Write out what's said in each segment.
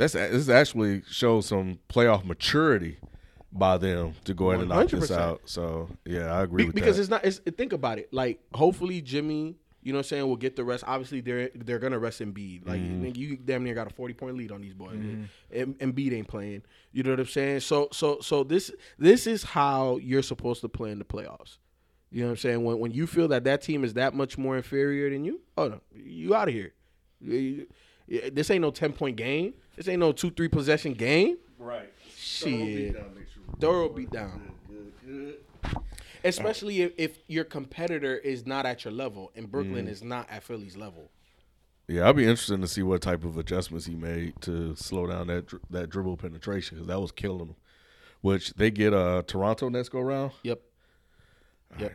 That's this actually shows some playoff maturity by them to go ahead and knock this 100%. out. So yeah, I agree Be- with because that. it's not. It's, think about it. Like, hopefully, Jimmy. You know what I'm saying? Will get the rest. Obviously, they're they're gonna rest Embiid. Like Mm-hmm. nigga, you damn near got a 40 point lead on these boys. And Embiid ain't playing. You know what I'm saying? So so so this this is how you're supposed to play in the playoffs. You know what I'm saying? When when you feel that that team is that much more inferior than you, oh no, you out of here. You- you- This ain't no 10 point game. This ain't no two three possession game. right. Shit. Thorough beat down. Especially if, if your competitor is not at your level and Brooklyn is not at Philly's level. Yeah, I'd be interested to see what type of adjustments he made to slow down that dri- that dribble penetration because that was killing him. Which they get uh Toronto next go round. Yep. Yep.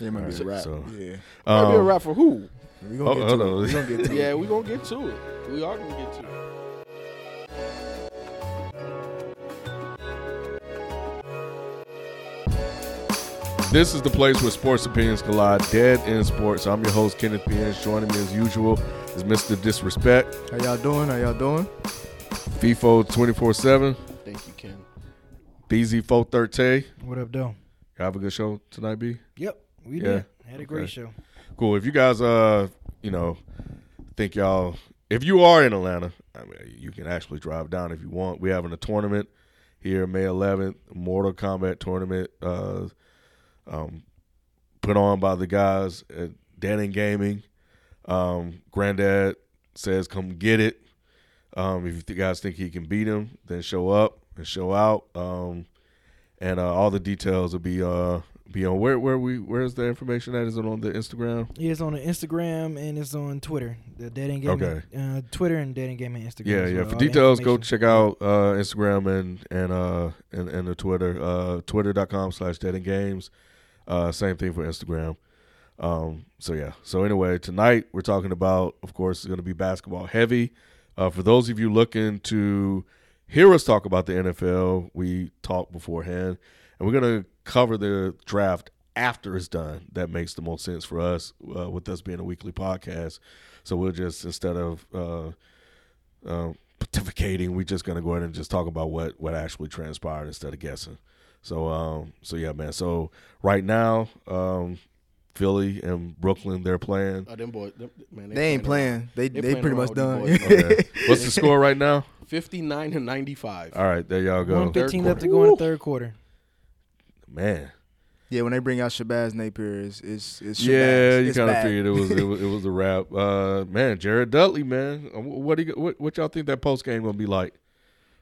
It might be a wrap. So- Yeah. That'd be a wrap for who? We gonna Oh, get to hold it. We on. gonna get to it. Yeah, we're going to get to it. We are going to get to it. This is the place where sports opinions collide, dead in sports. I'm your host, Kenneth Pierce. Joining me as usual is Mr. Disrespect, How y'all doing? How y'all doing? FIFO 24 7, Thank you, Ken. BZ 413. What up, though? Have a good show tonight, B. Yep, we Yeah. did. Had a great Okay. show. Cool. If you guys, uh, you know, think y'all, if you are in Atlanta, I mean, you can actually drive down if you want. We're having a tournament here May 11th, Mortal Kombat tournament, uh, um, put on by the guys at Dan and Gaming. Um, Granddad says, "Come get it." Um, if you guys think he can beat him, then show up and show out. Um, and uh, all the details will be uh be on where where we where is the information at? Is it on the Instagram? It is on the Instagram and it's on Twitter. The Dead End Gaming. Okay. Uh, Twitter and Dead End Gaming Instagram. Yeah, as yeah. well. For uh, All the details, go information. check out uh, Instagram and and uh and, and the Twitter uh twitter.com slash dead and games. Uh, same thing for Instagram. Um, so yeah. So anyway, tonight we're talking about, of course, it's going to be basketball heavy. Uh, for those of you looking to hear us talk about the NFL, we talked beforehand, and we're going to cover the draft after it's done. That makes the most sense for us, uh, with us being a weekly podcast. So we'll just instead of uh, uh, pontificating, we're just going to go ahead and just talk about what what actually transpired instead of guessing. So um, so yeah, man. So right now, um, Philly and Brooklyn, they're playing. Oh, them boys. them- man, They ain't playing. They They they, playing pretty around much done. with you boys. Okay. Oh, What's the score right now? 59 and 95. All right, there y'all go. 115 Third left to quarter. go in the third quarter. Man, yeah, when they bring out Shabazz Napier, it's it's, it's Shabazz. yeah, you It's kind of bad. figured it was it was, it was a wrap. Uh, man, Jared Dudley, man, Uh, wh- what do you, what, what y'all think that post game gonna be like?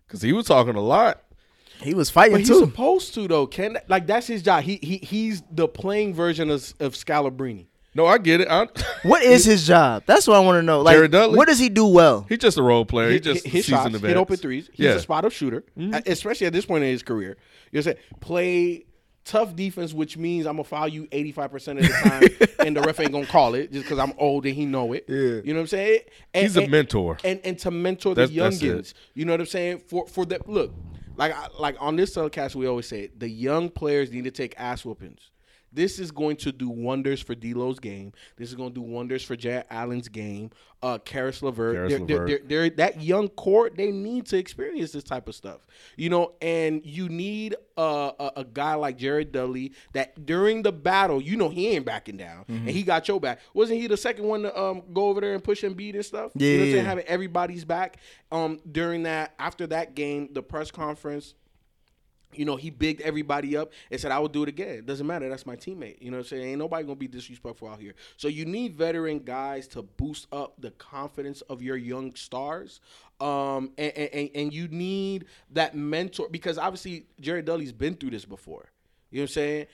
Because he was talking a lot. He was fighting But he's too. supposed to, though, Ken. Like, that's his job. He he He's the playing version of, of Scalabrini. No, I get it. I, What is his job? That's what I want to know. Like, Jared Dudley? what does he do well? he's just a role player. He Hit- just hit, his season shots, the hit open threes. He's yeah, Mm-hmm. a spot up shooter, uh, especially at this point in his career. You know what I'm saying? Play tough defense, which means I'm gonna foul you 85 percent of the time, and the ref ain't gonna call it just because I'm old and he know it. Yeah, you know what I'm saying? And, He's a and- mentor. and and to mentor That's- the that's it. youngins. You know what I'm saying? For for the look, like I- like on this telecast, we always say it, the young players need to take ass whoopings. This is going to do wonders for D'Lo's game. This is going to do wonders for Jared Allen's game. Uh, Karis LeVert. Karis they're, they're- LeVert. they're- they're- that young core. They need to experience this type of stuff, you know. And you need a, a, a guy like Jared Dudley that during the battle, you know, he ain't backing down, Mm-hmm. and he got your back. Wasn't he the second one to um, go over there and push and beat and stuff? You know what I'm Yeah. saying? Having everybody's back. Um, during that, after that game, the press conference you know, he bigged everybody up and said, I will do it again. It doesn't matter. That's my teammate. You know what I'm saying? Ain't nobody going to be disrespectful out here. So you need veteran guys to boost up the confidence of your young stars. Um, and, and, and- and you need that mentor because obviously Jerry Dudley's been through this before. You know what I'm saying?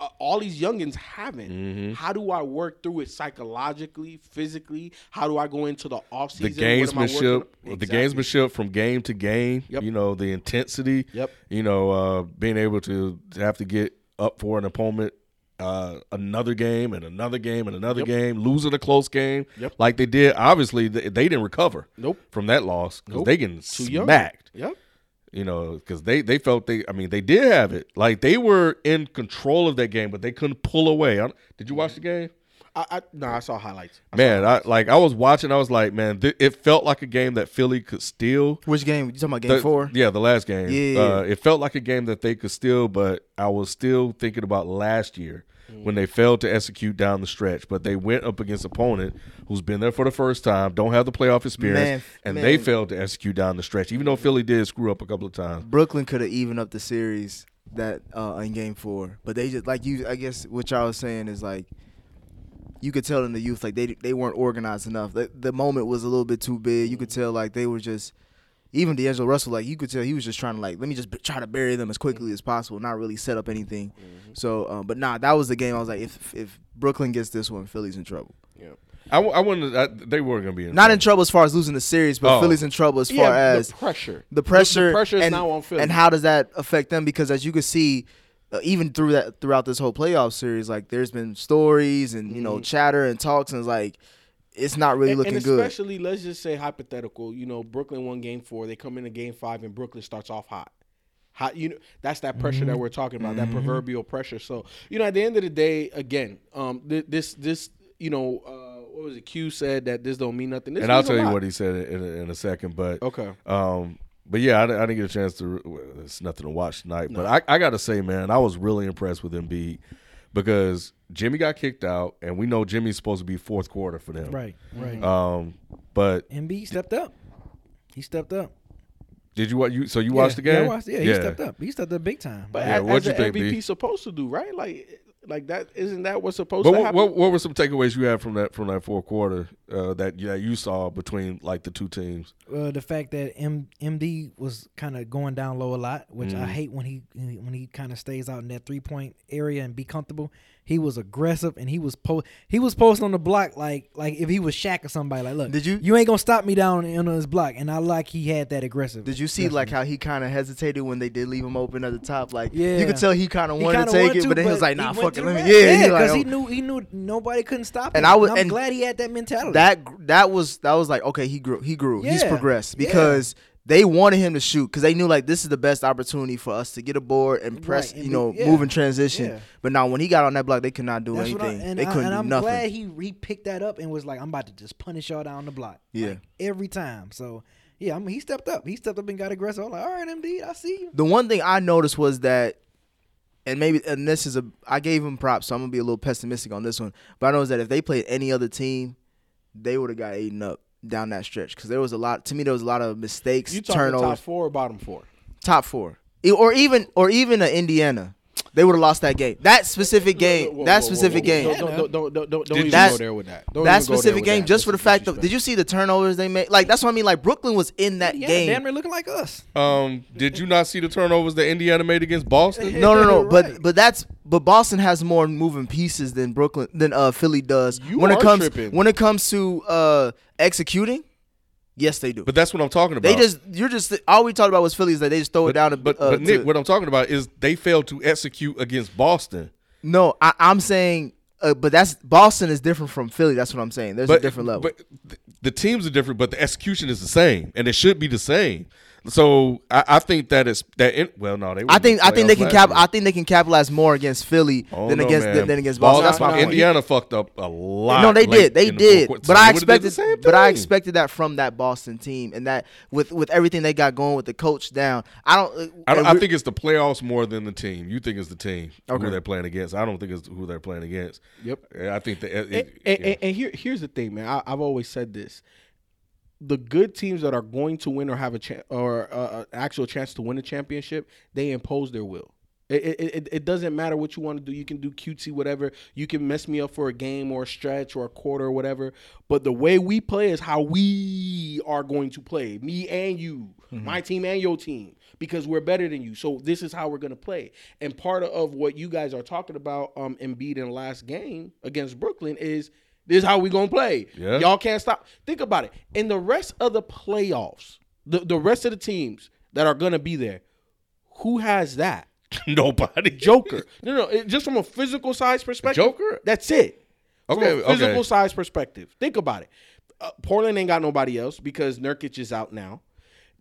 Uh, all these youngins haven't. Mm-hmm. How do I work through it psychologically, physically? How do I go into the offseason? the What am I working gamesmanship, on? the Exactly. gamesmanship from game to game. Yep. You know the intensity. Yep. You know uh, being able to have to get up for an opponent uh, another game and another game and another game, losing a close game Yep. like they did. Obviously, they, they didn't recover. Nope. From that loss, 'cause Nope. they getting Too young. smacked. Yep. You know, because they they felt they. I mean, they did have it. Like they were in control of that game, but they couldn't pull away. I, did you Mm-hmm. watch the game? I, I, no, I saw highlights. Man, I like I was watching. I was like, man, th- it felt like a game that Philly could steal. Which game? You talking about game The- four? Yeah, the last game. Yeah. Uh, it felt like a game that they could steal, but I was still thinking about last year when they failed to execute down the stretch. But they went up against opponent who's been there for the first time, don't have the playoff experience, Man, and man. they failed to execute down the stretch. Even though Philly did screw up a couple of times. Brooklyn could have evened up the series that uh, in game four, but they just like you. I guess what y'all was saying is like you could tell in the youth like they they weren't organized enough. The, the moment was a little bit too big. You could tell like they were just even D'Angelo Russell like you could tell he was just trying to like let me just b- try to bury them as quickly as possible, not really set up anything. So, uh, but nah, that was the game. I was like, if if Brooklyn gets this one, Philly's in trouble. I, w- I wanted I, they were going to be in Not in trouble as far as losing the series, but Oh. Philly's in trouble as far Yeah, as the pressure. the pressure, pressure is and, now on Philly. and how does that affect them? Because as you can see, uh, even through that throughout this whole playoff series, like there's been stories and you know chatter and talks and like it's not really And- looking and good. Especially, let's just say hypothetical. You know, Brooklyn won Game Four. They come into Game Five, and Brooklyn starts off hot. Hot, you know, that's that pressure Mm-hmm. that we're talking about, that proverbial pressure. So, you know, at the end of the day, again, um, th- this, this, you know, uh, what was it? Q said that this don't mean nothing. This and I'll means a tell you lot. what he said in, in, a second. But Okay. um, but yeah, I, di- I didn't get a chance to. re- well, It's nothing to watch tonight. But I, I got to say, man, I was really impressed with Embiid because Jimmy got kicked out, and we know Jimmy's supposed to be fourth quarter for them. Right, right. Um, but MB stepped up. He stepped up. did you what you so you watched the Yeah, game? I watched- yeah, he stepped up. He stepped up big time. But Yeah, a- what'd as you an think, B? MVP supposed to do, right? Like, like that isn't that what's supposed But to what, happen? what, what were some takeaways you had from that from that fourth quarter uh, that you- that you saw between like the two teams? uh, the fact that M- MD was kind of going down low a lot, which Mm. I hate when he when he kind of stays out in that three point area and be comfortable. He was aggressive and he was po- he was posting on the block like like if he was Shaq or somebody. Like, look, Did you- you ain't gonna stop me down in on this block? And I like he had that aggressive. Did you see like how he kind of hesitated when they did leave him open at the top? Like Yeah. you could tell he kind of He wanted kinda to take wanted it, to, but then he was like, he "Nah, went fuck to it, the let rack. me." Yeah, yeah, he like, because he "Oh." knew he knew nobody couldn't stop him. And I was- am and glad he had that mentality. that gr- that was that was like okay he grew he grew he's Yeah, progressed yeah. because they wanted him to shoot because they knew like this is the best opportunity for us to get aboard and press Right, and you know be- yeah. move and transition Yeah. but now when he got on that block they could not do That's what I- anything and they I- couldn't and do I'm nothing glad he he picked that up and was like, I'm about to just punish y'all down the block. Yeah. Like, every time. So yeah, I mean, he stepped up. He stepped up and got aggressive. I'm like, all right, MD, I see you. the one thing I noticed was that and maybe and this is a I gave him props so I'm gonna be a little pessimistic on this one but I noticed that if they played any other team they would have got eaten up down that stretch because there was a lot to me there was a lot of mistakes you talking top turnovers four or bottom four? top four, E- or even or even a Indiana, they would have lost that game. That specific game, Whoa, that whoa, whoa, specific whoa, game, whoa. Don't, don't, don't, don't, don't even That's- go there with that. Don't that even go there specific with game, that. just for the That's fact of disrespectful. did you see the turnovers they made? Like that's what I mean. Like Brooklyn was in that Yeah, damn game. near looking like us. Um, did you not see the turnovers that Indiana made against Boston? No, no, no. But Right. but that's but Boston has more moving pieces than Brooklyn than uh Philly does You when are it comes tripping. when it comes to uh executing. Yes, they do. But that's what I'm talking about. they just you're just all we talked about was Phillies that they just throw it But, down. To, but, uh, but Nick, to- what I'm talking about is they failed to execute against Boston. no, I, I'm saying, uh, but that's Boston is different from Philly. That's what I'm saying. There's But a different level. But th- the teams are different, but the execution is the same, and it should be the same. So I, I think that is that. In, well, no, they. were I in think the I think they can playoffs cap. last I year. think they can capitalize more against Philly I don't than know, against Oh, man. than against Ball- Boston. That's my point. Indiana fucked up a lot. No, they late did. They in the fourth quarter. did. So but they I would've did the expected. same But I thing. expected that from that Boston team, and that with with everything they got going with the coach down. I don't. I, uh, don't, and I we're- think it's the playoffs more than the team. You think it's the team Okay. who they're playing against. I don't think it's who they're playing against. Yep. Yeah, I think the it, and, it- and, yeah. and- and here, here's the thing, man. I, I've always said this: the good teams that are going to win or have a chance or uh, an actual chance to win a championship, they impose their will. It, it, it- it doesn't matter what you want to do. You can do cutesy whatever. You can mess me up for a game or a stretch or a quarter or whatever. But the way we play is how we are going to play. Me and you, my team and your team, because we're better than you. So this is how we're going to play. And part of what you guys are talking about, um, Embiid in the last game against Brooklyn is this is how we gonna play. Yeah. Y'all can't stop. Think about it. In the rest of the playoffs, the, the rest of the teams that are gonna be there, who has that? nobody. Joker. no, no. it- just from a physical size perspective. Joker? That's it. Okay, From a physical okay. size perspective. Think about it. Uh, Portland ain't got nobody else because Nurkic is out now.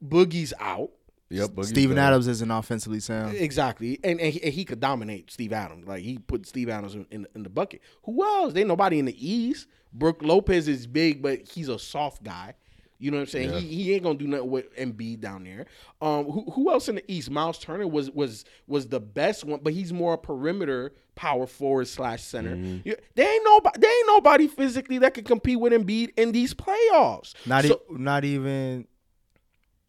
Boogie's out. Yep, Boogie's Steven better. Adams isn't offensively sound. Exactly, and and he, and he could dominate Steve Adams. Like he put Steve Adams in, in in the bucket. Who else? They nobody in the East. Brooke Lopez is big, but he's a soft guy. You know what I'm saying? He, he ain't gonna do nothing with Embiid down there. Um, who, who else in the East? Miles Turner was was was the best one, but he's more a perimeter power forward slash center. Mm-hmm. You- They ain't nobody. They ain't nobody physically that can compete with Embiid in these playoffs. Not e- so, not even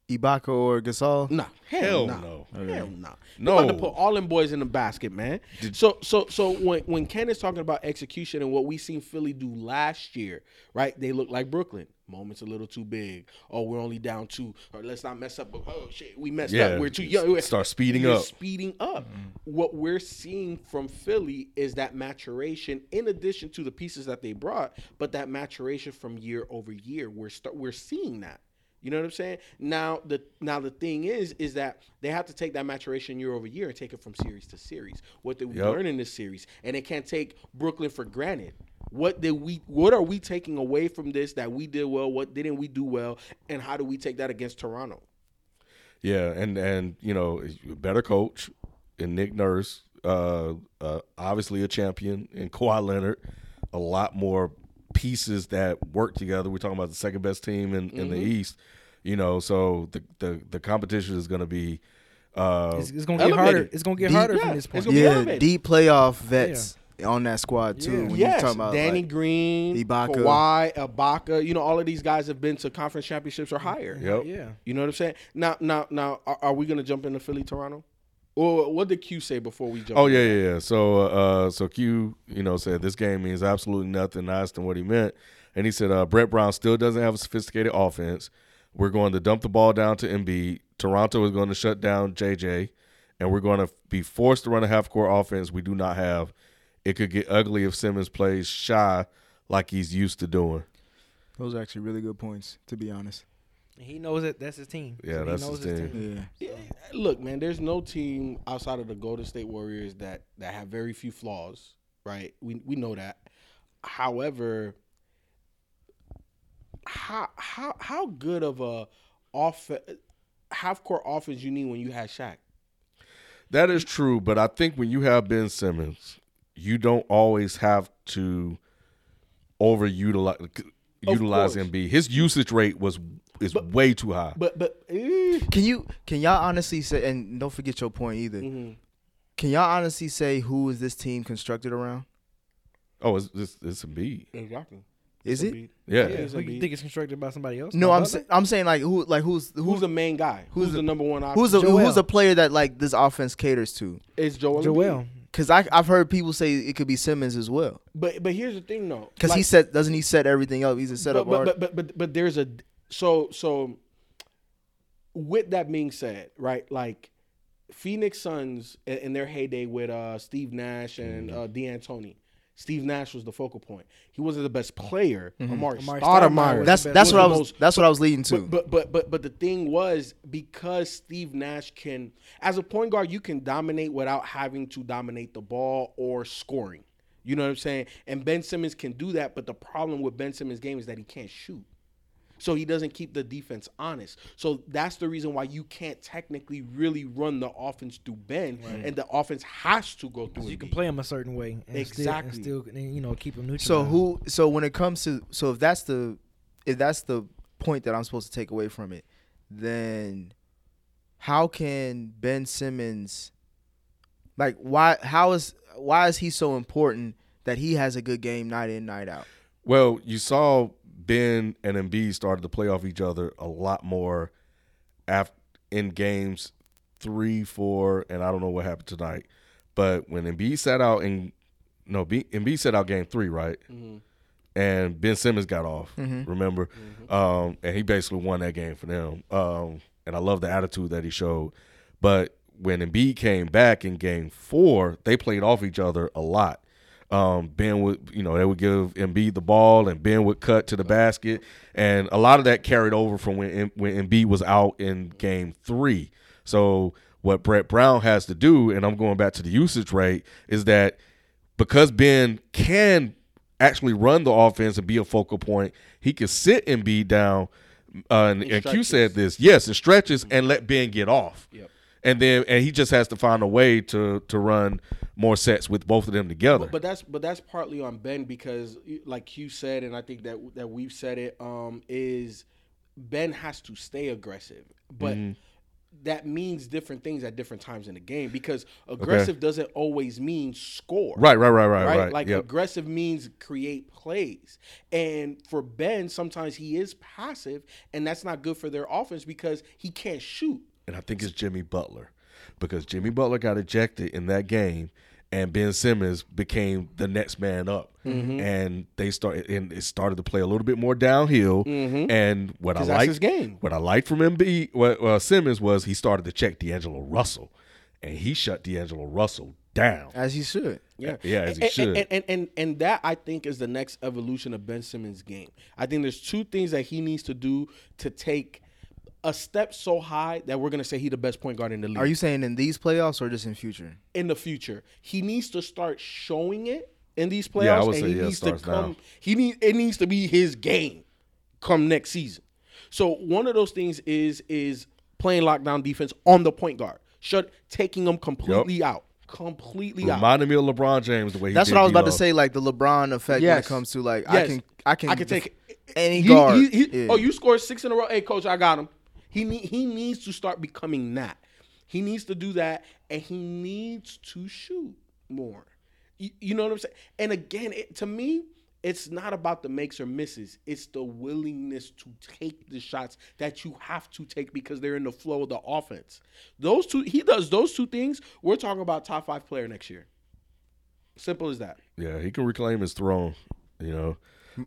Ibaka or Gasol. Nah, Hell hell, no, no. hell no. No. No, about to put all them boys in the basket, man. so, so, so when when Ken is talking about execution and what we seen Philly do last year, right? They look like Brooklyn. Moments a little too big. Oh, we're only down two. Or let's not mess up. But oh shit, we messed Yeah, up. We're too young. start speeding You're up. Speeding up. What we're seeing from Philly is that maturation, in addition to the pieces that they brought, but that maturation from year over year. We're start. We're seeing that. You know what I'm saying? Now the now the thing is is that they have to take that maturation year over year and take it from series to series. What did we Yep. learn in this series? And they can't take Brooklyn for granted. What did we what are we taking away from this that we did well? What didn't we do well? And how do we take that against Toronto? Yeah, and and you know, a better coach and Nick Nurse, uh, uh, obviously a champion, and Kawhi Leonard, a lot more pieces that work together. We're talking about the second best team in, in the Mm-hmm. East, you know. So the the, the competition is going to be. Uh, It's, it's gonna get Elevated. harder. It's gonna get Deep- harder Yeah, from this it's point. gonna be Yeah, elevated. deep playoff vets on that squad too. When yes, you talking about Danny like, Green, Ibaka. Kawhi, Ibaka. You know, all of these guys have been to conference championships or higher. yep. Yeah. You know what I'm saying? Now, now, now, are, are we gonna jump into Philly, Toronto? Or what did Q say before we jump? Oh yeah, yeah, yeah. So, uh, so Q, you know, said this game means absolutely nothing. I asked him what he meant, and he said, uh, "Brett Brown still doesn't have a sophisticated offense. We're going to dump the ball down to Embiid. Toronto is going to shut down JJ, and we're going to be forced to run a half court offense we do not have. It could get ugly if Simmons plays shy like he's used to doing. those are actually really good points. To be honest, He knows that that's his team. Yeah, he that's knows his team. yeah. Look, man, there's no team outside of the Golden State Warriors that that have very few flaws, right? We we know that. However, how how how good of a off half court offense you need when you have Shaq? That is true, but I think when you have Ben Simmons, you don't always have to overutilize utilize course. Embiid. His usage rate was is way too high. But but eh, Can you can y'all honestly say and don't forget your point either? Mm-hmm. Can y'all honestly say who is this team constructed around? oh, it's, it's it's Embiid. exactly. Is it? Yeah. Yeah. Who you think it's constructed by somebody else? No, My I'm brother? sa- I'm saying like who like who's Who's who's the main guy? Who's, the, number one option? who's a who's Joel. a player that like this offense caters to? it's Joel. Embiid. Joel. Because I I've heard people say it could be Simmons as well. But but here's the thing though. Because he Like- set doesn't he set everything up? He's a setup but, artist. but, but, but but there's a so so with that being said right like phoenix suns in, in their heyday with uh steve nash and uh d'antoni steve nash was the focal point he wasn't the best player amari, Amari Stoudemire Stoudemire was That's but- that's but- what the I was most- that's what I was leading to. but, but but but but the thing was because Steve Nash can, as a point guard, you can dominate without having to dominate the ball or scoring. You know what I'm saying? And Ben Simmons can do that, but the problem with Ben Simmons' game is that he can't shoot. So he doesn't keep the defense honest. So that's the reason why you can't technically really run the offense through Ben, and the offense has to go through. you can Embiid. play him a certain way, and Exactly. Still, and still, you know, keep him neutral. So who? So when it comes to so if that's the if that's the point that I'm supposed to take away from it, then how can Ben Simmons like why how is why is he so important that he has a good game night in night out? Well, you saw Ben and Embiid started to play off each other a lot more after in games three, four, and I don't know what happened tonight. But when Embiid sat out and no, B, Embiid sat out game three, right? And Ben Simmons got off. Remember, um, and he basically won that game for them. Um, and I love the attitude that he showed. But when Embiid came back in game four, they played off each other a lot. Um, ben would, you know, they would give Embiid the ball, and Ben would cut to the basket, and a lot of that carried over from when when Embiid was out in Game Three. So what Brett Brown has to do, and I'm going back to the usage rate, is that because Ben can actually run the offense and be a focal point, he can sit Embiid down. Uh, and, and Q said this, yes, it stretches and let Ben get off. And then and he just has to find a way to to run more sets with both of them together. But that's but that's partly on Ben because, like you said, and I think that that we've said it, um, is Ben has to stay aggressive, but Mm-hmm. that means different things at different times in the game because aggressive doesn't always mean score. Right, right, right, right, right. Like yep. aggressive means create plays. And for Ben, sometimes he is passive, and that's not good for their offense because he can't shoot. and I think it's Jimmy Butler because Jimmy Butler got ejected in that game, and Ben Simmons became the next man up, Mm-hmm. and they started and it started to play a little bit more downhill. Mm-hmm. And what I that's liked, his game. what I liked from MB what, uh, Simmons was he started to check D'Angelo Russell, and he shut D'Angelo Russell down. As he should. Yeah, Yeah, as he and, should. And, and and and that I think is the next evolution of Ben Simmons' game. I think there's two things that he needs to do to take a step so high that we're gonna say he's the best point guard in the league Are you saying in these playoffs or just in future? in the future. He needs to start showing it in these playoffs, Yeah, I would and say, he yeah, needs to starts now. come. He need it needs to be his game come next season. So one of those things is is playing lockdown defense on the point guard, shut taking him completely out, completely out. Reminded me of LeBron James the way he That's did what I was about to D-Lo. say, like the LeBron effect when it Yes. comes to like I Yes. can I can I can take def- any He- guard. he- he- Yeah. Oh, you scored six in a row. Hey, coach, I got him. He need, he needs to start becoming that. He needs to do that, and he needs to shoot more. You, you know what I'm saying? And again, it, to me, it's not about the makes or misses. It's the willingness to take the shots that you have to take because they're in the flow of the offense. Those two, he does those two things. We're talking about top five player next year. Simple as that. Yeah, he can reclaim his throne. You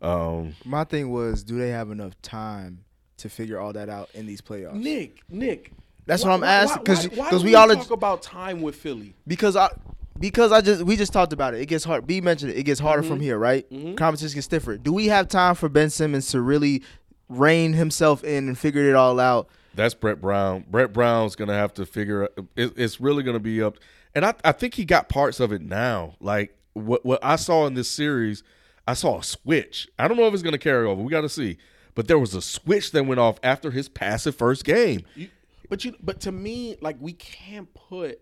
know, um, My thing was, do they have enough time to figure all that out in these playoffs? Nick, Nick. That's what I'm why- asking, why- 'cause- why- why 'cause do we all ag- talk about time with Philly. because I because I just we just talked about it. It gets hard. B mentioned it. It gets harder Mm-hmm. from here, right? Competition gets stiffer. Do we have time for Ben Simmons to really rein himself in and figure it all out? That's Brett Brown. Brett Brown's gonna have to figure. It, it's really gonna be up, and I, I think he got parts of it now. Like what what I saw in this series, I saw a switch. I don't know if it's gonna carry over. We got to see. But there was a switch that went off after his passive first game. You, but you, but to me, like we can't put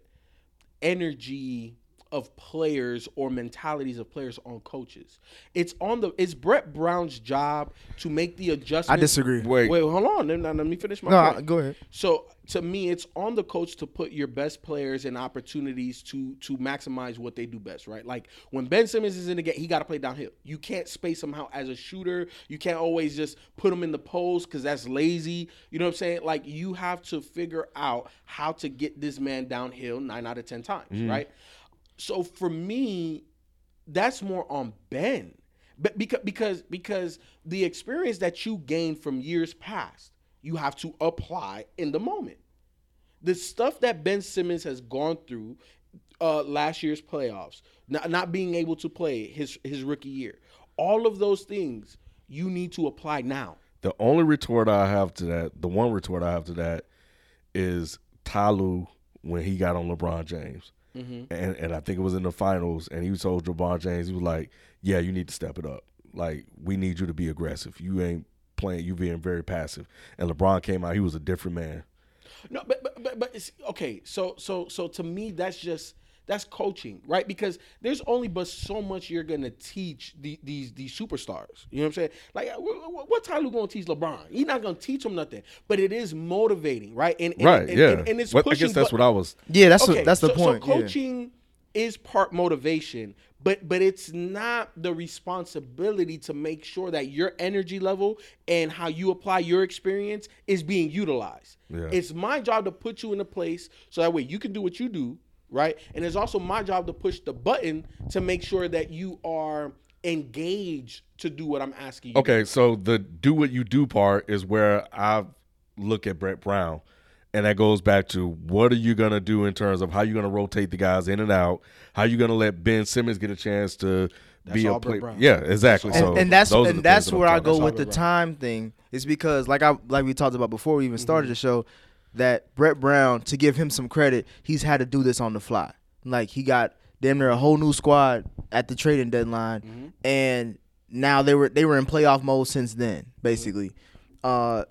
energy of players or mentalities of players on coaches. It's on the it's Brett Brown's job to make the adjustment. I disagree. Wait, hold on. Let, let me finish my. No, point. go ahead. So to me, it's on the coach to put your best players in opportunities to to maximize what they do best, right? Like when Ben Simmons is in the game, he got to play downhill. You can't space him out as a shooter. You can't always just put him in the post because that's lazy. You know what I'm saying? Like you have to figure out how to get this man downhill nine out of ten times, right? So for me, that's more on Ben. But because because because the experience that you gain from years past, you have to apply in the moment. The stuff that Ben Simmons has gone through uh, last year's playoffs, not, not being able to play his his rookie year, all of those things you need to apply now. The only retort I have to that, the one retort I have to that, is Tyloo when he got on LeBron James, Mm-hmm. and and I think it was in the finals, and he told LeBron James he was like, "Yeah, you need to step it up. Like we need you to be aggressive. You ain't playing, you being very passive. And LeBron came out, he was a different man. No, but but but, but it's, okay. So so so to me, that's just that's coaching, right? Because there's only but so much you're gonna teach the, these these superstars. You know what I'm saying? Like, uh, wh- wh- what time you gonna teach LeBron? You're not gonna teach him nothing. But it is motivating, right? And, and right, and, yeah. and, and it's But pushing. I guess that's but- what I was. Yeah, that's the- Okay, that's the so- point. So yeah. coaching is part motivation, but but it's not the responsibility to make sure that your energy level and how you apply your experience is being utilized. It's my job to put you in a place so that way you can do what you do, right? And it's also my job to push the button to make sure that you are engaged to do what I'm asking you. to Okay, so the do what you do part is where I look at Brett Brown, and that goes back to what are you gonna do in terms of how you gonna rotate the guys in and out, how you gonna let Ben Simmons get a chance to be all a Brett play. Brown. Yeah, exactly. and, so and that's those are the and that's things that I'm where I talking go about. with the time thing. It's because like I like we talked about before we even started the show, that Brett Brown, to give him some credit, he's had to do this on the fly. Like he got damn near a whole new squad at the trading deadline, and now they were they were in playoff mode since then, basically. Uh,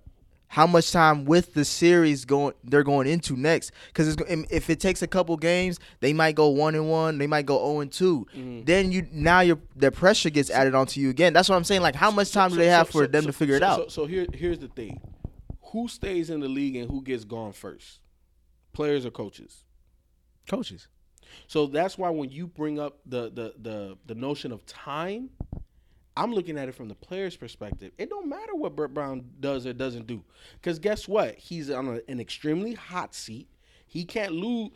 how much time with the series going they're going into next because if it takes a couple games they might go one and one they might go zero and 2 then you now your the pressure gets added onto you again that's what i'm saying like how much time do they so- have so- for so- them so- to figure it so- out So, so here, here's the thing: who stays in the league and who gets gone first? Players or coaches? coaches So that's why when you bring up the the the, the notion of time, I'm looking at it from the player's perspective. It don't matter what Brett Brown does or doesn't do, because guess what? He's on a, an extremely hot seat. He can't lose.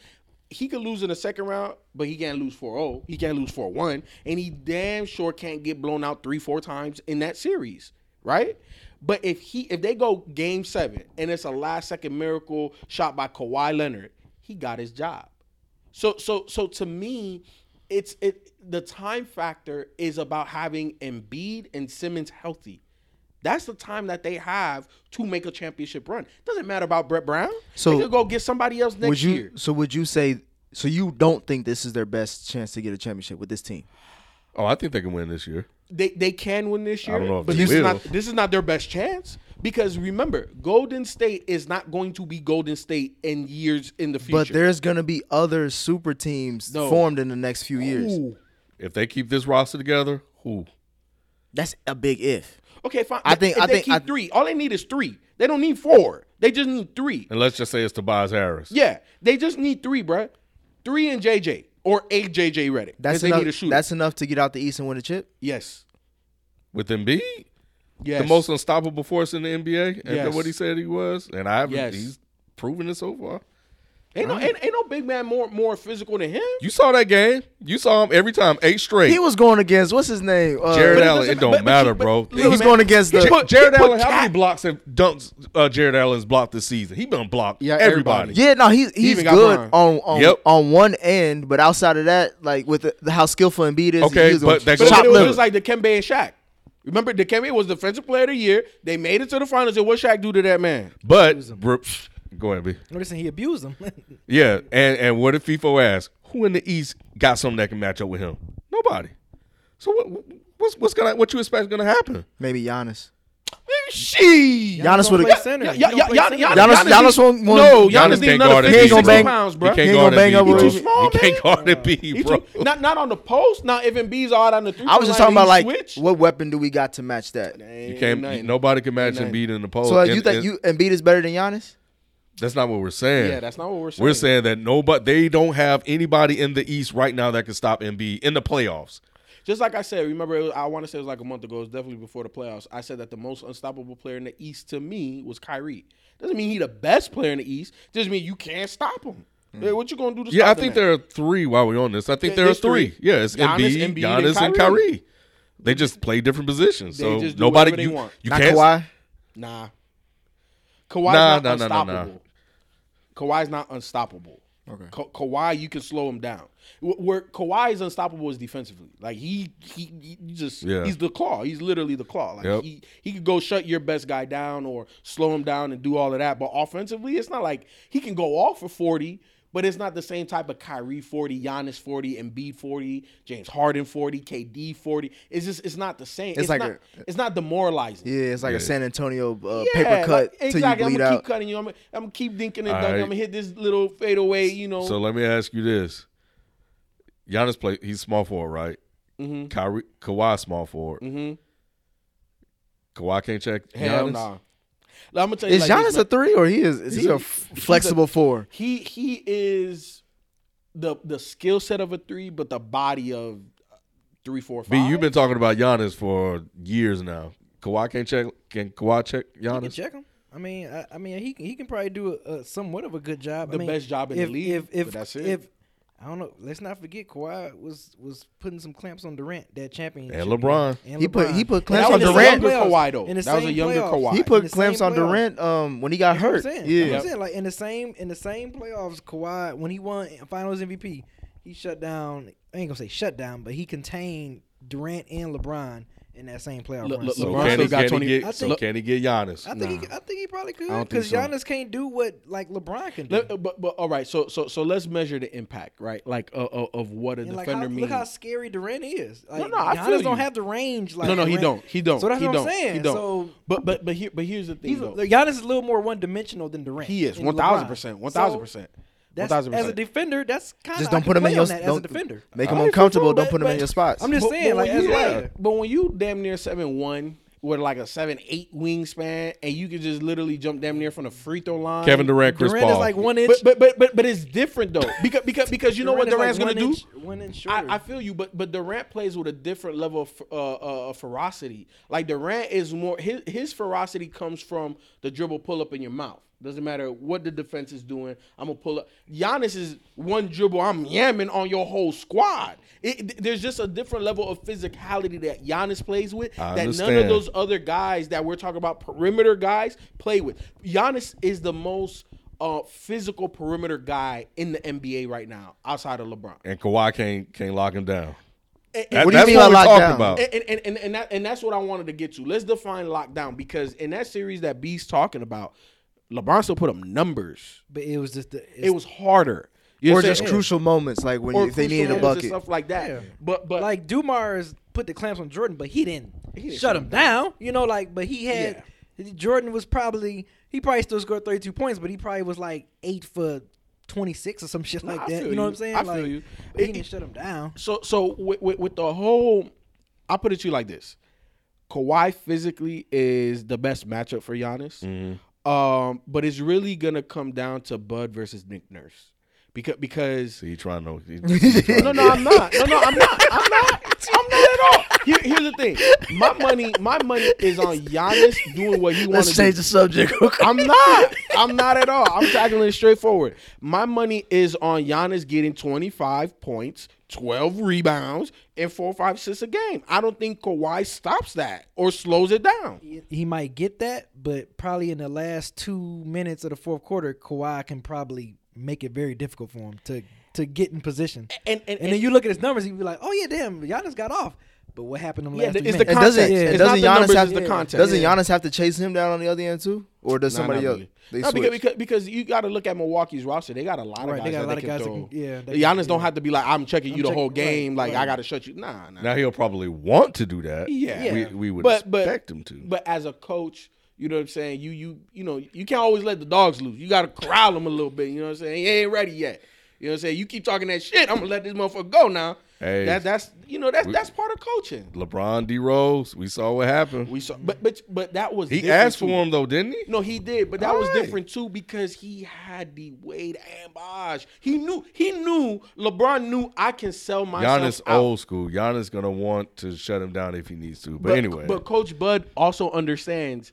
He could lose in the second round, but he can't lose 4-0. He can't lose 4-1, and he damn sure can't get blown out three, four times in that series, right? But if he if they go game seven and it's a last second miracle shot by Kawhi Leonard, he got his job. So so so to me, it's it the time factor is about having Embiid and Simmons healthy. That's the time that they have to make a championship run. Doesn't matter about Brett Brown. So So- they could go get somebody else next would you year. so would you say so you don't think this is their best chance to get a championship with this team Oh, I think they can win this year. They they can win this I year, don't know if but they this is will. not this is not their best chance because remember, Golden State is not going to be Golden State in years in the future. but there's gonna be other super teams No. formed in the next few years Ooh. If they keep this roster together, who? that's a big if okay, fine. I think- if I they think- keep I- three. All they need is three. They don't need four. They just need three. And let's just say it's Tobias Harris. Yeah, they just need three, bruh. Three and JJ or a JJ Reddick. that's That's they enough, need a shooter. that's enough to get out the east and win a chip yes, With Embiid, yes. the most unstoppable force in the NBA, and Yes. what he said he was, and I haven't. Yes. He's proven it so far. ain't no ain't, ain't no big man more more physical than him. You saw that game. You saw him every time, eight straight. He was going against what's his name? Uh, Jared it Allen. doesn't- It don't but- but matter, you- but bro. look, He was going against the. J- put- Jared he put Allen. How Cat- many blocks have dunks? Uh, Jared Allen's blocked this season. He been blocked. Yeah, everybody. everybody. yeah, no, he, he's even got good Brian. on on, Yep. on one end, but outside of that, like with the, how skillful Embiid is, Okay, he was but that But goes- chop it was liver. just like the Kembe and Shaq. Remember, the Kembe was defensive player of the year. They made it to the finals, and what Shaq do to that man? But bro, psh, go ahead, B. Listen, he abused him. Yeah, and and what did FIFO ask? Who in the East got something that can match up with him? Nobody. So what? What's what's gonna what you expect gonna happen? Maybe Giannis. She. Giannis Don't would've- play Yeah, center. He Y'all, don't play center. Giannis- Giannis won't- won't- no, Giannis Giannis, can't need another guard it. He 56 gonna bang- pounds, He bro. can't He guard gonna bang that up B, with- bro. He too small, He can't man. guard that B, He bro. too- not not on the post. Now if Embiid's out on the three, I was just line, talking about he like switch. what weapon do we got to match that? You can't. Ain't nothing. nobody can match Ain't Embiid in the post. So uh, And- you think and you Embiid is better than Giannis? That's not what we're saying. Yeah, that's not what we're saying. We're saying that nobody. They don't have anybody in the East right now that can stop Embiid in the playoffs. Just like I said, remember, it was, I want to say it was like a month ago. It was definitely before the playoffs. I said that the most unstoppable player in the East to me was Kyrie. Doesn't mean he the best player in the East. Just mean you can't stop him. Hey, what you gonna do to Hmm. Yeah, I stop the think man? there are three while we're on this. I think There- there are there's three. three. Yeah, it's Giannis, Embiid, Embiid, and Giannis, and Kyrie. Kyrie. They just play different positions. They so just do nobody whatever they you, want. you Not can't Kawhi. nah. Kawhi's Nah, not nah, nah, nah, unstoppable. nah. Kawhi's not unstoppable. Okay. Ka- Kawhi, you can slow him down. Wh- Where Kawhi is unstoppable is defensively. Like he, he, he just Yeah. he's the claw. He's literally the claw. Like Yep. he, he could go shut your best guy down or slow him down and do all of that. But offensively, it's not like he can go off for forty. but it's not the same type of Kyrie 40, Giannis 40, Embiid 40, James Harden 40, KD 40. It's just it's not the same. It's, like not, a- it's not demoralizing. Yeah, it's like a San Antonio uh, Yeah, paper cut like, till you exactly. bleed I'm gonna out. keep cutting you. I'm gonna, I'm gonna keep dinking and All dunking. right. I'm gonna hit this little fadeaway. You know, So let me ask you this: Giannis play. He's small forward, right? Mm-hmm. Kyrie, Kawhi small forward. Mm-hmm. Kawhi can't check. Mm. hell Giannis? nah. Like, I'm gonna tell you, Is like Giannis this, a three or he is? Is he a f- he's a- flexible four? He he is the the skill set of a three, but the body of three, four, five. B, you've been talking about Giannis for years now. Kawhi can't check. Can Kawhi check You can Giannis? check him. I mean, I, I mean, he can- he can probably do a, a somewhat of a good job. The I mean, best job in the if, league, If if but that's it. if I don't know, let's not forget Kawhi was was putting some clamps on Durant that championship. And year. LeBron. And He put- LeBron. he put And clamps that on was in the Durant. same playoffs. Kawhi, though. In the That was a same younger playoffs. Kawhi. He In put the clamps same on playoffs. Durant um, when he got That's what I'm hurt. saying. That's what Yeah, I'm saying. Like in the same in the same playoffs, Kawhi when he won Finals MVP, he shut down. I ain't gonna say shut down, but he contained Durant and LeBron in that same playoff Le- run. Le- So, So LeBron can still he, got can he 20 get? I so think- can he get Giannis? I think he, I think he probably could don't because think so. Giannis can't do what like LeBron can do. Let- but but all right, so so so let's measure the impact, right? Like uh, uh, of what a And like, defender how, means. look how scary Durant is. Like, no, I Giannis feel don't you. have the range. Like no, no, he Durant. don't. He don't. So that's he what don't. I'm saying. He don't. So but but but here but here's the thing he's, though. like, Giannis is a little more one dimensional than Durant. he is and one thousand LeBron. percent. So One thousand percent. One that's- thousand As a percent. Uh, defender, that's kind of just don't put him in your that as a don't- defender. Make I him don't control uncomfortable. Don't that, put him in but your spots. I'm just saying, like, when as you, like, but when you damn near seven one with like a seven eight wingspan and you can just literally jump damn near from the free throw line. Kevin Durant, Chris Durant Paul. is like one inch. But but but but but it's different though because because because you know what Durant's Durant is like gonna one do. inch- one inch shorter. I, I feel you, but but Durant plays with a different level of uh, uh, ferocity. Like Durant is more his his ferocity comes from the dribble pull up in your mouth. Doesn't matter what the defense is doing. I'm gonna pull up. Giannis is one dribble. I'm yamming on your whole squad. It, th- there's just a different level of physicality that Giannis plays with I that none of understand. those other guys that we're talking about perimeter guys play with. Giannis is the most uh, physical perimeter guy in the NBA right now, outside of LeBron. and Kawhi can't can't lock him down. And- That- What do you that's mean what by we're lockdown? talking about. and and, and, and, that, and that's what I wanted to get to. Let's define lockdown because in that series that B's talking about, LeBron still put up numbers. but it was just the, it's It was harder. You know or what I'm just saying? crucial moments, like when Or you, if they crucial needed a moments and bucket. stuff like that. But but like Dumars put the clamps on Jordan, but he didn't, didn't shut him down. You know, like but he had Jordan was probably he probably still scored thirty two points, but he probably was like eight for twenty six or some shit Nah, I like that. feel You you. know what I'm saying? I feel like, you. but He It- didn't shut him down. so so with, with, with the whole, I put it to you like this: Kawhi physically is the best matchup for Giannis. Um, but it's really gonna come down to Bud versus Nick Nurse because because See, he trying to. He, he trying No, to- no, I'm not. No, no, I'm not. I'm not. I'm not at all. Here- here's the thing. My money, my money is on Giannis doing what he wants Let's to change do. the subject. real quick. I'm not. I'm not at all. I'm tackling it straightforward. My money is on Giannis getting 25 points, 12 rebounds, and four or five assists a game. I don't think Kawhi stops that or slows it down. He might get that, but probably in the last two minutes of the fourth quarter, Kawhi can probably make it very difficult for him to to get in position. And- and- then you look at his numbers, he'd be like, "Oh yeah, damn, Giannis got off." But what happened? Them Yeah, last it's two the minutes? And context. doesn't Yeah. and It's not doesn't the Giannis numbers, have it's the context. Doesn't Yeah. Giannis have to chase him down on the other end too, or does Nah, somebody not else? really. They no, because, switch. because because you got to look at Milwaukee's roster. They got a lot of Right, guys. they got a that lot of guys that throw. can- yeah, they Giannis can- don't yeah. have to be like I'm checking you the checking- whole right, game. like right. I got to shut you. Nah, nah. Now he'll probably want to do that. Yeah. we, we would But- but- expect him to. But as a coach, you know what I'm saying. You you you know you can't always let the dogs loose. You got to corral them a little bit. You know what I'm saying. He ain't ready yet. You know what I'm saying. You keep talking that shit. I'm gonna let this motherfucker go now. Hey. that, that's you know that's We- that's part of coaching. LeBron D Rose, we saw what happened. We saw, but but but that was he different asked for too. him though, didn't he? No, he did, but that was Alright. different too because he had the Wade ambush. He knew, he knew. LeBron knew I can sell myself. Giannis out. old school. Giannis gonna want to shut him down if he needs to. But, anyway, but Coach Bud also understands.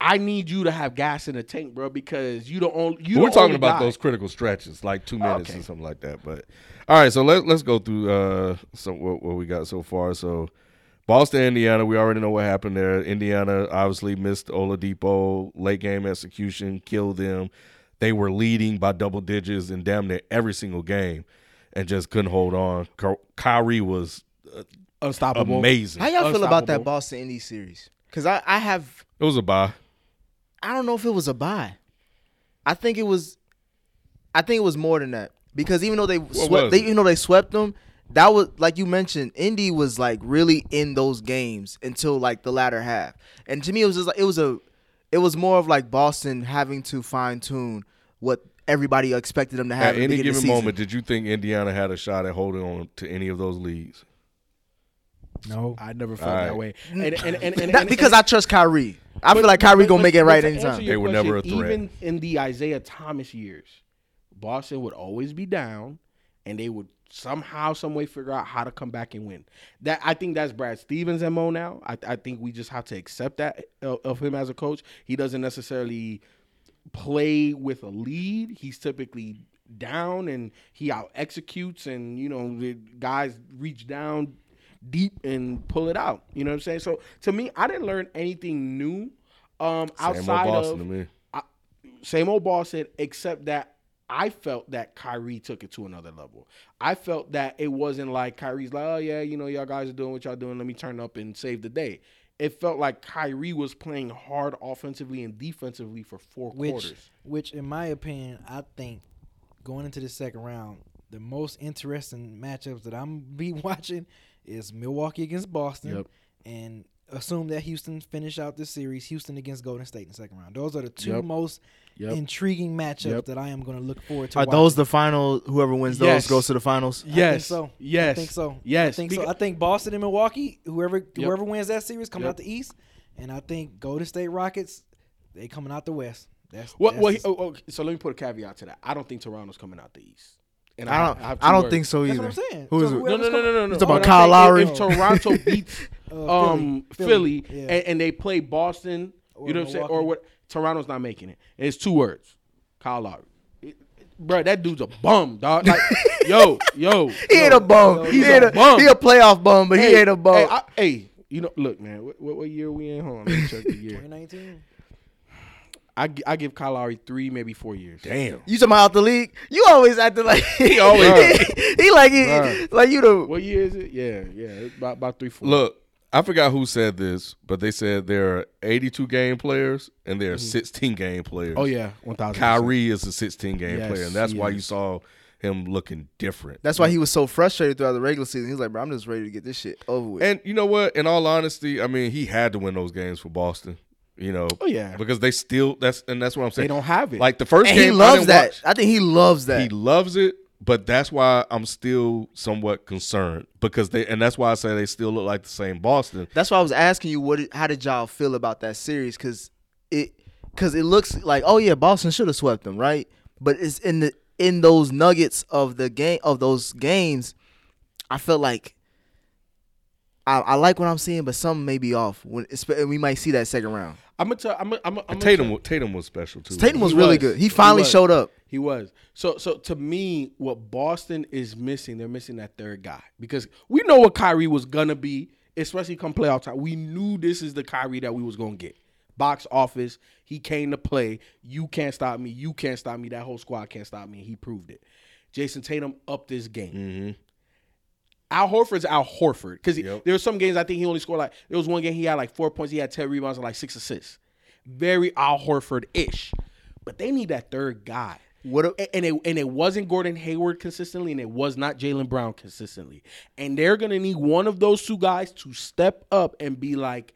I need you to have gas in the tank, bro, because you don't only you. we're the talking only about guy. Oh, those critical stretches, like two minutes Okay. or something like that. But all right, so let let's go through uh some what, what we got so far. So Boston, Indiana, we already know what happened there. Indiana obviously missed Oladipo late game execution, killed them. They were leading by double digits in damn near every single game, and just couldn't hold on. Ky- Kyrie was unstoppable. amazing. How y'all feel about that Unstoppable. Boston Indy series? Because I, I have It was a bye. I don't know if it was a buy. I think it was I think it was more than that because even though they was swept, they it? even though they swept them, that was like you mentioned, Indy was like really in those games until like the latter half, and to me it was just like it was a, it was more of like Boston having to fine tune what everybody expected them to At have in the any beginning given of the season. moment, did you think Indiana had a shot at holding on to any of those leads? No, I never felt All that right. way. And, and, and, and, Not and- because and- I trust Kyrie. I but- feel like Kyrie but- gonna but- make it but right to answer anytime. your They were never a threat. Even in the Isaiah Thomas years, Boston would always be down, and they would somehow, some way, figure out how to come back and win. That I think that's Brad Stevens' mo now. I, I think we just have to accept that of, of him as a coach. He doesn't necessarily play with a lead. He's typically down and he out executes, and you know the guys reach down deep and pull it out. You know what I'm saying? So to me, I didn't learn anything new um, Same old outside Boston of to me. I, same old Boston, except that I felt that Kyrie took it to another level. I felt that it wasn't like Kyrie's like, oh yeah, you know, y'all guys are doing what y'all doing. Let me turn up and save the day. It felt like Kyrie was playing hard offensively and defensively for four which quarters. which in my opinion, I think going into the second round, the most interesting matchups that I'm be watching is Milwaukee against Boston, Yep. and assume that Houston finish out this series, Houston against Golden State in the second round. Those are the two Yep. most Yep. intriguing matchups Yep. that I am going to look forward to. Are watching. those the final? Whoever wins those Yes. goes to the finals. I think Yes. so. Yes. I think so. Yes. I think Beca- so. I think Boston and Milwaukee, whoever whoever wins that series, coming Yep. out the East, and I think Golden State Rockets, they coming out the West. That's What? that's Well, the- he- oh, okay, so let me put a caveat to that. I don't think Toronto's coming out the East. And I don't. have two I don't words. think so either. That's what I'm saying. Who So is it? whoever- No, no, no, no, no, no. talking What about I'm Kyle saying is Lowry. If Toronto beats Uh, um, Philly, Philly. Philly, and, yeah. and they play Boston, Or you know what I'm saying? Or Milwaukee. what? Toronto's not making it. And it's two words. Kyle Lowry. It- it- Bruh, that dude's a bum, dog. Like, yo, yo. He ain't a bum. He's He a ain't a, bum. He a playoff bum, but he ain't a bum. Hey, I- hey, you know, look, man. What, what, what year we in? Hold on, let me check the year. 2019. I, gi- I give Kyle Lowry three, maybe four years. Damn. you talking about the league? You always acting like he always- he like he, Bruh. like you the What year is it? Yeah, yeah, it's about about three, four. Look, I forgot who said this, but they said there are 82 game players and there are 16 game players. Mm-hmm. oh yeah, one thousand. Kyrie is a 16 game player, Yes, and that's he why you is. saw him looking different. That's why he was so frustrated throughout the regular season. He was like, bro, I'm just ready to get this shit over with. And you know what? In all honesty, I mean, he had to win those games for Boston. You know, Oh, yeah. because they still that's and that's what I'm saying. don't have it. Like the first And game, he I loves didn't that. watch. I think he loves that. He loves it, but that's why I'm still somewhat concerned because they and that's why I say they still look like the same Boston. That's why I was asking you, what? How did y'all feel about that series? Because it, because it looks like, oh yeah, Boston should have swept them, right? But it's in the in those nuggets of the game of those games. I felt like I, I like what I'm seeing, but some may be off. When espe- we might see that second round. I'm gonna tell. I'm gonna. I'm gonna. I'm And gonna Tatum, tell- wa- Tatum was special too. Tatum was He really was. good. He He finally was. showed up. He was. So so to me, what Boston is missing, they're missing that third guy. Because we know what Kyrie was gonna be, especially come playoff time. We knew this is the Kyrie that we was gonna get. Box office. He came to play. You can't stop me. You can't stop me. That whole squad can't stop me. And he proved it. Jason Tatum up this game. Mm-hmm. Al Horford's Al Horford because there were some games I think he only scored like there was one game he had like four points, he had ten rebounds and like six assists. Very Al Horford ish, but they need that third guy. What a- A- and it and it wasn't Gordon Hayward consistently, and it was not Jalen Brown consistently. And they're gonna need one of those two guys to step up and be like,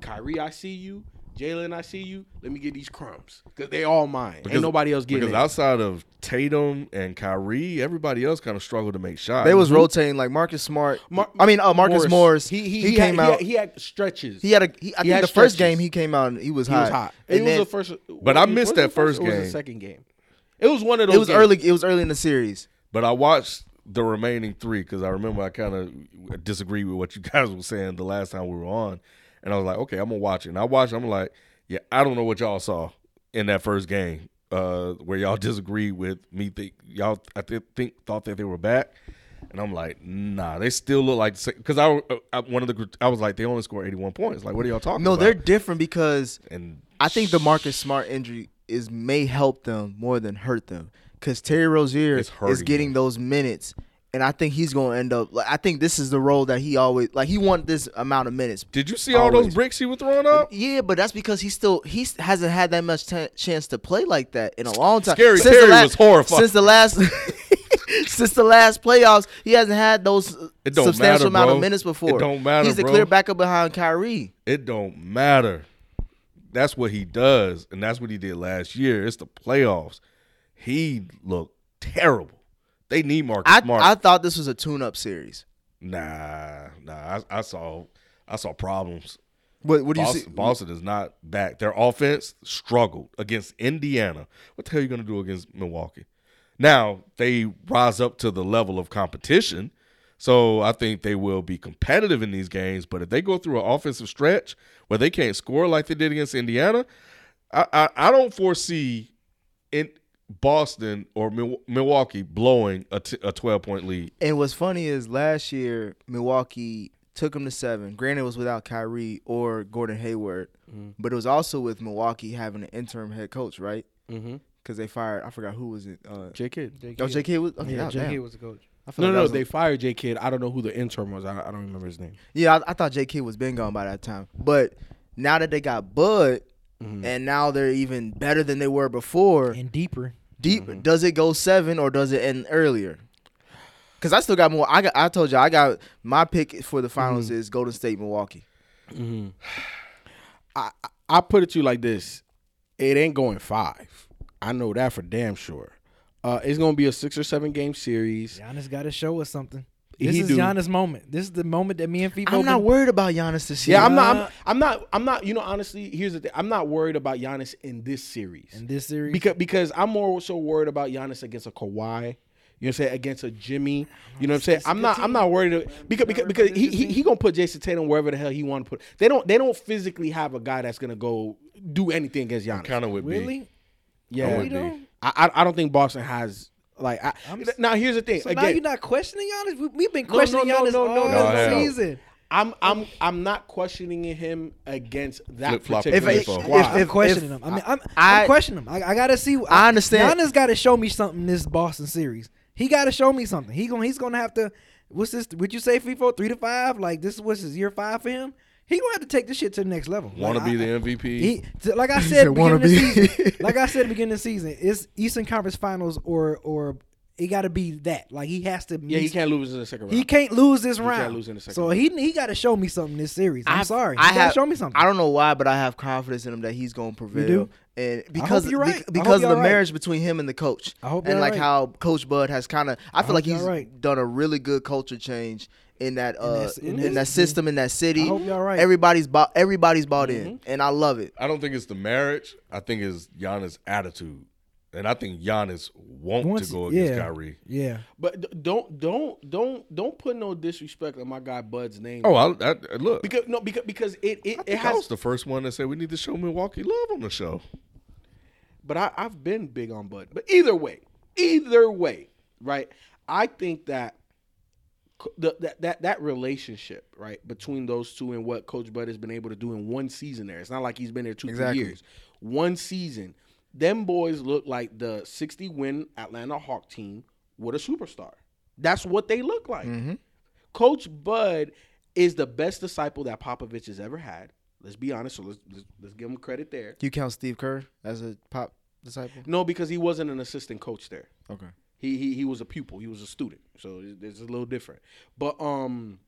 Kyrie, I see you. Jalen, I see you. Let me get these crumbs because they all mine. Ain't nobody else getting because it. outside of Tatum and Kyrie, everybody else kind of struggled to make shots. They was rotating like Marcus Smart. Mar- I mean, uh, Marcus Morris. He he, he came had, out. He had, he had stretches. He had a. He, I He think had the first stretches. game he came out and he was He hot. was hot. And it was then- the first. But I missed was it that the first. first It was game. the second game. It was one of those. It was games. early. It was early in the series. But I watched the remaining three because I remember I kind of disagreed with what you guys were saying the last time we were on, and I was like, okay, I'm gonna watch it. And I watched. I'm like, yeah, I don't know what y'all saw in that first game uh, where y'all disagreed with me. Think y'all I th- think thought that they were back. And I'm like, nah, they still look like because I, uh, I one of the group- I was like, they only scored 81 points. Like, what are y'all talking No, about? they're different because and I think the Marcus Smart injury is may help them more than hurt them because Terry Rozier It's hurting is getting them. those minutes And I think he's gonna end up. Like, I think this is the role that he always like. He wanted this amount of minutes. Did you see all those Always. bricks he was throwing up? Yeah, but that's because he still he s- hasn't had that much t- chance to play like that in a long time. Scary Since the Terry la- was horrifying. Since the last since the last playoffs, he hasn't had those uh, It don't matter, substantial amount bro. of minutes before. It don't matter, He's the bro. clear backup behind Kyrie. It don't matter. That's what he does, and that's what he did last year. It's the playoffs. He looked terrible. They need Marcus I Smart. I thought this was a tune-up series. nah, nah. I, I saw, I saw problems. What, what do you Boston, see? Boston is not back. Their offense struggled against Indiana. What the hell are you going to do against Milwaukee? Now they rise up to the level of competition, so I think they will be competitive in these games. But if they go through an offensive stretch where they can't score like they did against Indiana, I I, I don't foresee in Boston or Mil- Milwaukee blowing a t- a twelve point lead. And what's funny is last year Milwaukee took him to seven. Granted, it was without Kyrie or Gordon Hayward, but it was also with Milwaukee having an interim head coach, right? Mm-hmm. Because they fired. I forgot who was it. Uh, J Kidd. Oh, J. Kidd was okay. yeah, oh, J. damn. Kidd was a coach. I feel No, like no, that no, was a- they fired J Kidd. I don't know who the intern was. I, I don't remember his name. yeah, I, I thought J. Kidd was been gone by that time, but now that they got Bud, and now they're even better than they were before. And deeper. Deep, Mm-hmm. does it go seven or does it end earlier? Because I still got more. I got. I told you, I got my pick for the finals Mm-hmm. is Golden State, Milwaukee. I put it to you like this: it ain't going five. I know that for damn sure. Uh, it's gonna be a six or seven game series. Giannis got to show us something. This He is do. Giannis' moment. This is the moment that me and Fibo. I'm not been- worried about Giannis this year. Yeah, I'm not. I'm, I'm not. I'm not. You know, honestly, here's the thing: I'm not worried about Giannis in this series. in this series. because because I'm more so worried about Giannis against a Kawhi. You know what I'm saying? Against a Jimmy. You know what I'm saying? I'm not I'm not worried of, because because because he, he he gonna put Jason Tatum wherever the hell he wanna put. They don't they don't physically have a guy that's gonna go do anything against Giannis. Kind of would be. really, yeah. would be. I, I I don't think Boston has like I, now here's the thing. so now Again, you're not questioning Giannis. We, we've been no, questioning no, Giannis no, no, all no, no, no. season. I'm I'm I'm not questioning him against that Flip-flop particular If- squad. if- I'm if- questioning him. I mean, I'm, I, I- am questioning him. I, I gotta see. I understand. Giannis got to show me something this Boston series. He got to show me something. He gonna he's gonna have to. What's this? Would you say FIFO three to five? Like this? What's his year five for him? He gonna have to take this shit to the next level. Want to like, be the I- MVP? He, t- like I said, said beginning of the wannabe. season, like I said, at the beginning of the season, it's Eastern Conference Finals or or it got to be that. Like he has to. yeah, he meet- can't lose in the second round. He can't lose this round. lose in the second so round. he he got to show me something this series. I'm I've- sorry. I he got have to show me something. I don't know why, but I have confidence in him that he's gonna prevail. do? And because you're be- right. I hope because of you're the right. marriage between him and the coach, I hope and you're like right. how Coach Bud has kind of, I feel hope like you're he's right. done a really good culture change in that uh that- in in, this- that system in that city. I hope you're right. Everybody's bought everybody's bought in, and I love it. I don't think it's the marriage. I think it's Giannis' attitude, and I think Giannis want Once- to go against yeah, Kyrie. Yeah. But d- don't don't don't don't put no disrespect on my guy Bud's name. Oh, I, I, look, because no because because it it, I it think I was has. the first one that said we need to show Milwaukee love on the show. But I I've been big on Bud. But either way, either way, right? I think that c- the, that that that relationship right between those two and what Coach Bud has been able to do in one season there. It's not like he's been there two three Exactly. years. One season, them boys look like the sixty win Atlanta Hawk team with a superstar. That's what they look like. Coach Bud is the best disciple that Popovich has ever had. Let's be honest. So let's let's, let's give him credit there. Do you count Steve Kerr as a pop disciple? No, because he wasn't an assistant coach there. Okay. He he he was a pupil. He was a student. So it- it's a little different. But um,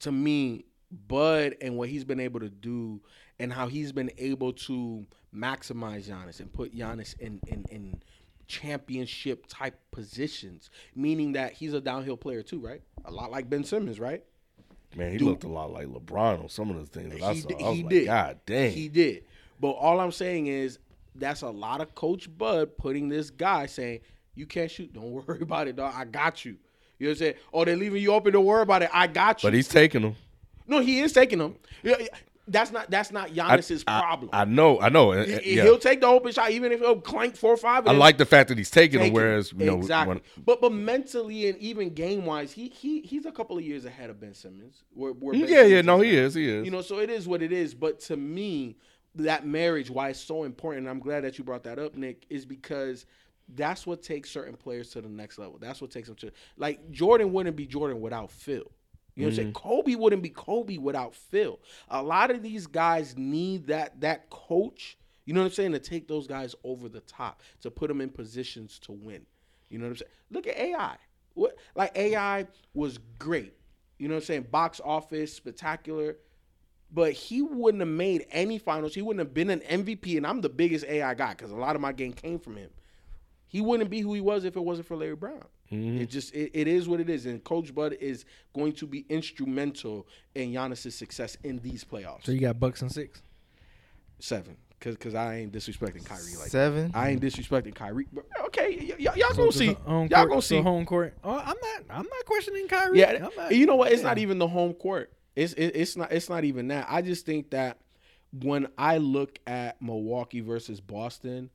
to me, Bud and what he's been able to do, and how he's been able to maximize Giannis and put Giannis in in in championship type positions, meaning that he's a downhill player too, right? A lot like Ben Simmons, right? Man, he looked a lot like LeBron on some of the things that I he saw. did, I was he like, did. God dang. He did. But all I'm saying is that's a lot of Coach Bud putting this guy saying, You can't shoot. Don't worry about it, dog. I got you. You know what I'm saying? Oh, they're leaving you open. Don't worry about it. I got you. but he's taking them. no, he is taking them. Yeah, yeah. That's not that's not Giannis's problem. I know, I know. and- He- and- he- yeah. He'll take the open shot even if he'll clank four or five. I and like the fact that he's taking them, taking it. whereas you know, exactly. when- but but mentally and even game wise, he he he's a couple of years ahead of Ben Simmons. Where, where Ben Mm, yeah, yeah, Simmons no, now. he is, he is. You know, so it is what it is. But to me, that marriage, why it's so important, and I'm glad that you brought that up, Nick, is because That's what takes certain players to the next level. That's what takes them to like Jordan wouldn't be Jordan without Phil. You know what I'm saying? Kobe wouldn't be Kobe without Phil. A lot of these guys need that that coach. You know what I'm saying? To take those guys over the top, to put them in positions to win. You know what I'm saying? Look at AI. What like AI was great. You know what I'm saying? Box office spectacular but he wouldn't have made any finals. He wouldn't have been an MVP, and I'm the biggest AI guy because a lot of my game came from him. He wouldn't be who he was if it wasn't for Larry Brown. It just it, it is what it is, and Coach Bud is going to be instrumental in Giannis's success in these playoffs. So you got Bucks and six. Seven, because because I ain't disrespecting Kyrie like Seven? That. I ain't disrespecting Kyrie. But, okay, y- y- y'all So gonna it's see. a Y'all home court- gonna it's a see. home court. Oh, I'm not. I'm not questioning Kyrie. Yeah, I'm not- you know what? It's not yeah. even the home court. It's it, it's not it's not even that. I just think that when I look at Milwaukee versus Boston,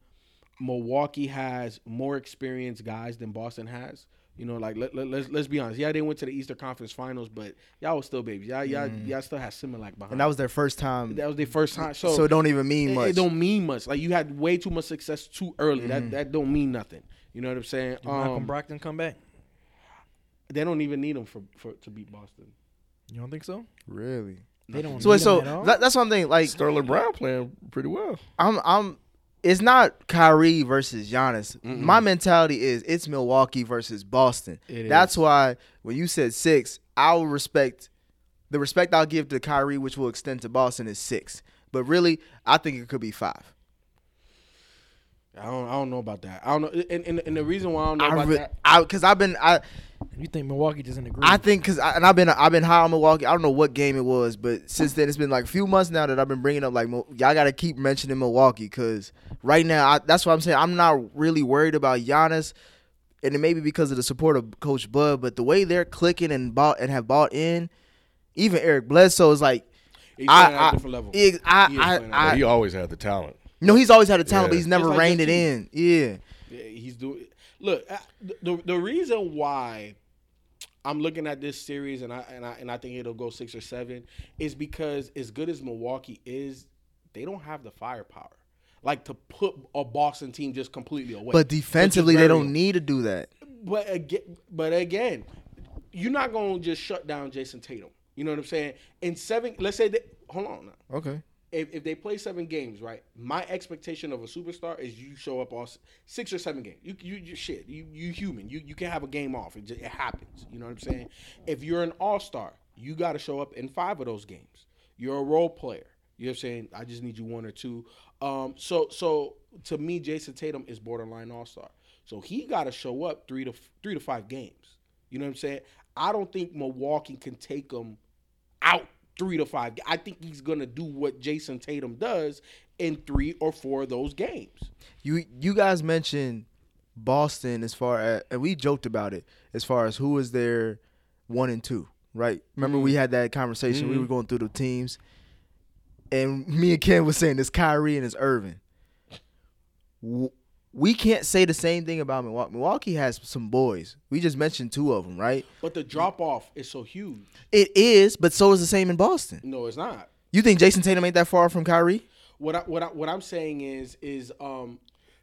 Milwaukee has more experienced guys than Boston has. You know, like let, let, let's let's be honest. Yeah, they went to the Eastern Conference Finals, but y'all was still babies. Y'all y'all, y'all still had Similac behind. Mm. and that was their first time. that was their first time. So so, it don't even mean it, much. Mm. It don't mean much. Like you had way too much success too early. That that don't mean nothing. You know what I'm saying? Malcolm Um, Brogdon come back. they don't even need him for, for to beat Boston. You don't think so? really. They don't. So wait, need so him at all? that, that's what I'm thinking. Like Sterling Brown playing pretty well. I'm I'm it's not Kyrie versus Giannis. My mentality is it's Milwaukee versus Boston. It That's is. why when you said six, I'll respect the respect I'll give to Kyrie, which will extend to Boston, is six. But really, I think it could be five. I don't, I don't know about that. I don't know, and, and, and the reason why I don't know I about re- that, I because I've been I you think Milwaukee doesn't agree? I think because and I've been I've been high on Milwaukee. I don't know what game it was, but since then it's been like a few months now that I've been bringing up like Mo- y'all got to keep mentioning Milwaukee because right now I, that's what I'm saying. I'm not really worried about Giannis, and it may be because of the support of Coach Bud, but the way they're clicking and bought and have bought in, even Eric Bledsoe is like. he's I, playing at I- a different level. ex- I, He is I, playing at a I, he always had the talent. no, he's always had a talent, Yeah. but he's never Just like reined your it in. Yeah, Yeah, he's doing. Look, I- the the reason why I'm looking at this series and I and I and I think it'll go six or seven is because as good as Milwaukee is, they don't have the firepower like to put a Boston team just completely away. but To just defensively they bury don't them. need to do that. But again, but again, you're not gonna just shut down Jason Tatum. You know what I'm saying? In seven, let's say that. Hold on. Now. Okay, if, if they play seven games, right? My expectation of a superstar is you show up all s- six or seven games. You you, you shit. You you human. You you can have a game off. It, just, it happens. You know what I'm saying? If you're an all star, you got to show up in five of those games. You're a role player. You know what I'm saying? I just need you one or two. Um. So so to me, Jason Tatum is borderline all star. So he got to show up three to f- three to five games. You know what I'm saying? I don't think Milwaukee can take him out three to five. I think he's gonna do what Jason Tatum does in three or four of those games. you you guys mentioned Boston as far as and we joked about it as far as who is their one and two, right? Remember we had that conversation. We were going through the teams, and me and Ken was saying it's Kyrie and it's Irving. W- We can't say the same thing about Milwaukee. Milwaukee has some boys. We just mentioned two of them, right? But the drop off is so huge. It is, but so is the same in Boston. No, it's not. You think Jason Tatum ain't that far from Kyrie? What I, what I, what I'm saying is is um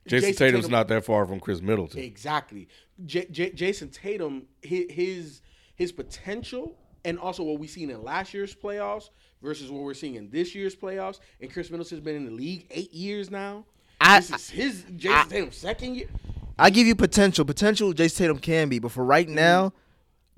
Jason, Tatum's Tatum- not that far from Chris Middleton. Exactly. J- J- Jason Tatum, his, his his potential, and also what we've seen in last year's playoffs versus what we're seeing in this year's playoffs. And Chris Middleton's been in the league eight years now. I- this is his Jason Tatum's second year. I give you potential. Potential Jason Tatum can be, but for right now,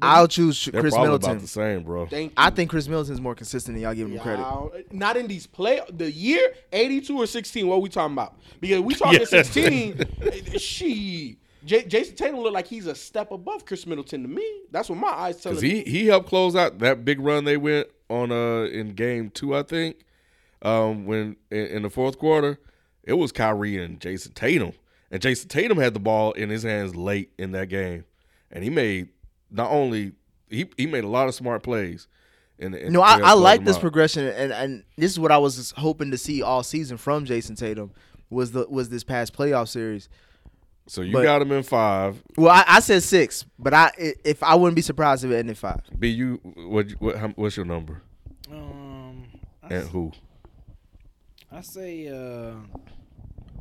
I'll choose Mm-hmm. They're Chris probably Middleton. about the same, bro. Thank you. I think Chris Middleton's more consistent than y'all giving him credit. Y'all- Not in these play the year eighty two or sixteen. What we talking about? Because we talking sixteen. she J- Jason Tatum look like he's a step above Chris Middleton to me. That's what my eyes tell Cause he me. he helped close out that big run they went on uh in game two, I think. Um, when in, in the fourth quarter, it was Kyrie and Jason Tatum, and Jason Tatum had the ball in his hands late in that game, and he made not only he he made a lot of smart plays. And, and No, I, I like this progression, and, and this is what I was hoping to see all season from Jason Tatum was the was this past playoff series. So you but- got him in five. Well, I, I said six, but I i- if I wouldn't be surprised if it ended five. B, you what what how, what's your number Um, I, and who? I say uh,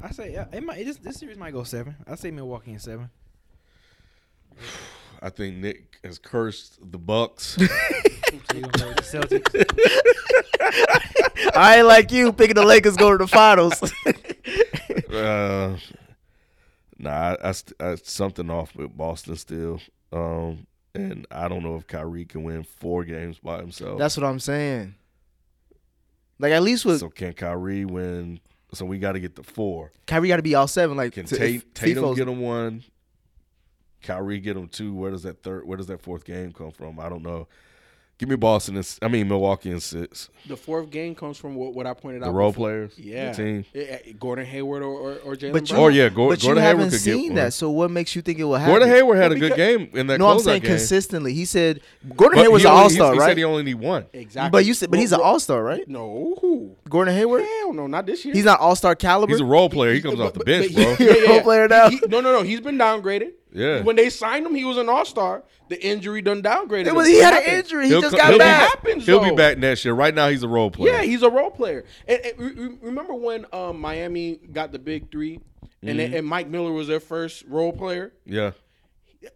I say uh, it might. This, this series might go seven. I say Milwaukee in seven. I think Nick has cursed the Bucks. So you gonna go with the Celtics. I ain't like you picking the Lakers go to the finals. uh, nah, I, I, st- I something off with Boston still, um, and I don't know if Kyrie can win four games by himself. That's what I'm saying. Like at least with so can Kyrie win? So we got to get the four. Kyrie got to be all seven. Like Can to- Tate, if Tatum FIFO's- get him one? Kyrie get him two. Where does that third? Where does that fourth game come from? I don't know. Give me Boston. And, s- I mean Milwaukee and six. The fourth game comes from what, what I pointed The out. role before. players. Yeah. The team. Yeah, Gordon Hayward or, or, or Jalen But you, Brown. Oh, yeah, Gor- but you Gordon Hayward haven't could get seen one. that. So what makes you think it will happen? Gordon Hayward had a good because- game in that No, I'm closeout saying game. consistently. He said Gordon But Hayward's he an only- all star, he- He right? said he only need one. Exactly. But you said, but he's an Well, all star, right? No. Gordon Hayward. Hell no, not this year. He's not all star caliber. He's a role player. He comes off the bench, bro. yeah. Role player now. He- he- no, no, no. He's been downgraded. Yeah. When they signed him, he was an all star. The injury done downgraded. It him. was- he It had an happens. injury. He He'll just co- got he'll be- back. Happens, He'll be though. back next year. Right now, he's a role player. Yeah, he's a role player. And, and re- re- remember when um, Miami got the big three, Mm-hmm. and, they- and Mike Miller was their first role player. yeah.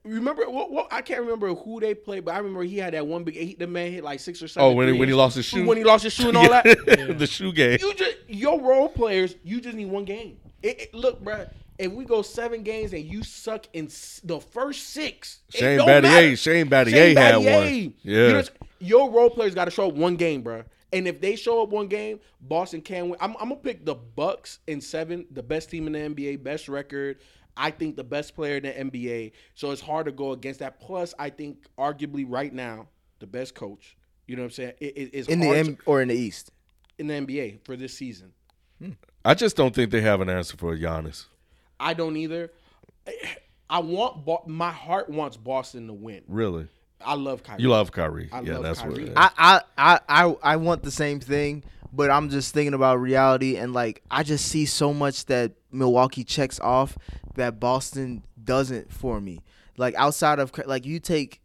Remember what, what? I can't remember who they played, but I remember he had that one big. He, the man hit like six or seven. Oh, when he- when he threes. lost his shoe? When he lost his shoe and all that. the shoe game. You just your role players. You just need one game. It, it- look, bruh, If we go seven games and you suck in s- the first six, it Shane don't Battier- matter. Shane Battier had one. Battier. Yeah. You just- your role players got to show up one game, bruh. And if they show up one game, Boston can win. I'm, I'm gonna pick the Bucks in seven, the best team in the NBA, best record. I think the best player in the NBA. So it's hard to go against that. Plus, I think arguably right now the best coach. You know what I'm saying? It, it- it's in the hard M- or in the East. in the NBA for this season. I just don't think they have an answer for Giannis. I don't either. I want Bo- my heart wants Boston to win. Really, I love Kyrie. you love Kyrie. I yeah, love that's what. Kyrie. It is. I, I, I, I, I want the same thing, but I'm just thinking about reality and like I just see so much that Milwaukee checks off that Boston doesn't for me. Like outside of like you take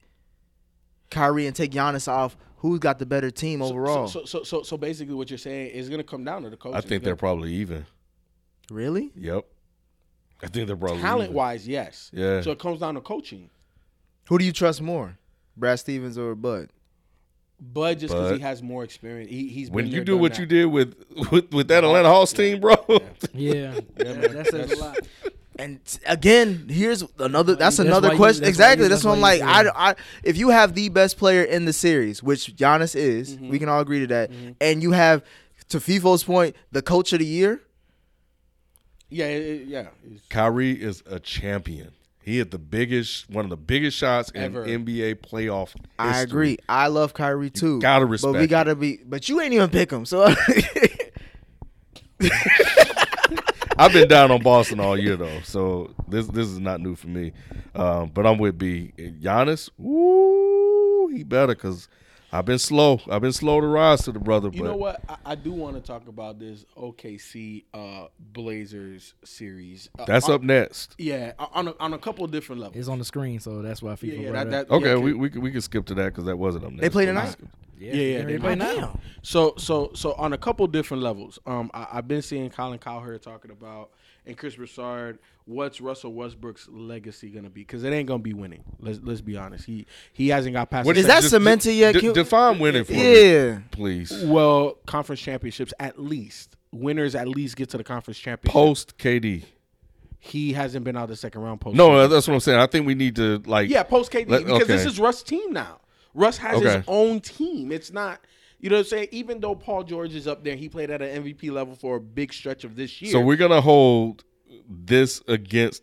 Kyrie and take Giannis off, who's got the better team overall? So, so, so, so basically, what you're saying is going to come down to the coach. I think they're probably even. really? Yep. I think they're probably talent even. wise, yes. Yeah. So it comes down to coaching. Who do you trust more, Brad Stevens or Bud? Bud just because But- he has more experience, he, he's When been you there, do done what that. you did with with, with that Atlanta Hawks team, bro. Yeah, that, that says a lot. And t- again, here's another. That's, why you- another that's why you- question. that's why exactly. you- That's that's what I'm why like. you I, say I, if you have the best player in the series, which Giannis is, we can all agree to that. And you have, to FIFO's point, the coach of the year. Yeah, it- it- yeah. It's- Kyrie is a champion. He hit the biggest, one of the biggest shots Ever. in NBA playoff. I history. agree. I love Kyrie too. gotta But respect we it. gotta be. But you ain't even pick him. So I've been down on Boston all year though, so this this is not new for me. Um, but I'm with B. Giannis, woo, he better because I've been slow. I've been slow to rise to the brother. You but know what? I, I do want to talk about this OKC uh, Blazers series. Uh, That's on- up next. Yeah, on a, on a couple of different levels. It's on the screen, so that's why yeah, FIFA. yeah, brought that, it that, up. Okay, yeah, we, we can- we can skip to that because that wasn't up next. they play But we tonight. can skip- yeah, yeah, They they play might. now. So so so on a couple different levels. Um, I, I've been seeing Colin Cowherd talking about and Chris Broussard. What's Russell Westbrook's legacy gonna be? Because it ain't gonna be winning. Let's let's be honest. He he hasn't got past. What the Is that just- cemented yet, de- Q? define winning for Yeah. me, please. well conference championships at least winners at least get to the conference championship. Post KD. He hasn't been out the second round. Post No, that's what I'm saying. I think we need to like yeah, post KD Let- because this okay. is Russ' team now. Russ has Okay. his own team. It's not. You know what I'm saying? Even though Paul George is up there, he played at an MVP level for a big stretch of this year. So we're gonna hold this against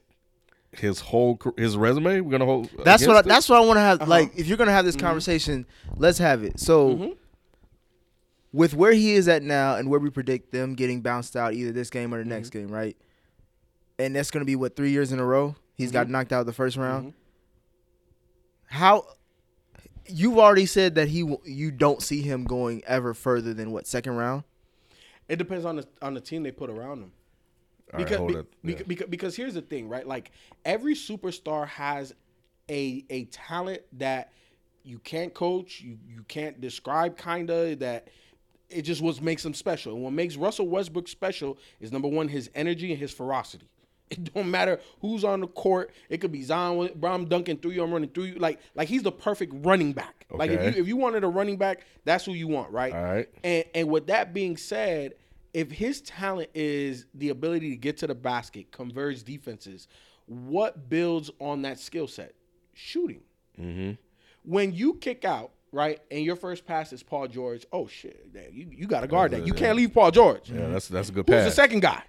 his whole car- his resume. We're gonna hold. That's what. I, against it? that's what I want to have. Like, if you're gonna have this conversation, let's have it. So, Mm-hmm. with where he is at now and where we predict them getting bounced out either this game or the next Mm-hmm. game, right? And that's gonna be what three years in a row he's Mm-hmm. got knocked out the first round. How? You've already said that he w- you don't see him going ever further than what second round. It depends on the on the team they put around them. All right, Because, hold be- it. beca- Yeah. beca- because here's the thing, right? Like every superstar has a a talent that you can't coach, you you can't describe, kinda that. it just was makes him special. And what makes Russell Westbrook special is number one, his energy and his ferocity. It don't matter who's on the court. It could be Zion Brown dunking through you. I'm running through you. Like like he's the perfect running back. Like if Okay. you if you wanted a running back, that's who you want, right? All right. And and with that being said, if his talent is the ability to get to the basket, converge defenses, what builds on that skill set? Shooting Mm-hmm. when you kick out, right, and your first pass is Paul George, oh shit, man, you, you gotta guard that. You can't leave Paul George. Yeah, that's that's a good Who's pass. the second guy?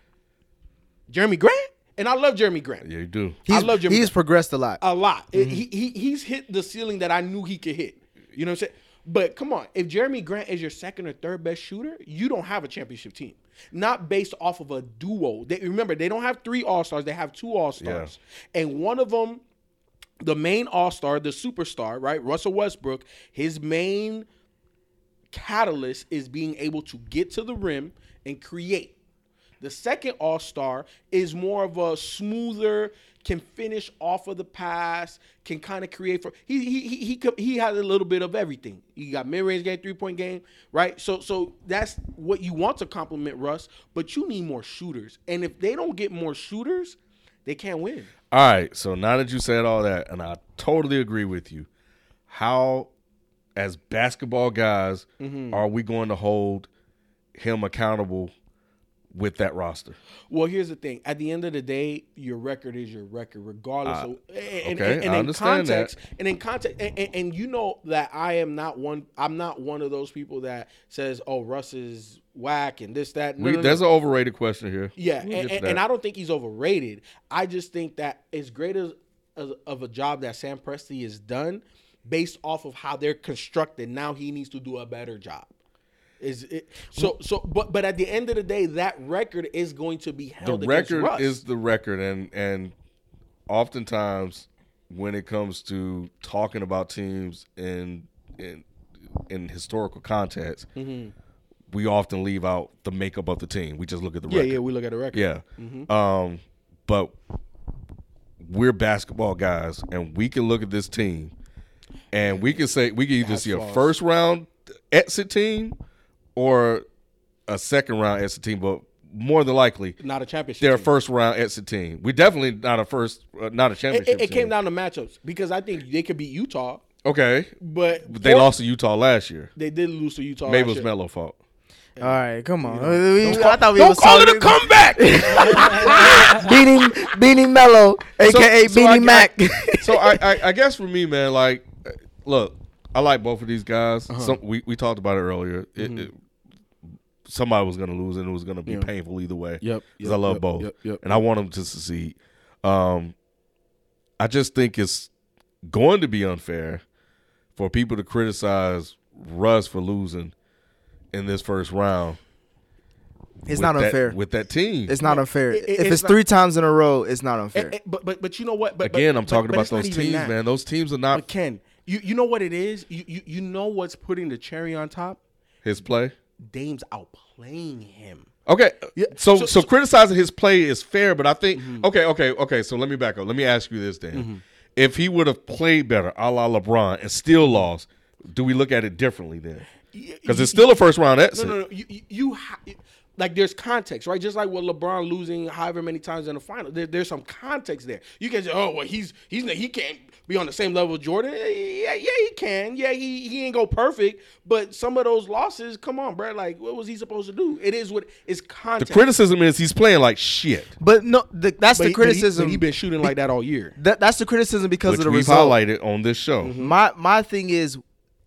Jeremy Grant? And I love Jeremy Grant. Yeah, you do. I He's, love Jeremy He's Grant progressed a lot. a lot. It- he, he he's hit the ceiling that I knew he could hit. You know what I'm saying? But come on, if Jeremy Grant is your second or third best shooter, you don't have a championship team. Not based off of a duo. They, remember, they don't have three All Stars; they have two All Stars, and one of them, the main All Star, the superstar, right, Russell Westbrook, his main catalyst is being able to get to the rim and create. The second All Star is more of a smoother, can finish off of the pass, can kind of create for. He he he he, could, he has a little bit of everything. You got mid range game, three point game, right? So so that's what you want to complement Russ, but you need more shooters. And if they don't get more shooters, they can't win. All right. So now that you said all that, and I totally agree with you, how, as basketball guys, Mm-hmm. are we going to hold him accountable with that roster? Well, here's the thing. At the end of the day, your record is your record, regardless of and, and- Uh, okay, and I in understand that. context. And in context, and, and, and you know that I am not one. I'm not one of those people that says, "Oh, Russ is whack" and this, that. No, We, no, no. There's an overrated question here. We'll yeah, and, get and, to that. and I don't think he's overrated. I just think that as great as, as of a job that Sam Presti has done, based off of how they're constructed, now he needs to do a better job. Is it so? So, but but at the end of the day, that record is going to be the held. against record Russ. is the record and and oftentimes when it comes to talking about teams in in in historical context Mm-hmm. we often leave out the makeup of the team we just look at the Yeah, record yeah, Mm-hmm. we look at the record. yeah. Um, but we're basketball guys, and we can look at this team, and we can say we can either see a first round exit team or a second round exit team, but more than likely, Not a championship. they're a team. first round exit team. We definitely not a first, uh, not a It, championship. it- it team. came down to matchups because I think they could beat Utah, Okay, but Oh, But they Port- lost to Utah last year. They did lose to Utah. Maybe it last was year. Melo's fault. All right, come on. We- I thought we Don't was call it talking- a comeback. Beanie Beanie Mello, aka so I- Beanie Mac. I- so I, I, I guess for me, man, like, uh, look, I like both of these guys. Uh-huh. Some, we we talked about it earlier. It, Mm-hmm. it- somebody was gonna lose, and it was gonna be painful either way. Yep, because I yep, love yep, both, yep, yep. and I want them to succeed. Um, I just think it's going to be unfair for people to criticize Russ for losing in this first round. It's with not that- unfair. with that team. It's not unfair. It- it- if it's it's not- three times in a row, it's not unfair. Eh, eh, but but but you know what? But but- Again, I'm but- talking but about it's not those even teams, that. man. Those teams are But not Ken, you you know what it is? You you you know what's putting the cherry on top? his play. Dame's outplaying him. Okay. So, so- so so- criticizing his play is fair, but I think Mm-hmm. okay, okay, okay. So let me back up. Let me ask you this, Dan. If he would have played better, a la LeBron, and still lost, do we look at it differently then? Because it's still a first round No, exit. no, no. You, you, you ha- like there's context, right? Just like with LeBron losing however many times in the final, there, there's some context there. You can say, oh well, he's he's he can't be on the same level as Jordan. Yeah, yeah, he can. Yeah, he he ain't go perfect, but some of those losses, come on, bro. Like what was he supposed to do? It is what it's The context. criticism is he's playing like shit, but no, the, that's But he- the but he- but criticism. he been shooting like that all year. That- that's the criticism because which of the we've result. Mm-hmm. highlighted on this show. My my thing is,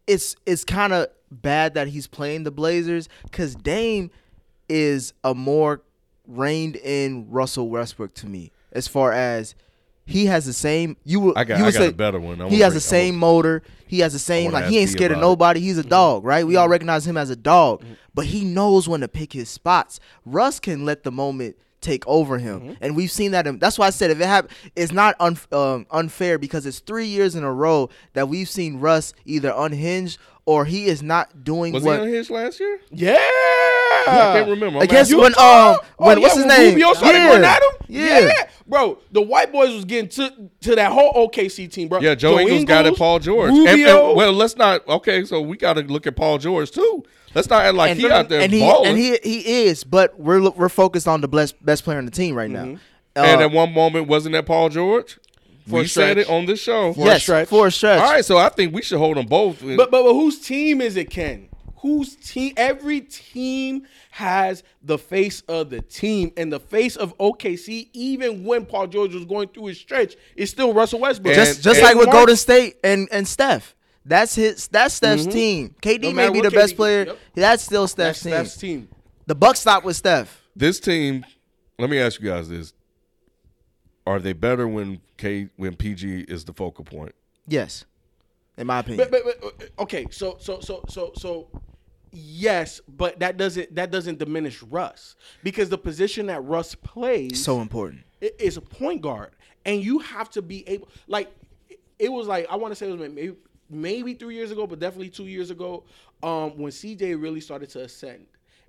it's it's kind of bad that he's playing the Blazers because Dame is a more reined in Russell Westbrook to me as far as he has the same you will I got- you I would got say a better one. I'm he gonna has bring- the same I'm motor he has the same wanna like he ask ain't D scared of about it. nobody he's a Mm-hmm. dog right we all recognize him as a dog but he knows when to pick his spots Russ can let the moment take over him Mm-hmm. and we've seen that in, that's why I said if it hap- it's not un, um, unfair because it's 3 years in a row that we've seen Russ either unhinged or he is not doing Was what he on his last year? Yeah, I can't remember. I'm Against asking- when um when Oh, yeah, what's his name? Rubio started yeah. going at him? Yeah. bro. The white boys was getting to to that whole OKC team, bro. yeah, Joe, Ingles got at Paul George. And- Rubio, and- well, let's not. Okay, so we got to look at Paul George too. Let's not act like and he out there and he, balling. and he he is, but we're lo- we're focused on the best best player on the team right now. Uh, Mm-hmm. And at one moment, wasn't that Paul George? For a we said it stretch. on this show. a yes, stretch. for a stretch. All right, so I think we should hold them both. in- But, but but whose team is it, Ken? Whose team? Every team has the face of the team, and the face of OKC, even when Paul George was going through his stretch, is still Russell Westbrook. And- just just and like with Mark- Golden State and and Steph. That's his. That's Steph's Mm-hmm. team. KD No may matter be the what best KD player. yep. That's still That's Steph's team. Steph's team. The buck stop with Steph. this team, let me ask you guys this: Are they better when K when PG is the focal point? Yes, in my opinion. But, but, but uh, okay, so so so so so yes, but that doesn't that doesn't diminish Russ because the position that Russ plays so important. it is a point guard, and you have to be able. Like it- it was like I want to say it was maybe maybe three years ago, but definitely two years ago, um, when CJ really started to ascend,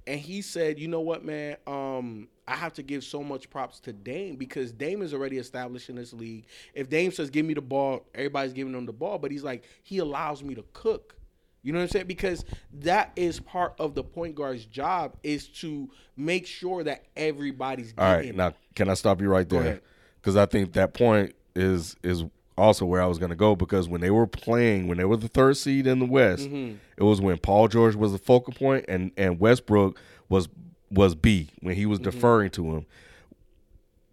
and he said, "You know what, man." Um, I have to give so much props to Dame because Dame is already established in this league. If Dame says, "Give me the ball," everybody's giving him the ball, but he's like, he allows me to cook. You know what I'm saying? Because that is part of the point guard's job is to make sure that everybody's All getting right, now can I stop you right there? ahead. Because I think that point is is also where I was going to go. Because when they were playing, when they were the third seed in the West, it was when Paul George was the focal point, and and Westbrook was was B when he was deferring to him.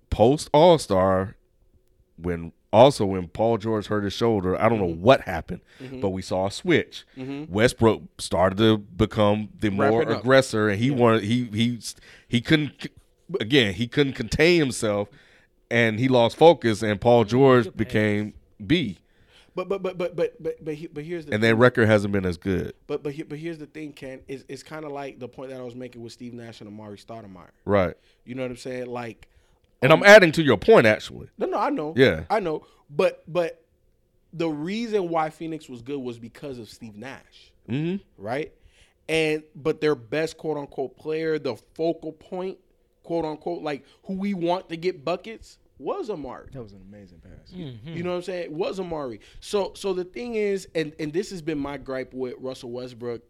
Post All Star, when also when Paul George hurt his shoulder, I don't Mm-hmm. know what happened, but we saw a switch. Westbrook started to become the more it up. aggressor, and he wanted he he he couldn't c- again he couldn't contain himself, and he lost focus, and Paul George became B, But but but but but but but, he, but here's the and thing. their record hasn't been as good, but but he, but here's the thing, Ken. Is it's kind of like the point that I was making with Steve Nash and Amari Stoudemire. right? You know what I'm saying? Like And Um, I'm adding to your point actually. no no I know Yeah. I know. But but the reason why Phoenix was good was because of Steve Nash, Mhm. right? And but their best quote unquote player, the focal point, quote unquote, like who we want to get buckets was Amari. That was an amazing pass. Mm-hmm. You know what I'm saying? It was Amari. So so the thing is, and and this has been my gripe with Russell Westbrook.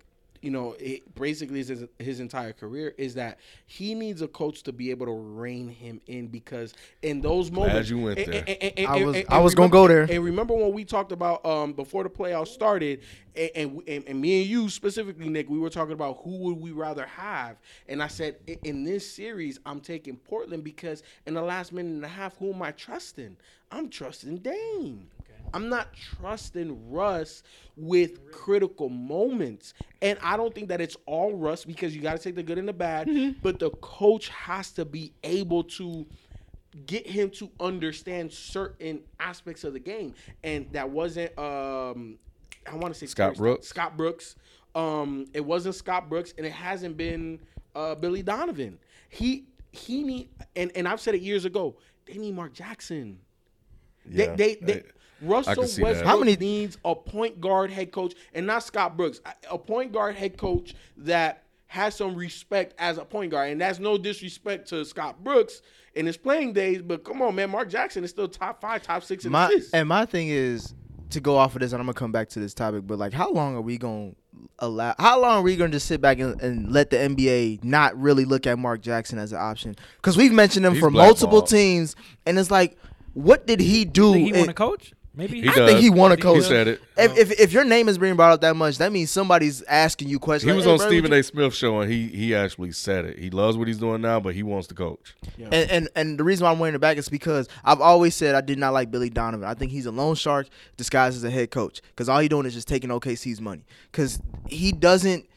You know, it basically is his, his entire career is that he needs a coach to be able to rein him in because in those moments, you went and- there. and- and- and- I and- was- and- I and was gonna remember- go there. And remember when we talked about um before the playoffs started, and, and and and me and you specifically, Nick, we were talking about who would we rather have, and I said "I- in this series I'm taking Portland because in the last minute and a half, who am I trusting? I'm trusting Dame. I'm not trusting Russ with critical moments. And I don't think that it's all Russ because you got to take the good and the bad, but the coach has to be able to get him to understand certain aspects of the game, and that wasn't um I want to say Scott Terry- Brooks. Scott Brooks. Um, it wasn't Scott Brooks, and it hasn't been uh Billy Donovan. He he need and and I've said it years ago. They need Mark Jackson. They Yeah. they, they I- Russell see that. Westbrook How many- needs a point guard head coach, and not Scott Brooks, a- a point guard head coach that has some respect as a point guard, and that's no disrespect to Scott Brooks in his playing days. But come on, man, Mark Jackson is still top five, top six in My assists. and my thing is to go off of this, and I'm gonna come back to this topic. But like, how long are we gonna allow? How long are we gonna just sit back and, and let the NBA not really look at Mark Jackson as an option? Because we've mentioned him He's for multiple blackballed. teams, and it's like, what did he do? Think he in- want to coach? Maybe He I does. think he want to He coach. said it. Um, If, if, if your name is being brought up that much, that means somebody's asking you questions. He like, was "Hey, on bro, Stephen what A. Smith show, and he he actually said it. He loves what he's doing now, but he wants to coach. you-" And, and and the reason why I'm wearing it back is because I've always said I did not like Billy Donovan. I think he's a loan shark disguised as a head coach because all he doing is just taking OKC's money because he doesn't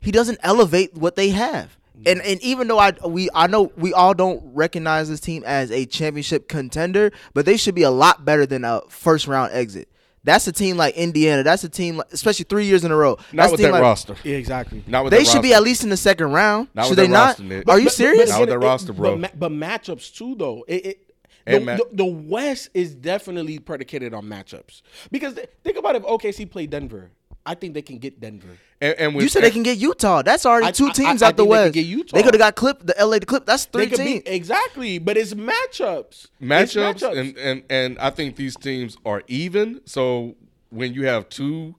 he doesn't elevate what they have. And and even though I we I know we all don't recognize this team as a championship contender, but they should be a lot better than a first round exit. That's a team like Indiana. That's a team, like, especially three years in a row. Not That's a with team that like- roster. yeah, exactly. Not with They that should be roster. at least in the second round. Not should with they that not? roster, Nick. Are you But- but- serious? Not with that but- roster, bro. But, ma- but matchups too, though. It, it, the, And ma- the, the West is definitely predicated on matchups because th- think about if OKC play Denver, I think they can get Denver. And, and you with- said they can get Utah. That's already I- I- two teams I think out the they could West. get Utah. could have got Clip, the LA Clip. That's three They could teams. be, exactly, but it's matchups. It's matchups, And, and and I think these teams are even. So when you have two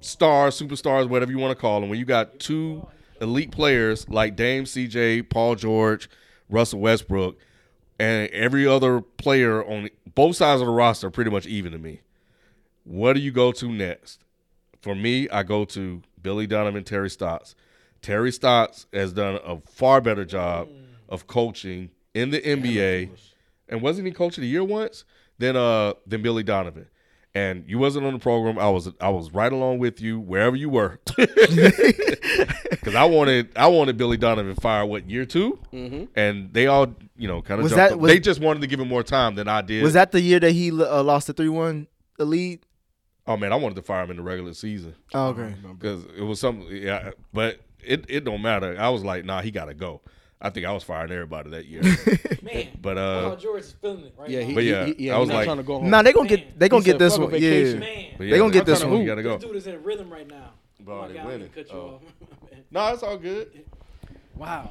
stars, superstars, whatever you want to call them, when you got two elite players like Dame, CJ, Paul George, Russell Westbrook, and every other player on both sides of the roster are pretty much even to me. What do you go to next? For me, I go to Billy Donovan, Terry Stotts. Terry Stotts has done a far better job of coaching in the NBA, and wasn't he coach of the year once? Than uh than Billy Donovan. And you wasn't on the program. I was I was right along with you wherever you were, because I wanted I wanted Billy Donovan fired what year 2 and they all you know kind of Was that- was- they just wanted to give him more time than I did. Was that the year that he uh, lost the three one lead? oh man, I wanted to fire him in the regular season. Oh, okay. because it was something. Yeah, but it it don't matter. I was like, nah, he gotta go. I think I was firing everybody that year. Man, but Paul Oh, uh, George is feeling it right Yeah, he, now. But he- yeah, he- yeah, I he was not like- trying to go home. Nah, they gonna get they gonna He get said, this "Fuck a one. vacation." Yeah. man, but yeah, They gonna get I'm this kinda one. who gotta this go. dude is in rhythm right now. Bro, oh my they God, I'm gonna winning. cut you Oh. off. Man, No, it's all good. wow.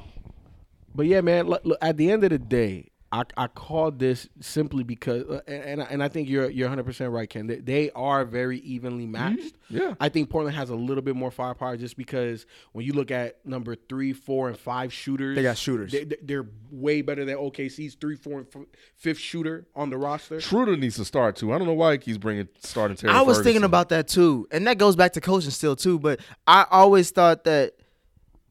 But yeah, man. Look, look, at the end of the day, I I called this simply because, uh, and and I, and I think you're you're 100 percent right, Ken. They, they are very evenly Mm-hmm. matched. Yeah. I think Portland has a little bit more firepower just because when you look at number three, four, and five shooters, They got shooters. They, they- they're way better than OKC's three, four, and f- fifth shooter on the roster. Schroeder needs to start too. I don't know why he keeps bringing starting Terry. I was Ferguson. thinking about that too, and that goes back to coaching still too. But I always thought that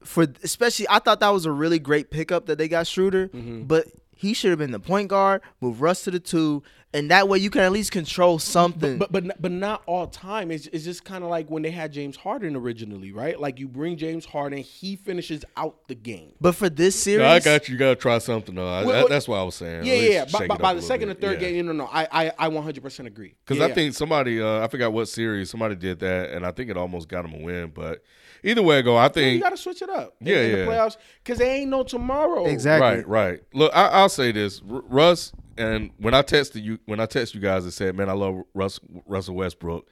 for especially, I thought that was a really great pickup that they got Schroeder, Mm-hmm. but he should have been the point guard, move Russ to the two, and that way you can at least control something. But but but not all time. It's it's just kind of like when they had James Harden originally, right? Like you bring James Harden, he finishes out the game. But for this series, No, I got you. You Gotta try something though. I, Well, that- well, that's what I was saying. Yeah, At yeah. least yeah. shake By, it by, up by a the little second bit. or third Yeah. game, no, no, no. I, I, I 100% agree. Because yeah. I think somebody, uh, I forgot what series, somebody did that, and I think it almost got him a win. But either way, it go. I you think got to switch it up. in- Yeah, in yeah. the playoffs, because there ain't no tomorrow. exactly. Right, right. Look, I, I'll say this, R- Russ, and when I texted you, when I texted you guys and said, "Man, I love Russ, Russell Westbrook,"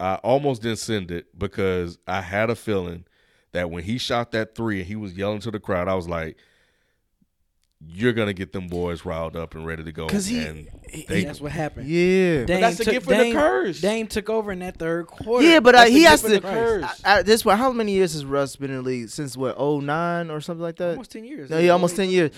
I almost didn't send it because I had a feeling that when he shot that three and he was yelling to the crowd, I was like, "You're gonna get them boys riled up and ready to go." 'Cause he- and And that's what happened. Yeah. Dame that's a took- gift and a Dame- curse. Dame took over in that third quarter. Yeah, but uh, That's the he has gift and to. the curse. At this point, how many years has Russ been in the league? Since what, 09 or something like that? almost ten years. No, yeah, almost ten years.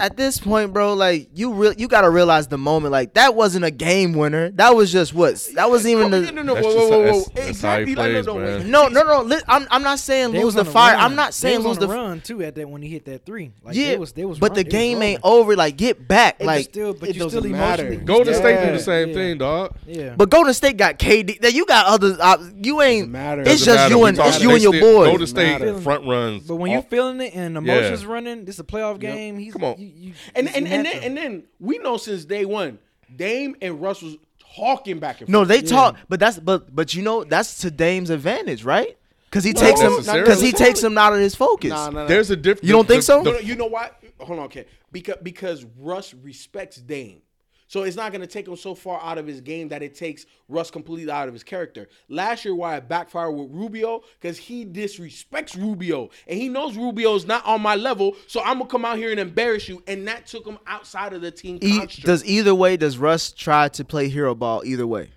At this point, bro, like you real, you gotta realize the moment. Like that wasn't a game winner. That was just what. That wasn't even No, the. no, no, That's whoa, just whoa, how- whoa, whoa. that's- that's how he Exactly. like, plays, no, no, man. wait. No, no, no. li- I'm, I'm not saying They lose was the on a fire. run. I'm not they saying was lose on the a f- run too. At that when he hit that three, like yeah, they was they was. but run- the they was game ain't rolling. over. Like get back. It was like still, but it you still doesn't matter. emotionally. Golden yeah. State do the same yeah. thing, dog. Yeah, But Golden State got KD. That you got other. op- you ain't. matter. It's Doesn't just matter. you We and talking- it's you they and your still- boys. Golden State Matter. front runs. but when you're off- feeling it and Yeah. emotions running, this is a playoff game. He's Come on. you- you- And he's and, and, natural. then, and then we know since day one, Dame and Russ was talking back and No, forth. they talk, but that's but but you know that's to Dame's advantage, right? Because he takes him necessarily. because he takes him out of his focus. Nah, nah, nah. there's a difference. You don't think so? No, no, you know why? Hold on, Ken. Because because Russ respects Dame. So it's not going to take him so far out of his game that it takes Russ completely out of his character. Last year, why it backfired with Rubio, because he disrespects Rubio. And he knows Rubio's not on my level, so I'm going to come out here and embarrass you. And that took him outside of the team E- construct. does either way does Russ try to play hero ball either way?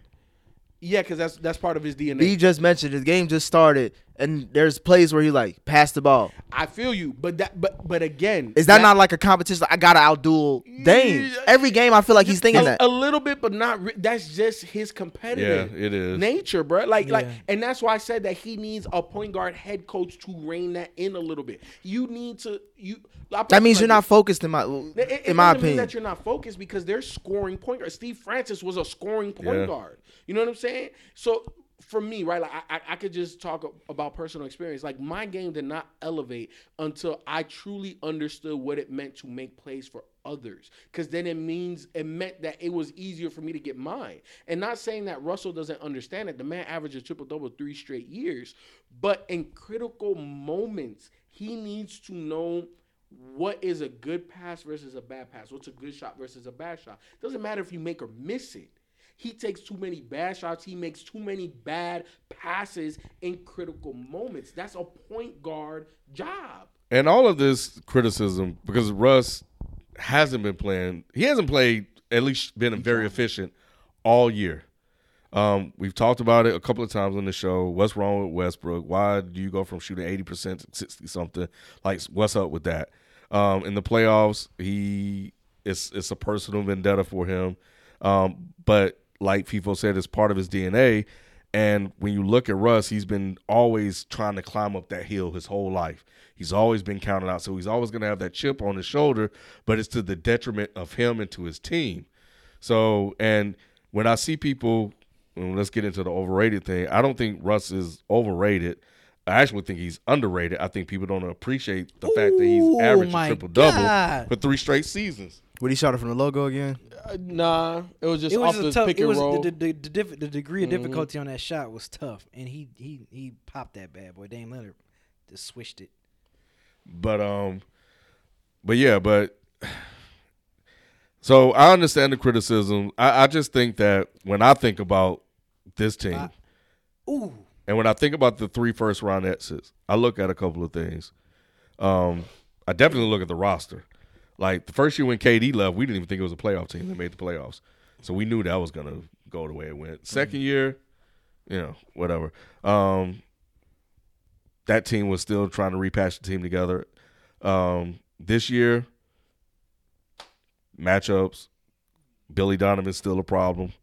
yeah, because that's, that's part of his DNA. B just mentioned his game just started and there's plays where he like pass the ball. I feel you. But that, but but again. Is that not like a competition? Like, I gotta outduel Dame. Yeah. Every game I feel like he's thinking a, that. a little bit, but not. Re- that's just his competitive. Yeah, it is. nature, bro. Like, like, Yeah. and that's why I said that he needs a point guard head coach to rein that in a little bit. You need to you. I put That it means like you're not this. focused in my It- it- it in doesn't my mean opinion. that you're not focused because they're scoring point guard. Steve Francis was a scoring point Yeah. guard. You know what I'm saying? So for me, right, like I, I, I could just talk a- about personal experience. Like my game did not elevate until I truly understood what it meant to make plays for others. Because then it means it meant that it was easier for me to get mine. And not saying that Russell doesn't understand it. The man averaged a triple double three straight years, but in critical moments, he needs to know what is a good pass versus a bad pass? What's a good shot versus a bad shot? Doesn't matter if you make or miss it. He takes too many bad shots. He makes too many bad passes in critical moments. That's a point guard job. and all of this criticism because Russ hasn't been playing. He hasn't played at least been very efficient all year. Um, we've talked about it a couple of times on the show. What's wrong with Westbrook? Why do you go from shooting eighty percent to sixty something? Like, what's up with that? Um, in the playoffs, he it's it's a personal vendetta for him. Um, but like FIFO said, it's part of his DNA. And when you look at Russ, he's been always trying to climb up that hill his whole life. He's always been counted out, so he's always going to have that chip on his shoulder. But it's to the detriment of him and to his team. So, and when I see people, and let's get into the overrated thing. I don't think Russ is overrated. I actually think he's underrated. I think people don't appreciate the fact that he's Ooh, averaging my triple double God. for three straight seasons. What he shot it from the logo again? Uh, nah, it was just It was off just the a tough. pick It and was roll. the, the, the, the, diff- the degree of difficulty on that shot was tough, and he he he popped that bad boy. Dame Leonard just swished it. But um, but yeah, but so I understand the criticism. I, I just think that when I think about this team, Ooh, and when I think about the three first round exits, I look at a couple of things. Um, I definitely look at the roster. Like the first year when KD left, we didn't even think it was a playoff team that made the playoffs, so we knew that was gonna go the way it Mm-hmm. went. 2nd year, you know, whatever. Um, that team was still trying to repatch the team together. Um, this year, matchups, Billy Donovan's still a problem,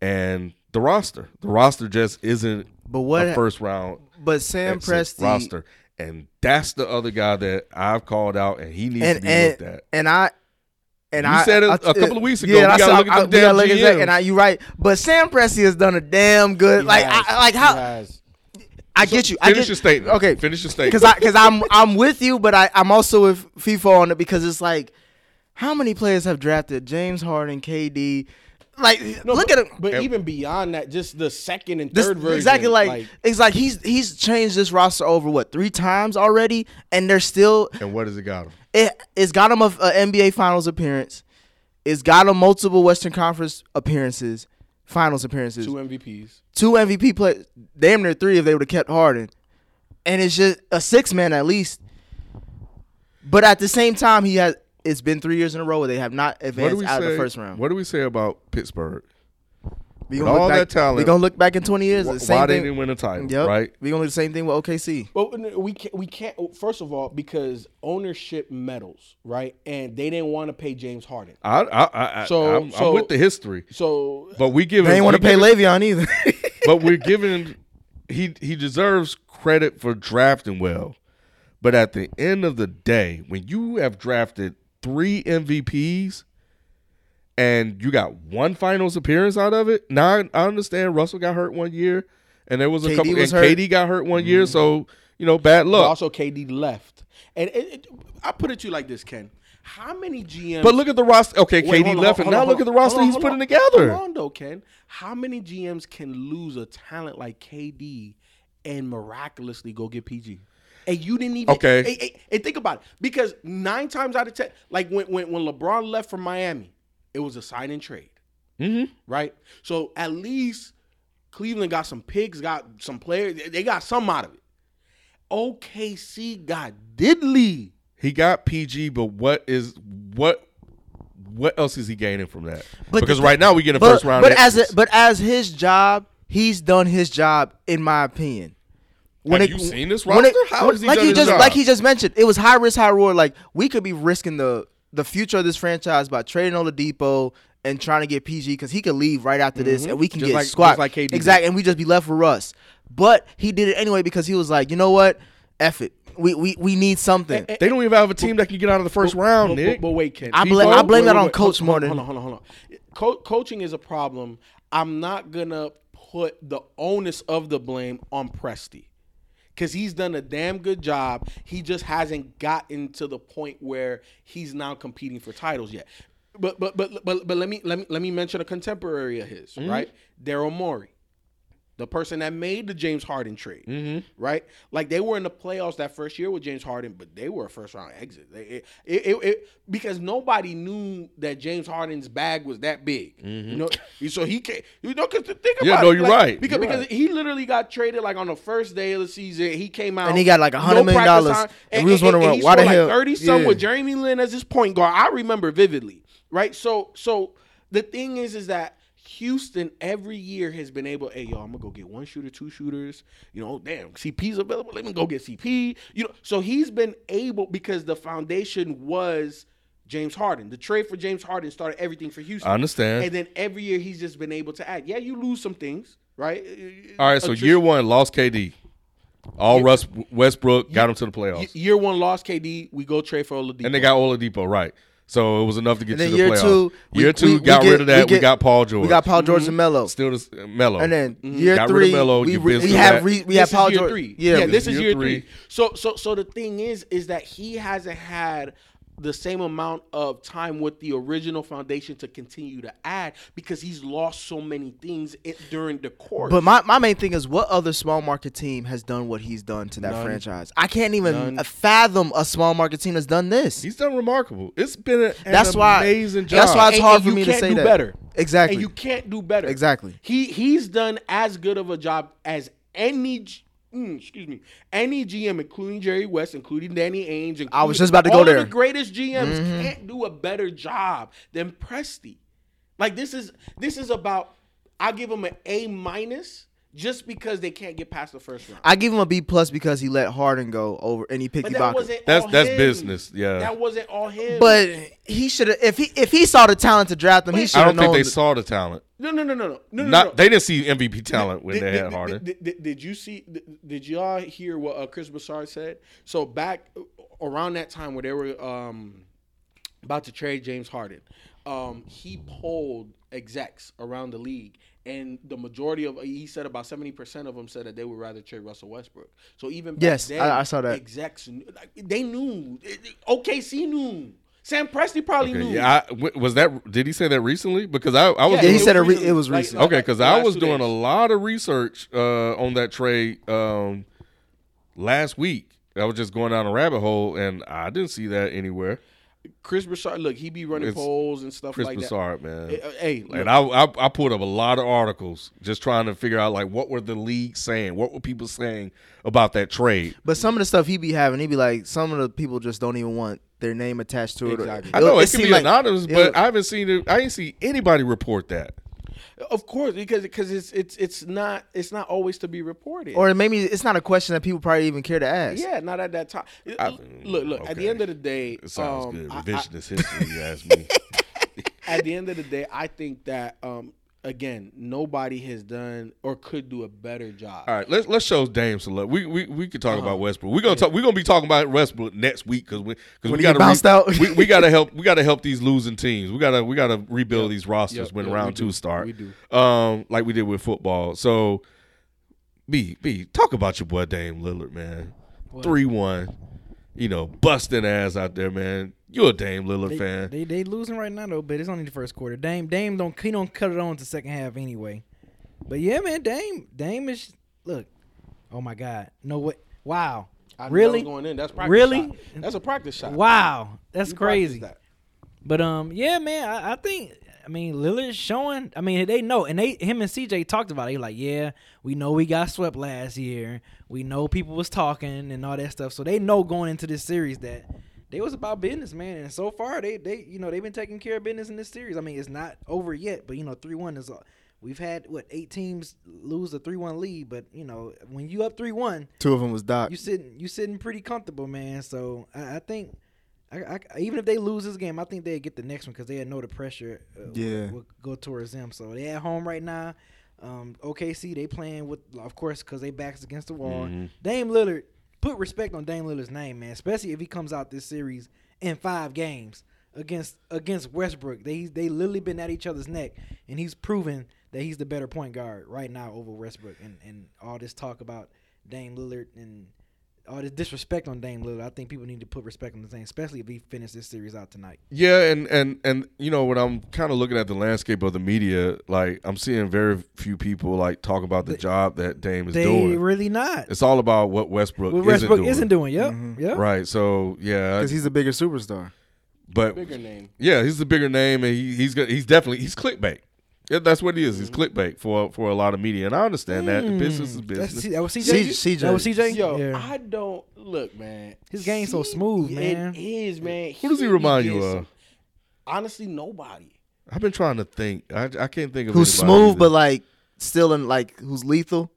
and the roster, the roster just isn't But a what? first round but Sam exit Presti roster, and that's the other guy that I've called out, and he needs and to be and, looked at. and I and You I said it I- a couple of weeks ago. Yeah, We and I gotta said, look at I- them we gotta damn look at that, GMs. and I, you right, but Sam Presti has done a damn good. like I, I- like Oh. how I get you. I Finish get your statement. Okay, finish your statement. because I because I'm I'm with you, but I I'm also with FIFA on it because it's like how many players have drafted James Harden, KD. Like, No, look but- at him. But even beyond that, just the second and This- third version, Exactly like, it's like he's he's changed this roster over what three times already, and they're still and what has it got him? it, it's got him a, a NBA Finals appearance. It's got him multiple Western Conference appearances, Finals appearances, two two, MVPs. MVP play, damn near three if they would have kept Harden, and it's just a six man at least. But at the same time, he has. It's been three years in a row where they have not What do advanced we out say? of the first round. What do we say about Pittsburgh? we with all look back, that talent, we gonna look back in twenty years. Wh- the same why they thing. didn't win a title? Yep. Right? We gonna do the same thing with OKC. Well, n- we can't, we can't. oh, First of all, because ownership medals, right? And they didn't want to pay James Harden. I, I, I, So- so, I'm, so- I'm with the history, So but we give They ain't want to pay Le'Veon either. but we're giving he he deserves credit for drafting well. But at the end of the day, when you have drafted three MVPs and you got one finals appearance out of it, now I, I understand Russell got hurt one year and there was a KD couple was and hurt. KD got hurt one year, Mm-hmm. so you know, bad but luck. also KD left, and it, it, I put it to you like this, Ken. How many GMs? but look at the roster. Okay, Wait, KD hold on, left, hold and on, now hold look at on, the roster hold on, he's hold putting on. together. Hold on, though, Ken. How many GMs can lose a talent like KD and miraculously go get PG? And you didn't even Okay. And, and- and think about it, because nine times out of ten, like when when when LeBron left from Miami, it was a sign and trade, Mhm. right? So at least Cleveland got some picks, got some players, they- they got some out of it. OKC got diddly. He got PG, but what is what what else is he gaining from that? But because the- right now we get a but, first round. But as exits. a, but as his job, he's done his job, in my opinion. Have you seen this when it- roster? How when- has he like done you his just job? like he just mentioned, it was high risk, high reward. Like we could be risking the the future of this franchise by trading Oladipo and trying to get PG because he could leave right after this, Mm-hmm. and we can Just get like- squat just like KD did. exactly, and we just be left with Russ. But he did it anyway because he was like, you know what, F it, we we, we need something. they don't even have a team that can get out of the first round, But, Nick. but, but wait, Ken. I blame- I blame that on coach hold, more than- Hold on, hold on, hold on. Co- coaching is a problem. I'm not gonna put the onus of the blame on Presti, because he's done a damn good job. He just hasn't gotten to the point where he's now competing for titles yet. But but but but, but let me let me let me mention a contemporary of his, Mm-hmm. right? Daryl Morey the person that made the James Harden trade, Mm-hmm. right? Like they were in the playoffs that first year with James Harden, but they were a first round exit. They, it, it, it, it- because nobody knew that James Harden's bag was that big. You know, so he can't. You know, because think about Mm-hmm. Yeah, it, no, you're like, right. Because You're because right. he literally got traded like on the first day of the season. He came out And he got, like, a hundred no million practice dollars. time, And we was wondering, he why the scored, like, hell- thirty some Yeah. with Jeremy Lin as his point guard. I remember vividly, right? So so the thing is, is that Houston every year has been able, hey, yo, I'm gonna go get one shooter, two shooters. You know, damn, CP's available. Let me go get CP. You know, so he's been able because the foundation was James Harden. The trade for James Harden started everything for Houston. I understand. And then every year he's just been able to add. Yeah, you lose some things, right? All right, so Attrition- year one lost KD. All Russ Westbrook got him to the Y- playoffs, year one lost KD. We go trade for Oladipo. and they got Oladipo right. So it was enough to get And to then the year playoffs. two, we- year we- two we got get- rid of that. we We, get- got Paul George. Mm-hmm. We got Paul George and Melo. still the Melo, And then Mm-hmm. year Got rid of three, Melo, we, you re- business we have that. re- we This have is Paul year George. Three. Yeah, yeah, this is year three. three. So, so, so the thing is, is that he hasn't had the same amount of time with the original foundation to continue to add because he's lost so many things it, during the course. But my, my main thing is what other small market team has done what he's done to that None. franchise? I can't even None. uh, fathom a small market team that's done this. he's done remarkable. It's been an, That's why- amazing job. that's why- it's hard for you me to can't say do that. Better Exactly. and you can't do better. Exactly. He he's done as good of a job as any. G- mm, excuse me. Any GM, including Jerry West, including Danny Ainge, and I was just about to go all of there. Mm-hmm. the greatest GMs can't do a better job than Presti. Like this is this is about. I give him an A minus just because they can't get past the first round. I give him a B plus because he let Harden go over and he picked but that Ibaka. wasn't That's- all that's him. business, yeah. that wasn't all him. But he should have if he if he saw the talent to draft him, he should I have don't known. think they th- saw the talent. no, no, no, no, no, no, no, Not no. they didn't see MVP talent when they had Harden. Did, did- did you see? Did, did y'all hear what uh, Chris Broussard said? So back uh, around that time where they were um, about to trade James Harden, um, he polled execs around the league, and the majority of he said about seventy percent of them said that they would rather trade Russell Westbrook. So even back Yes, then, I- I saw that. execs kn- like, they knew It- it- OKC knew Sam Presti probably Okay, knew. yeah, I, w- was that? Did he say that recently? Because I, I was Yeah, he doing- said it re- it was recent. Okay, because I last was two doing days. a lot of research uh, on that trade um, last week. I was just going down a rabbit hole, and I didn't see that anywhere. Chris Broussard. Look, he be running It's polls and stuff Chris like Broussard, that. man. Hey, uh, Hey, look, and I, I I pulled up a lot of articles just trying to figure out like what were the league saying, what were people saying about that trade. But some of the stuff he be having, he be like, some of the people just don't even want their name attached to it. or- Exactly. I know it, could seemed be like- anonymous, it but was- I haven't seen it. I ain't seen anybody report that. Of course, because because it's it's it's not it's not always to be reported. or maybe it's not a question that people probably even care to ask. yeah, not at that time. I- look, look. At the okay. end of the day, It sounds um, good. I- I- Revisionist history, you ask me. at the end of the day, I think that um, again, nobody has done or could do a better job. All right, let's let's show Dame some love. We we, we could talk Uh-huh. about Westbrook. We're gonna talk. We're gonna be talking about Westbrook next week because we because we he gotta bounced out. we, we gotta help. We gotta help these losing teams. We gotta we gotta rebuild these rosters Yep, when yep, round we do. two start. We do. um like we did with football. So, B B talk about your boy Dame Lillard, man. Three one, you know, busting ass out there, man. You're a Dame Lillard They, fan. they they losing right now though, but it's only the first quarter. Dame Dame don't he don't cut it on to second half anyway. But yeah, man, Dame Dame is look. Oh my God, no what? Wow, I knew that really? was going in. That's practice Really? shot. That's a practice shot. Wow, that's You practiced crazy. that. But um, yeah, man, I, I think I mean Lillard's showing. I mean they know, and they him and CJ talked about it. He like, yeah, we know we got swept last year. We know people was talking and all that stuff. So they know going into this series that they was about business, man. And so far they they you know they've been taking care of business in this series. I mean it's not over yet, but you know three one is. uh, We've had what eight teams lose a three one lead, but you know when you up three one, Two of them was Doc. you sitting you sitting pretty comfortable, man. So I, I think, I, I, even if they lose this game, I think they get the next one because they know the pressure. Uh, will- Yeah. will, go towards them. So they at home right now. Um, OKC they playing with, of course, because they backs against the wall. Dame Lillard put respect on Dame Lillard's name, man. Especially if he comes out this series in five games against against Westbrook. They they literally been at each other's neck, and he's proven that he's the better point guard right now over Westbrook. And and all this talk about Dame Lillard and all this disrespect on Dame Lillard. I think people need to put respect on the thing, especially if he finishes this series out tonight. Yeah, and and and you know when I'm kind of looking at the landscape of the media, like I'm seeing very few people like talk about the job that Dame is they doing. really not. It's all about what Westbrook, What isn't, Westbrook doing. isn't doing. Yep. Yep. Right. So yeah, Because he's a bigger superstar. but Bigger name. yeah, he's the bigger name, and he, he's got, he's definitely he's clickbait. Yeah, that's what he is. He's clickbait for for a lot of media, and I understand that the business is Mm. That's- business. that was C- CJ. CJ. That was CJ. Yo, Yeah. I don't look, man. His game's so See, smooth, man. It is, man. Who does he be remind you getting of? some- Honestly, nobody. I've been trying to think. I, I can't think of Who's anybody smooth, either. but like still in like who's lethal.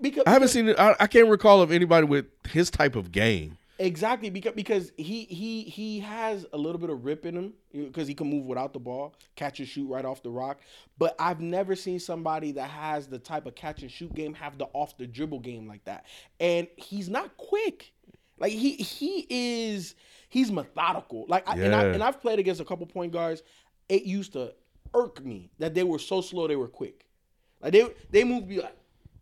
Because I haven't seen. it- I, I can't recall of anybody with his type of game. Exactly because because he he he has a little bit of rip in him because he can move without the ball, catch and shoot right off the rock. But I've never seen somebody that has the type of catch and shoot game have the off the dribble game like that. And he's not quick. Like he he is he's methodical. Like I, and, I, Yeah. and I've played against a couple point guards. It used to irk me that they were so slow. They were quick. Like they they moved be like,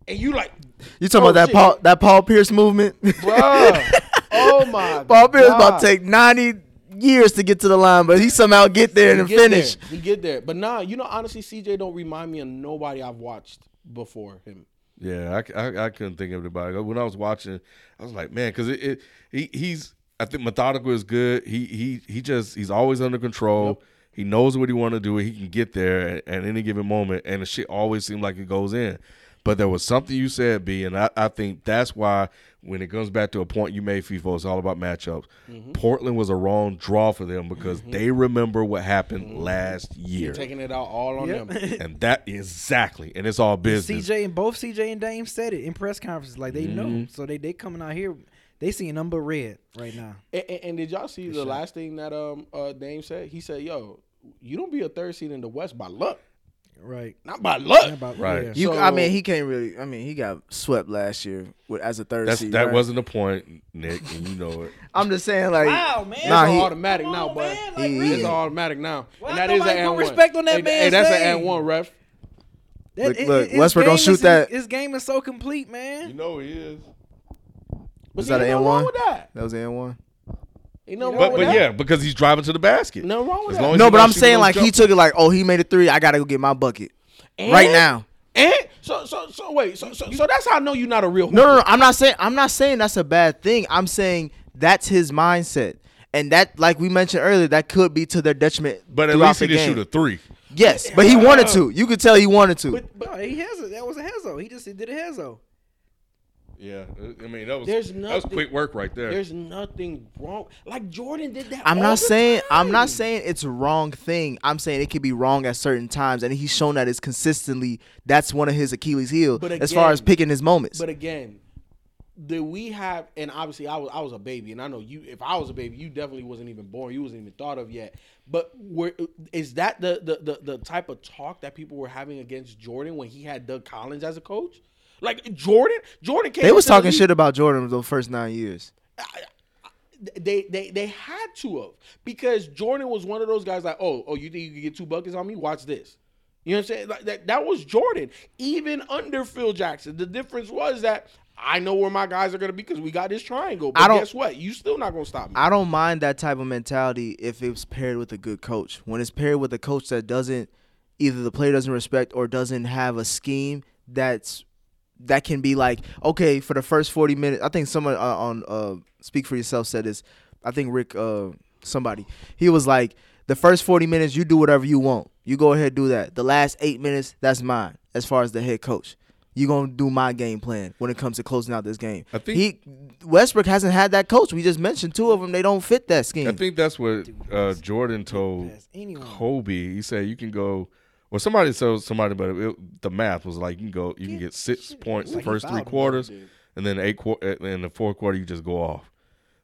and you like You talking Oh, about that shit. Paul that Paul Pierce movement? Bruh. Oh my Paul Pierce about God. to take ninety years to get to the line, but he somehow get there and He get finish. There. He get there. But nah, you know, honestly, CJ don't remind me of nobody I've watched before him. Yeah, I c- I, I couldn't think of anybody. When I was watching, I was like, man, because it, it he he's I think methodical is good. He he he just he's always under control. He knows what he want to do. He can get there at, at any given moment, and the shit always seemed like it goes in. But there was something you said, B, and I, I think that's why when it comes back to a point you made, FIFO, it's all about matchups. Portland was a wrong draw for them because they remember what happened last year. Taking it out all on them. And that exactly. And it's all business. CJ and both CJ and Dame said it in press conferences. Like they know, so they they coming out here. They seeing number red right now. and, and- and did y'all see the last thing that um uh Dame said? He said, Yo, you don't be a third seed in the West by luck. Right. Not by luck. About, Right. yeah. You, I So- mean, he can't really. I mean, he got swept last year with, as a third That's, seed. that right? wasn't the point, Nick, and you know it. I'm just saying, like, Wow, man. Nah, it's he- automatic Come now, on, but man. Like, he- really? it's automatic now. Why and that is nobody an put and respect one. on that hey, man's hey, that's an name? and one ref. That- Look- it- look, it- his Westbrook gonna game shoot is- that- His game is so complete, man. Oh, know he is. But Was see, that an ain't and nothing wrong one? with that. That was an and one. Ain't no wrong But with but that. yeah, because he's driving to the basket. Nothing wrong with As that. long as No, he but don't I'm shoot saying those like he jump- took it like, oh, he made a three. I gotta go get my bucket right And- now. And so so so wait, so so, so that's how I know you're not a real No, no, no. I'm not saying I'm not saying that's a bad thing. I'm saying that's his mindset, and that, like we mentioned earlier, that could be to their detriment. But at throughout least he the didn't game. shoot a three. Yes, but he wanted to. You could tell he wanted to. But, but No, he has it. That was a Hezo. He just he did a Hezo. Yeah, I mean that was There's that was nothing- quick work right there. There's nothing wrong. Like Jordan did that. I'm all not the saying I'm time. not saying it's a wrong thing. I'm saying it could be wrong at certain times, and he's shown that it's consistently. That's one of his Achilles' heel But as far as again- picking his moments. But again, do we have? And obviously, I was I was a baby, and I know you. If I was a baby, you definitely wasn't even born. You wasn't even thought of yet. But were, is that the, the the the type of talk that people were having against Jordan when he had Doug Collins as a coach? Like Jordan, Jordan came. they was into the talking league- shit about Jordan for the first nine years. they they they had to have because Jordan was one of those guys like, oh, oh, you think you can get two buckets on me? Watch this. You know what I'm saying? Like that, that was Jordan. Even under Phil Jackson, the difference was that I know where my guys are gonna be because we got this triangle. But I don't- guess what? You still not gonna stop me. I don't mind that type of mentality if it's paired with a good coach. When it's paired with a coach that doesn't either the player doesn't respect or doesn't have a scheme that's that can be like okay for the first 40 minutes. I think someone uh, on uh Speak for Yourself said this. I think Rick uh somebody. He was like the first 40 minutes you do whatever you want. You go ahead do that. The last 8 minutes that's mine as far as the head coach. You're going to do my game plan when it comes to closing out this game. I think- he Westbrook hasn't had that coach. We just mentioned two of them. They don't fit that scheme. I think that's what uh, Jordan told pass anyone. Kobe. He said you can go. Well, somebody told somebody, but it, the math was like you can go. You can get six points the like he first three fouled him, quarters, and then eight quarter in the fourth quarter you just go off.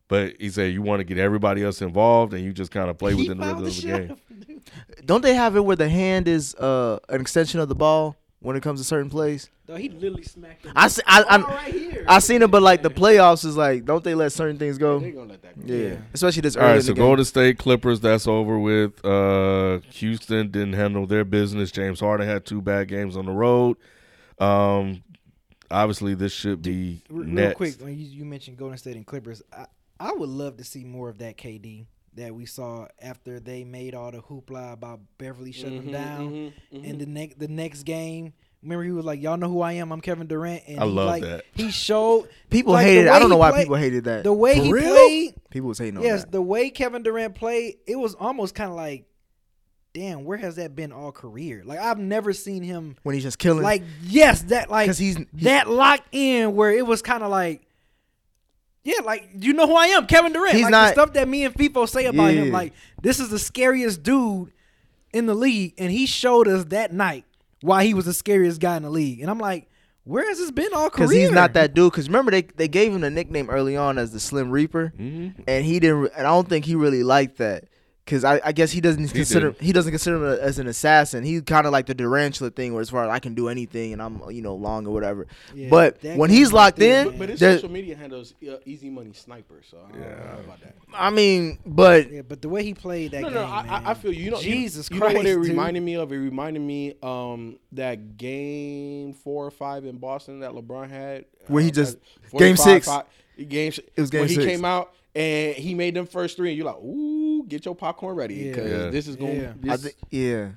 But he said you want to get everybody else involved, and you just kind of play He within the fouled rhythm the of the shit out game. of him, dude. don't they have it where the hand is uh, an extension of the ball when it comes to certain plays? Though he literally smacked him. I see, I, I, Ball right here. I seen it, but like the playoffs is like, don't they let certain things go? They're gonna let that go. Yeah. especially this All early. right, in so the game. Golden State Clippers, that's over with. Uh, Houston didn't handle their business. James Harden had two bad games on the road. Um, obviously, this should be Re- real next. quick, when you, you mentioned Golden State and Clippers, I, I would love to see more of that KD that we saw after they made all the hoopla about Beverly shutting Mm-hmm, them down. And the next the next game, remember he was like, "Y'all know who I am. I'm Kevin Durant." And I he, love like, that. He showed People like, the hated. it. I way don't know he why played- people hated that. the way he real? played. people was hating on Yes, that. the way Kevin Durant played, it was almost kind of like, damn, where has that been all career? Like I've never seen him when he's just killing. like yes, that like 'Cause he's- that locked in where it was kind of like. Yeah, like you know who I am, Kevin Durant. He's like not- the stuff that me and FIFO say about him, Yeah. like this is the scariest dude in the league, and he showed us that night why he was the scariest guy in the league. And I'm like, where has this been all career? Because he's not that dude. Because remember, they, they gave him the nickname early on as the Slim Reaper, Mm-hmm. and he didn't. re- And I don't think he really liked that. Because I, I guess he doesn't consider didn't. he, doesn't consider him a, as an assassin. He kind of like the Durantula thing, where as far as I can do anything, and I'm you know long or whatever. but that when guy he's right locked there. in, But, but his there- social media handles uh, Easy Money Sniper, so I don't know about that. I mean, but Yeah, but the way he played that No, game, no, I, I- I man. feel you. You know, you- Jesus you, Christ, know what it dude. reminded me of? It reminded me um that game four or five in Boston that LeBron had, Where he um, just- that game six. 45 game. It was game when he six. came out and he made them first three, and you're like, ooh, get your popcorn ready because Yeah. this is going. Yeah. to I thi- yeah.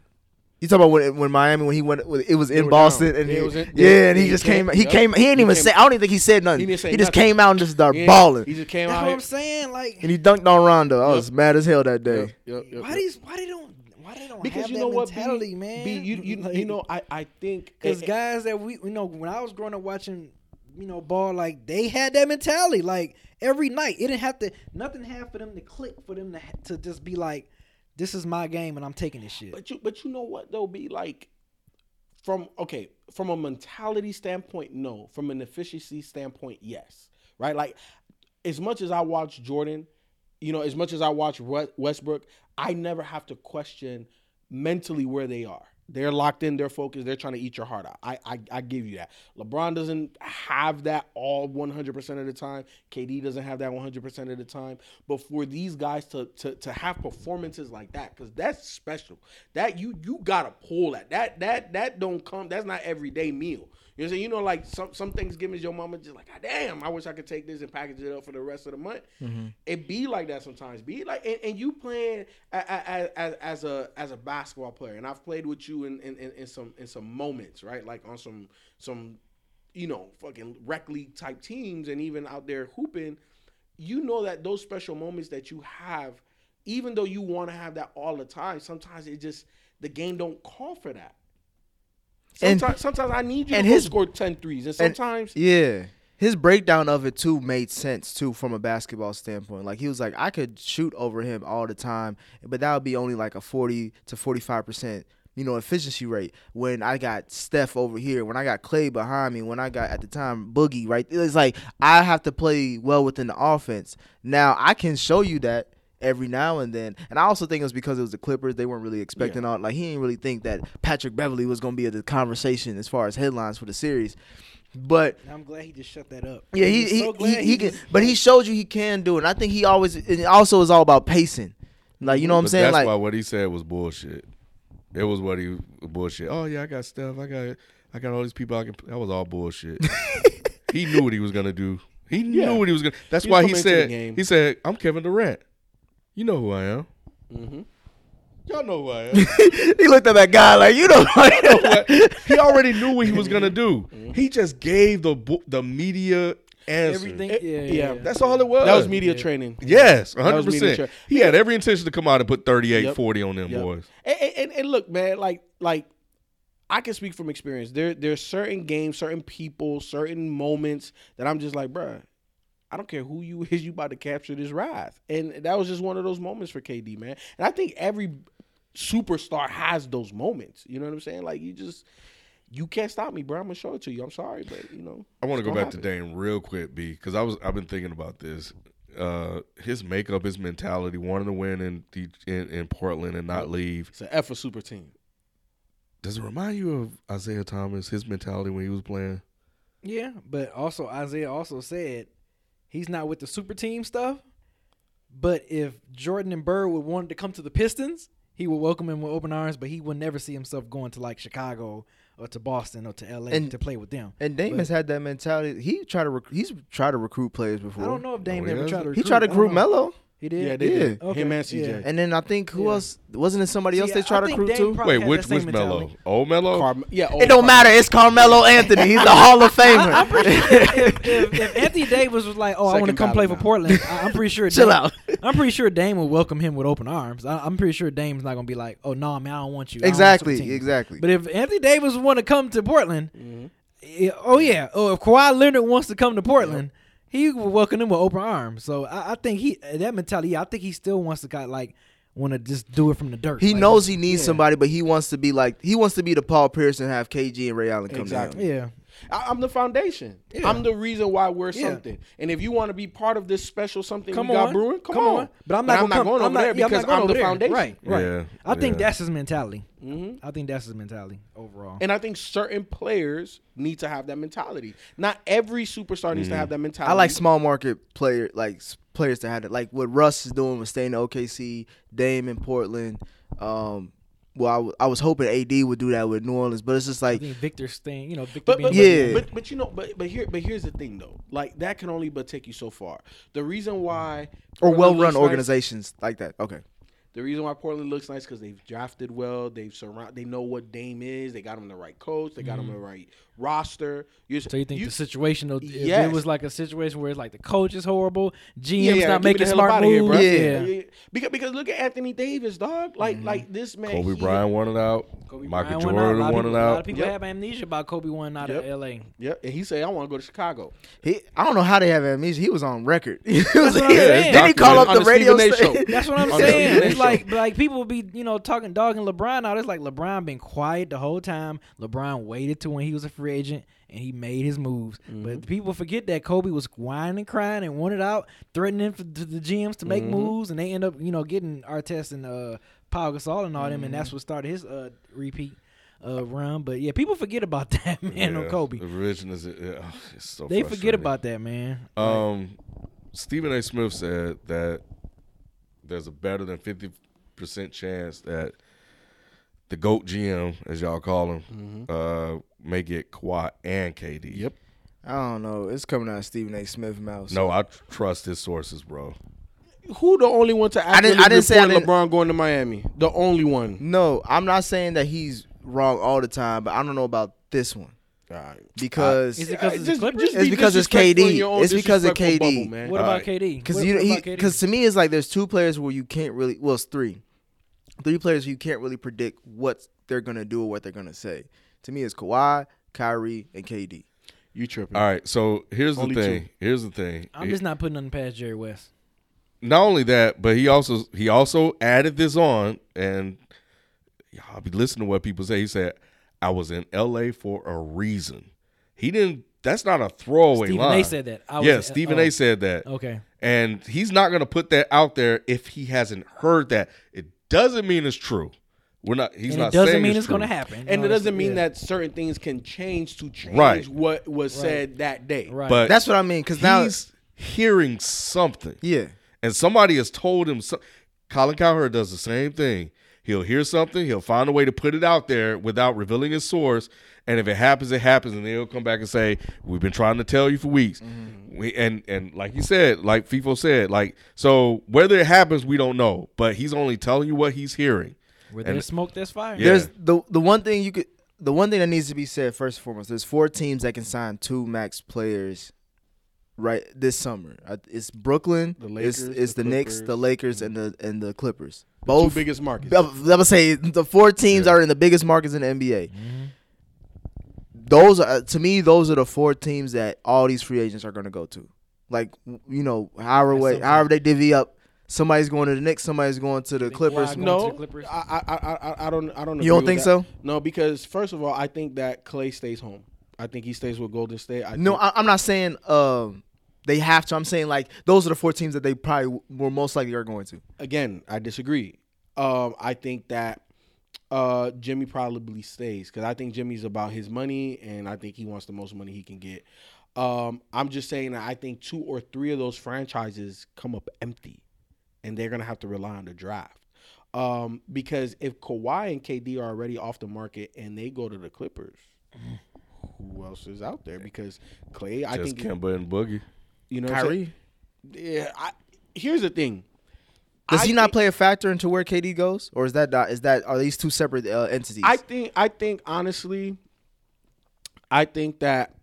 You talk about when, when Miami when he went when it was in were Boston down. and Yeah, he, it was in- yeah, yeah, and he, he just came- came he yep. came he didn't He even came- say I don't even think he said nothing He didn't say just nothing. came out and just started balling He just came That's out. what here- I'm saying. Like, and he dunked on Rondo I was mad as hell that day Yep, yep, yep, why yep. these? Why they don't? Why they don't Because have you that know what, B? mentality, man? B, you you, you Like- know, I I think Because eh, eh, guys that we, you know, when I was growing up watching, you know, ball, like they had that mentality. Like every night, it didn't have to, nothing had for them to click, for them to, ha- to just be like, this is my game and I'm taking this shit. But you but you know what though, be like from okay, from a mentality standpoint, no. From an efficiency standpoint, yes. Right? Like as much as I watch Jordan, you know, as much as I watch Wes- Westbrook, I never have to question mentally where they are. They're locked in, they're focused, they're trying to eat your heart out. I, I, I give you that. LeBron doesn't have that all 100% of the time. KD doesn't have that 100% of the time. But for these guys to to, to have performances like that, because that's special. That you you gotta pull that. That that that don't come. That's not everyday meal. You know, what I'm saying? you know, like some some Thanksgivings, your mama just like, "God damn, I wish I could take this and package it up for the rest of the month. It be like that sometimes. Be like, and, and you playing as, as as a as a basketball player, and I've played with you in, in, in, in some in some moments, right? Like on some some, you know, fucking rec league type teams, and even out there hooping. You know that those special moments that you have, even though you want to have that all the time, sometimes it just the game don't call for that. And- Sometimes, sometimes I need you and to go his- score 10 threes, and and- sometimes yeah his breakdown of it too made sense too from a basketball standpoint like he was like I could shoot over him all the time but that would be only like a 40 to 45 percent you know efficiency rate when I got Steph over here when I got Clay behind me when I got at the time Boogie right it's like I have to play well within the offense now I can show you that every now and then. And I also think it was because it was the Clippers. They weren't really expecting all like he didn't really think that Patrick Beverly was gonna be at the conversation as far as headlines for the series. But And I'm glad he just shut that up. yeah, I'm he just he, so he, glad he can, just- but he showed you he can do it. And I think he always and it also is all about pacing. Like you know what I'm But saying? That's like why what he said was bullshit. It was what he bullshit. Oh yeah, I got stuff. I got I got all these people. I can. That was all bullshit. he knew what he was gonna do. He Yeah. knew what he was gonna. That's He's why he coming into the said. game. He said, "I'm Kevin Durant. You know who I am. Y'all know who I am." he looked at that guy like you know. But he already knew what he was gonna do. Mm-hmm. He just gave the bu- the media answer. everything. It- yeah, Eh, yeah. yeah. That's all it was. that was media training. Yes, That 100. was media percent training. He had every intention to come out and put 38, Yep. 40 on them Yep. boys. And, and- and, and look, man, like like I can speak from experience. There there's certain games, certain people, certain moments that I'm just like, bruh, I don't care who you is, you about to capture this wrath. And that was just one of those moments for KD, man. And I think every superstar has those moments. You know what I'm saying? Like you just you can't stop me, bro. I'm gonna show it to you. I'm sorry, but you know. I want to it's go gonna back to happen. Dame real quick, B, because I was I've been thinking about this. Uh, his makeup, his mentality, wanting to win in D- in, in Portland and not leave. It's an F for super team. Does it remind you of Isaiah Thomas? His mentality when he was playing. Yeah, but also Isaiah also said he's not with the super team stuff. But if Jordan and Bird would wanted to come to the Pistons, he would welcome him with open arms. But he would never see himself going to like Chicago or to Boston or to LA And- to play with them. and Dame But has had that mentality. He tried to rec- he's tried to recruit players before. I don't know if Dame No, he ever tried hasn't. to. He tried to I don't recruit know. Melo, He did. Yeah, they did. Yeah. Him and yeah. CJ. and then I think who Yeah. else wasn't it somebody else See, they I- tried I to think recruit Dame too? probably Wait, had which that same which Mello? mentality. Old Mello. Carm- yeah, It don't matter. It's Carmelo Anthony. He's the Hall of Famer. if, if, if Anthony Davis was like, "Oh, I want to Second come play battle for now. Portland," I, I'm pretty sure. Chill Dame- out. I'm pretty sure Dame will welcome him with open arms. I, I'm pretty sure Dame's not gonna be like, "Oh no, man, I don't want you." I don't want you on the Exactly, team." exactly. Mm-hmm. But if Anthony Davis want to come to Portland, eh, oh yeah, oh if Kawhi Leonard wants to come to Portland, he will welcome him with open arms. So I, I think he eh, that mentality. I think he still wants to got like. want to just do it from the dirt. He Like, knows he needs somebody, but he wants to be like he wants to be the Paul Pierce and have KG and Ray Allen come Exactly. down. Yeah. I, I'm the foundation. I'm the reason why we're Yeah. something. And if you want to be part of this special something Come we on. got brewing, come, Come on. on. But I'm not gonna come- going I'm over not- there yeah, I'm not because I'm going the over there. foundation. Right. Mm-hmm. Yeah, I think yeah. that's his mentality. I think that's his mentality overall. And I think certain players need to have that mentality. Not every superstar Mm. needs to have that mentality. I like small market player like s- players that had it. Like what Russ is doing with staying to OKC, Dame in Portland. Um, well, I, w- I was hoping AD would do that with New Orleans, but it's just I like think Victor's thing, you know, Victor But, being but, Yeah. but but you know but but here but here's the thing though like that can only but take you so far. The reason why or Portland well run looks nice- organizations like that. Okay, The reason why Portland looks nice because they've drafted well. They've surround. They know what Dame is. They got him the right coach. They got him the right roster. You're, Mm-hmm. So you think the situation, if Yes. it was like a situation where it's like the coach is horrible, GM's yeah, yeah, get not me making the hell smart up outta here, moves. bruh. yeah. Mm-hmm. Because because look at Anthony Davis, dog. Like like this man. Kobe he- Bryant wanted out. Kobe Michael Bryant won out. A lot Jordan of wanted people- A lot of out. people have amnesia about Kobe one out Yep. of L.A. Yeah, and he said I want to go to Chicago. he I don't know how they have amnesia. He was on record. He was- what I'm saying. Then he call up On the, the radio Stephen A. station. show. That's what I'm On the saying. Stephen A. It's like like people be you know talking dog and LeBron out. It's like LeBron been quiet the whole time. LeBron waited to when he was a free agent and he made his moves. Mm-hmm. But people forget that Kobe was whining, crying, and wanted out, threatening for to the GMs to Mm-hmm. make moves, and they end up you know getting Artest and uh, Paul Gasol and all them, and Mm-hmm. that's what started his uh, repeat uh, run. But yeah, people forget about that man on Yeah, Kobe. The religion is uh, oh, it's so They forget frustrating. about that man. Um, Stephen A. Smith said that there's a better than fifty percent chance that the goat GM, as y'all call him, Mm-hmm. uh, may get Kawhi and KD. Yep. I don't know. It's coming out of Stephen A. Smith mouth. No, I tr- trust his sources, bro. Who the only one to actually didn't- I didn't say I report didn't- LeBron going to Miami? The only one. No, I'm not saying that he's wrong all the time, but I don't know about this one because Is it because Uh, it's just- the Clippers? just It's be because it's disrespectful in KD. your own It's because of disrespectful KD. bubble, man. what about KD? because What you about KD? because to me it's like there's two players where you can't really well it's three, three players who you can't really predict what they're gonna do or what they're gonna say. To me, it's Kawhi, Kyrie, and KD. You tripping? All right, so here's Only the two. thing. Here's the thing. I'm just not putting nothing past Jerry West. not only that, but he also he also added this on, and I'll be listening to what people say. He said, "I was in L.A. for a reason." He didn't. That's not a throwaway Stephen A. line. said that. I was yeah, in- Stephen oh. A. said that. Okay. and he's not going to put that out there if he hasn't heard that. It doesn't mean it's true. We're not. He's and not. it doesn't saying mean it's, true. going to happen. And No, it doesn't it's- mean yeah. that certain things can change to change Right. what was said that day. Right. But That's what I mean. Because now, he's hearing something. yeah, and somebody has told him. So- Colin Cowherd does the same thing. He'll hear something, he'll find a way to put it out there without revealing his source, and if it happens, it happens, and they'll come back and say, "We've been trying to tell you for weeks." Mm-hmm. We, and and like he said, like FIFO said, like so whether it happens, we don't know, but he's only telling you what he's hearing. Where and- there's smoke, there's fire. Yeah. there's the the one thing you could the one thing that needs to be said first and foremost. There's four teams that can sign two max players. Right this summer, I- it's Brooklyn, The it's, Lakers, it's the, the Knicks, Clippers. the Lakers, and the and the Clippers. Two Both biggest markets. I was I was say the four teams are in the biggest markets in the NBA. Those are to me, those are the four teams that all these free agents are going to go to. Like you know, however At way, some however they divvy up, somebody's going to the Knicks, somebody's going to the Clippers. Kawhi- No, Going to the Clippers? uh, I, I, I, I- I don't, I don't. You don't agree think with so? that. No, because first of all, I think that Clay stays home. I think he stays with Golden State. I No, think- I, I'm not saying um, they have to. I'm saying like those are the four teams that they probably were most likely are going to. again, I disagree. Um, I think that uh, Jimmy probably stays because I think Jimmy's about his money, and I think he wants the most money he can get. Um, I'm just saying that I think two or three of those franchises come up empty, and they're gonna have to rely on the draft. Um, because if Kawhi and KD are already off the market and they go to the Clippers, who else is out there? Because Clay, I Just think Kimba and Boogie. you know, what I'm saying? Yeah, I, here's the thing. Does I he not think- play a factor into where KD goes, or is that not, is that are these two separate uh, entities? I think I think honestly, I think that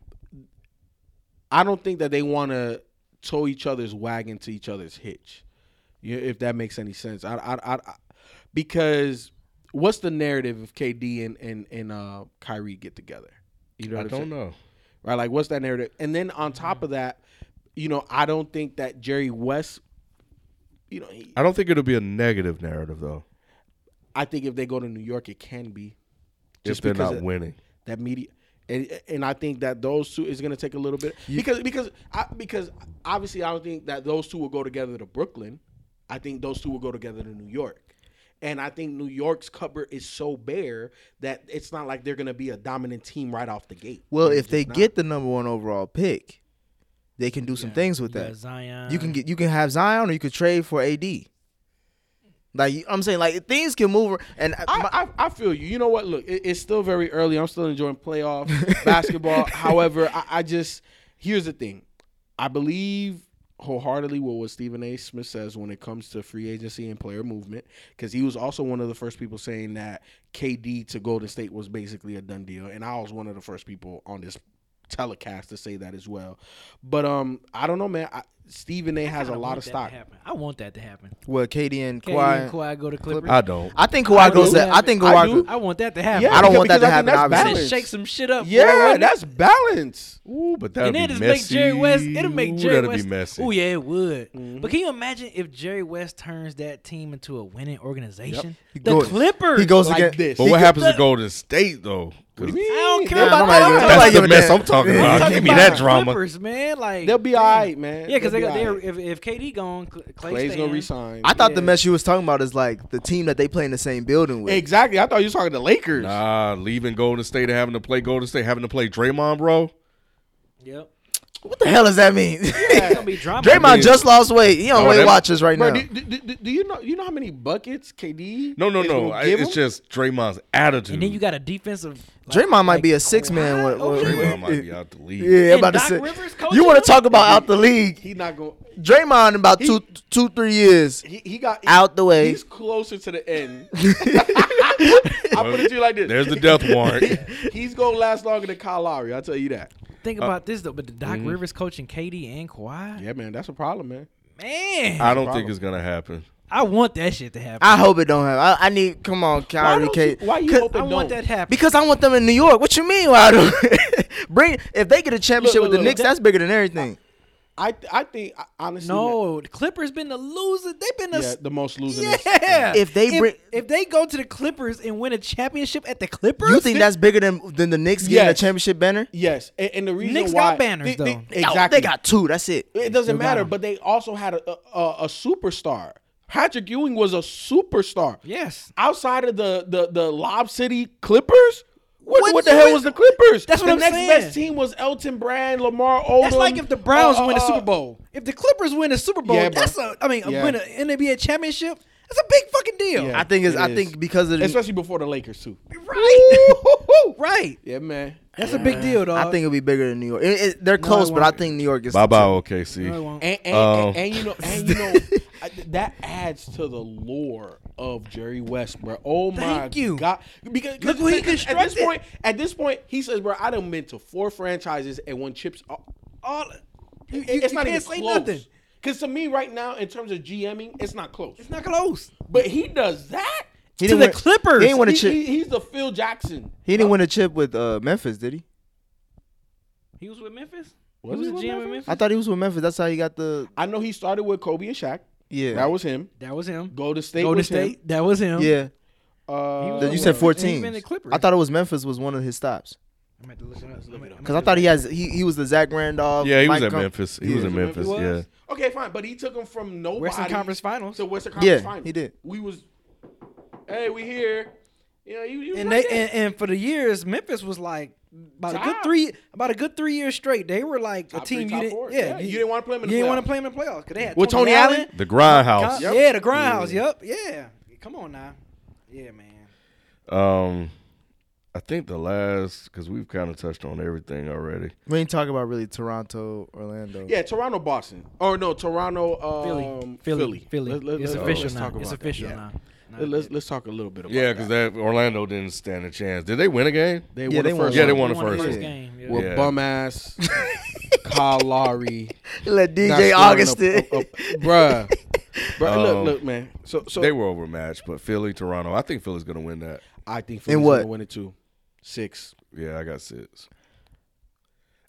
I don't think that they want to tow each other's wagon to each other's hitch. You- If that makes any sense, I, I, I, I- because what's the narrative if KD and and and uh, Kyrie get together? You know, I what I'm saying? don't know. Mm-hmm. right? Like, what's that narrative? And then on top of that, you know, I don't think that Jerry West you know, he, I don't think it'll be a negative narrative though. I think if they go to New York, it can be if they're because not of winning, that media. And, and I think that those two is going to take a little bit because because I, because obviously I don't think that those two will go together to Brooklyn. I think those two will go together to New York, and I think New York's cupboard is so bare that it's not like they're going to be a dominant team right off the gate. Well, They're if they just not. get the number one overall pick, they can do some things with You that. got Zion. You can get you can have Zion or you could trade for AD. Like you- I'm saying, like things can move. ar- And I, my- I, I, I feel you. You know what? Look, it, it's still very early. I'm still enjoying playoff basketball. However, I, I just here's the thing. I believe wholeheartedly with what Stephen A. Smith says when it comes to free agency and player movement, because he was also one of the first people saying that KD to Golden State was basically a done deal, and I was one of the first people on this telecast to say that as well. But um, I don't know, man. I, Stephen A. has a kinda lot want of that to stock. happen. I want that to happen. well, KD and KD and Kawhi. Kawhi go to Clippers. I don't. I think Kawhi goes. do. To, I think I Kawhi. do. go- I want that to happen. I don't want that to because I think happen, that's obviously. Said, shake some shit up. boy, Yeah, wouldn't it? that's balance. Ooh, but that'd and be then just messy. make Jerry West. It'll make Ooh, Jerry that'd West. be messy. Oh yeah, it would. But can you imagine if Jerry West turns that team into a winning organization? The go- Clippers. He goes Like again. this. But He what could- happens to Golden State though? 'Cause I don't care Nah, about nobody that. does. I'm Nobody That's give the a mess damn. I'm talking about. talking Give me about that the drama. Clippers, man. Like They'll be damn. all right, man. Yeah, because they They'll got be all there. right. If, if KD gone, Cl- Clay Clay's staying. gonna resign. I thought the mess you was talking about is like the team that they play in the same building with. exactly. I thought you was talking to Lakers. Nah, leaving Golden State and having to play Golden State, having to play Draymond, bro. Yep. What the hell does that mean? It's gonna be drama. Draymond just lost weight. He on Oh, Weight that- Watchers right Bro, now. do, do, do, do you know you know how many buckets KD? No, no, is no. gonna I, give it's him? just Draymond's attitude. And then you got a defensive. Like, Draymond might like be a six man. Kawhi with- with- over there. Draymond might be out the league. Yeah, And about to Doc say. Rivers coaching You want him? to talk about out the league? he not going. Draymond in about He- two, two, three years. He, he got Out the way. He's closer to the end. I put it to you like this. There's the death warrant. He's gonna last longer than Kyle Lowry. I will tell you that. Think about this though, but the Doc Rivers coaching KD and Kawhi, Yeah, man, that's a problem, man. man, I, I don't think it's gonna happen. want that shit to happen. I hope it don't happen. I, I need. Come on, Why, Kyrie. don't you, Kate. why you Cause- hoping I want don't? that to happen. Because I want them in New York. What you mean? Why don't bring? If they get a championship Look, look, with the look. Knicks, that's bigger than everything. I I think I- honestly, man, no, the Clippers been the loser. They've been the yeah, s- the most losing. yeah. is- If they bring- if, they go to the Clippers and win a championship at the Clippers, You think that's bigger than than the Knicks getting a Yes. championship banner? Yes, and, and the reason Knicks why got banners, they- they- though. Yo, exactly, They got two. That's it. It doesn't got matter, 'em. but they also had a, a a- a superstar. Patrick Ewing was a superstar. yes. Outside of the the the Lob City Clippers, what, What- what, the hell what- was the Clippers? That's what the I'm next saying. best team was Elton Brand, Lamar Odom. That's like if the Browns uh, uh, win a uh, Super Bowl. If the Clippers win a Super Bowl, Yeah, bro. that's a I mean, Yeah. win an NBA championship. That's a big fucking deal. Yeah, I think it's, it I is. think because of the, especially before the Lakers too. Right. right. Yeah, man. That's a big deal, dog. I think it'll be bigger than New York. It- it- they're close, but I won't. think New York is. Bye bye, OKC. No, it won't. And, and, Um. and, and you know, and you know, I- that adds to the lore of Jerry West, bro. Oh my Thank you. god! Because 'cause- Look what he because at this constructed. point, at this point, he says, "Bro, I done been to four franchises and won chips. All, all You- it- it's you- you not can't even say close. nothing. Because to me, right now, in terms of GMing, it's not close. it's not close. But he does that. He to didn't the win- Clippers. He didn't win a He- chip. he- Oh. He, he's the Phil Jackson. didn't win a chip with uh, Memphis, did he? He was with Memphis. Was he he was with the GM Memphis? with Memphis. I thought he was with Memphis. That's how he got the. I know he started with Kobe and Shaq. Yeah. That was him. That was him. Golden State. Golden was State. Him. That was him. yeah. Uh, He was Then you with said Memphis. four And he's teams. been a Clipper. I thought it was Memphis was one of his stops. I'm about to look it up. I'm about to- Cause I thought he has he, he was the Zach Randolph. Yeah, he was Mike at Con- Memphis. He Yeah. was in Memphis. He was? Yeah. Okay, fine. But he took him from nobody. Western Conference Finals. to Western Conference Yeah, Finals. he did. We was, hey, we here. Yeah, you, you and like they that. and, and for the years Memphis was like about a good Top. three about a good three years straight. They were like a Top three, team you top didn't four. yeah, Yeah, you didn't wanna play 'em in the you didn't want playoffs. to play them in the playoffs because they had With Tony, Tony Allen. Allen? The Grindhouse. Con- Yeah, the Grindhouse. Yep. Yeah. Come on now. Yeah, man. Um, I think the last because we've kind of touched on everything already. We ain't talking about really Toronto, Orlando. yeah, Toronto, Boston, or no, Toronto, um, Philly, Let- let- it's let- official let's now. talk It's about that. official Yeah. now. Now Let- Let's that- let's talk a little bit about Yeah, because because that Orlando didn't stand a chance. Did they win a game? they Yeah, won they the won first. yeah, they one won the They won first. game. one. game. yeah. With Yeah. bum ass Kyle Lowry, Let not DJ scoring Augustin. a- a- a- bruh, bruh. Um, look, look, man. So so They were overmatched, but Philly, Toronto. I think Philly's gonna win that. I think Philly's what? gonna win it too. Six. Yeah, I got six.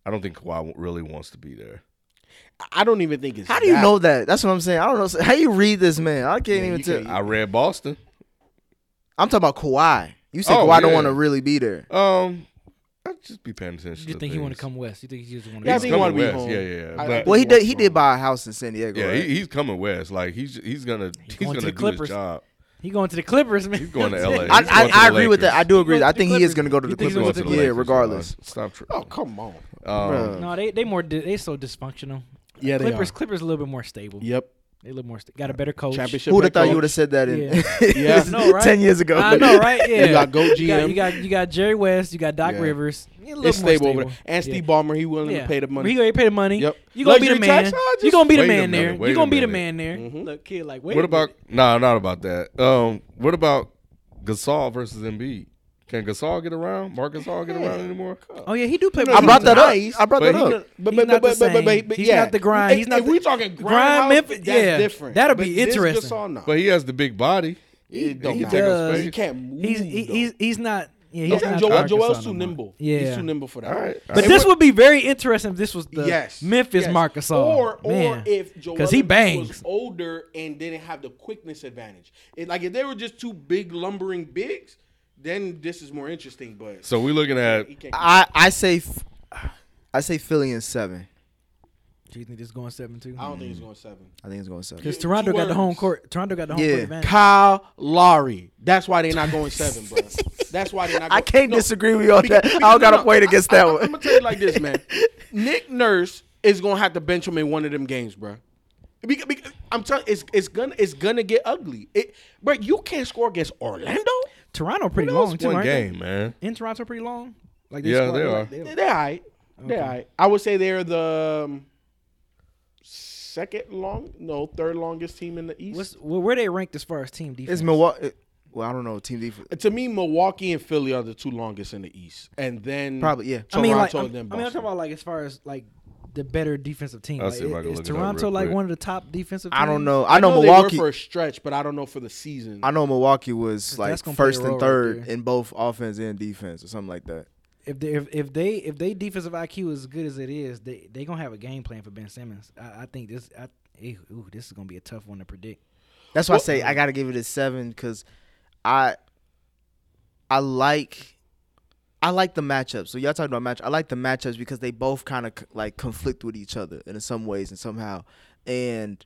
I don't think Kawhi really wants to be there. I don't even think it's. How do you know that? That's what I'm saying. I don't know. How you read this man? I can't even you tell. can't- I read Boston. I'm talking about Kawhi. You said Oh, Kawhi don't yeah. want to really be there. Um, I just be paying attention. You to think he want to things. come west? You think he just want to? Yeah, I He's think he wanna coming be west. home. Yeah, yeah, yeah. I But- think- Well, he did. He Westbrook. did buy a house in San Diego. Yeah, right? he, he's coming west. Like he's he's gonna he's going gonna to do the Clippers. his job. He going to the Clippers, man. He's going to I'm saying. LA. I, He's going to I, I the agree with that. I Lakers. do agree. He's I going to think the he Clippers. is going to go to You the think he's Clippers. going Going to to the the yeah, Lakers, regardless. guys. Stop. Tri- Oh come on. um, No, they they more di- they so dysfunctional. Yeah, they Clippers are. Clippers a little bit more stable. Yep. They look more sta- got a better coach. Championship. Who would have thought coach. you would have said that in Yeah. I know, right? ten years ago? I know, right? Yeah. got GOAT You got, GM. you got you got Jerry West. You got Doc Yeah. Rivers. He a little It's more stable over there. And Steve Ballmer, he willing Yeah. to pay the money. He gonna pay the money. Yep. You gonna be Luxury the man. tax? Ah, You just gonna be the wait a man minute, there. wait You a gonna be the minute. man there. Mm-hmm. Look, kid, like wait. what a about? minute. Nah, not about that. Um, what about Gasol versus Embiid? Can Gasol get around? Mark Gasol get around anymore? Oh yeah, he do play. I brought that up. Nice, I brought but that he up. But He's but but but, but, not the but, same. but, but He's yeah. not the grind. If, He's not if the- we talking Grind grind, Memphis- Memphis, that's yeah. different. That'll be But this interesting. Gasol, no. But he has the big body. he, He don't can have take it. up does. space. He can't move. He's he, though. he's he's not. Yeah, he's Okay, not Joel, Marcus Joel's on too no more. nimble. Yeah, He's too nimble for that. All right. But Hey, this what- would be very interesting if this was the yes. Memphis yes. Marcus Or man. or if Joel because he Embiid bangs. was older and didn't have the quickness advantage. It, like if they were just two big lumbering bigs, then this is more interesting. But So we're looking at he can't. I I say, f- I say Philly in seven. Do you think this is going seven two? I don't think he's going seven. I think it's going seven. Because Toronto got the home words. court. Toronto got the home Yeah. court advantage. Kyle Lowry. That's why they're not going seven, bro. That's why they're not. Going, I can't disagree with you on that. I don't got to point against that I'm one. gonna tell you like this, man. Nick Nurse is gonna have to bench him in one of them games, bro. Because, I'm telling, it's it's gonna it's gonna get ugly. It, bro, you can't score against Orlando. Toronto pretty That was long too, one aren't they? game, man. In Toronto pretty long. Like Yeah, squad- they like, are. they- They're all right. They're all right. I would say they're the um, second long, no, third longest team in the East. What's well, where they ranked as far as team defense? It's Milwaukee. eh, Well, I don't know. Team defense. to me, Milwaukee and Philly are the two longest in the East, and then Probably, yeah. I mean, like, Toronto and I'm, I then mean, I'm Boston. talking about like as far as like the better defensive team. I'll Like, see if I can is look it up Toronto real like quick. one of the top defensive? I teams? don't know. I know they were Milwaukee. for a stretch, but I don't know for the season. I know Milwaukee was that's like gonna play a first role and right third there. in both offense and defense or something like that. If they if, if they if they defensive IQ is as good as it is, they they gonna have a game plan for Ben Simmons. I, I think this I eh, ooh, this is gonna be a tough one to predict. That's why I say I gotta give it a seven because I I like I like the matchups. So y'all talking about match. I like the matchups because they both kind of like conflict with each other in some ways and somehow. And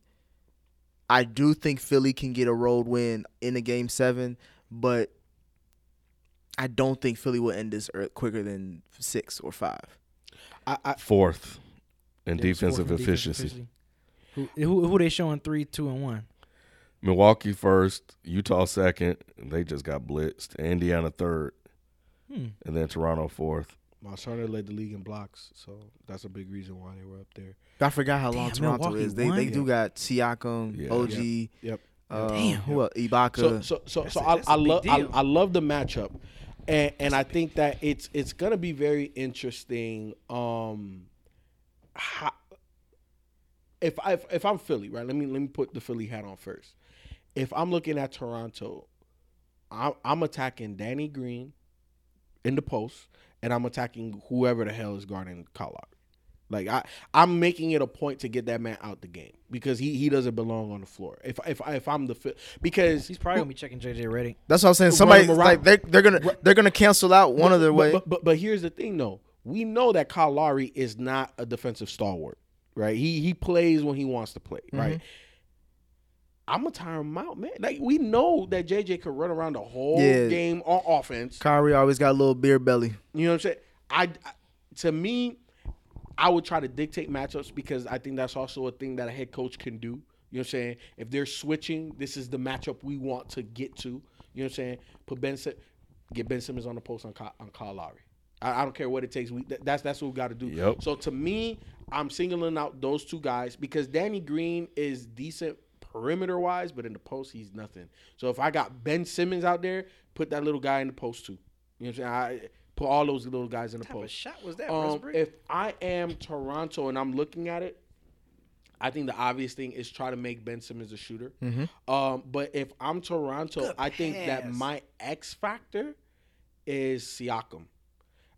I do think Philly can get a road win in a game seven, but I don't think Philly will end this ear- quicker than six or five. I, I, Fourth in They score defensive from defensive efficiency. Who, who who they showing three, two, and one? Milwaukee first, Utah second. They just got blitzed. Indiana third, Hmm. and then Toronto fourth. my son led the league in blocks, so that's a big reason why they were up there. I forgot how long Damn, Toronto Milwaukee is. They won? they do got Siakam, Yeah. OG, Yep. uh, Damn. who else? Ibaka. So so so, so a- I, that's a I big love I, deal. I love the matchup, and and I think that it's it's gonna be very interesting. Um, how, if I if I'm Philly, right? Let me let me put the Philly hat on first. If I'm looking at Toronto, I'm, I'm attacking Danny Green in the post, and I'm attacking whoever the hell is guarding Kyle Lowry. Like I, I'm making it a point to get that man out the game because he he doesn't belong on the floor. If if if I'm the fi- because He's probably gonna be checking JJ Redick. That's what I'm saying. Run Somebody them around. like they're they're gonna they're gonna cancel out one but- of their but- way. But, but but here's the thing though, we know that Kyle Lowry is not a defensive stalwart, right? He he plays when he wants to play, right? Mm-hmm. I'm gonna tire him out, man. Like we know that JJ could run around the whole Yeah. game on offense. Kyrie always got a little beer belly. You know what I'm saying? I, I- to me, I would try to dictate matchups because I think that's also a thing that a head coach can do. You know what I'm saying? If they're switching, this is the matchup we want to get to. You know what I'm saying? Put Ben Sim- get Ben Simmons on the post on Kyle, on Kyle Lowry. I, I don't care what it takes. We that, that's that's what we got to do. Yep. So to me, I'm singling out those two guys because Danny Green is decent perimeter wise, but in the post he's nothing. So if I got Ben Simmons out there, put that little guy in the post too. You know what I'm saying? I put all those little guys in the post. shot was that? Um, if I am Toronto and I'm looking at it, I think the obvious thing is try to make Ben Simmons a shooter. Um, but if I'm Toronto, I think that my X factor is Siakam.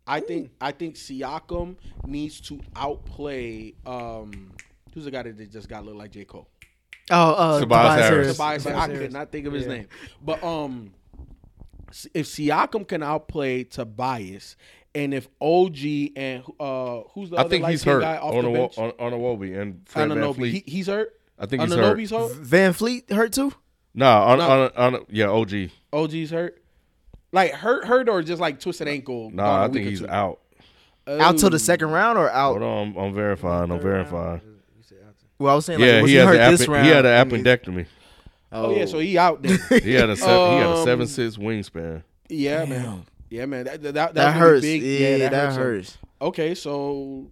I think I think Siakam needs to outplay um, Who's the guy that just got look like J Cole? Oh, Tobias uh, Tobias Harris. Harris. Tobias, I could not think of his name. But um, S- if Siakam can outplay Tobias, and if OG and uh, who's the I other think he's light-skinned hurt guy off on the a wo- bench? on, on a Wobie and Fred Anunoby. VanVleet. He, he's hurt. I think he's Anunoby's hurt. hurt. Van Fleet hurt too. Nah, on, on, on, yeah, OG. OG's hurt. Like hurt, hurt, or just like twisted ankle. gone Nah, a I week think or he's two? Uh, out. Out till the second round or out? Hold on, I'm, I'm verifying. I'm verifying. Well, I was saying like, Yeah, was he, he, has hurt an this appen- round? he had an appendectomy. Oh yeah, so he out there. He had a seven, he had a Um, seven six wingspan. yeah, man. Yeah, man. That that, that, that that's really hurts. Big. Yeah, that, hurts. him. Okay, so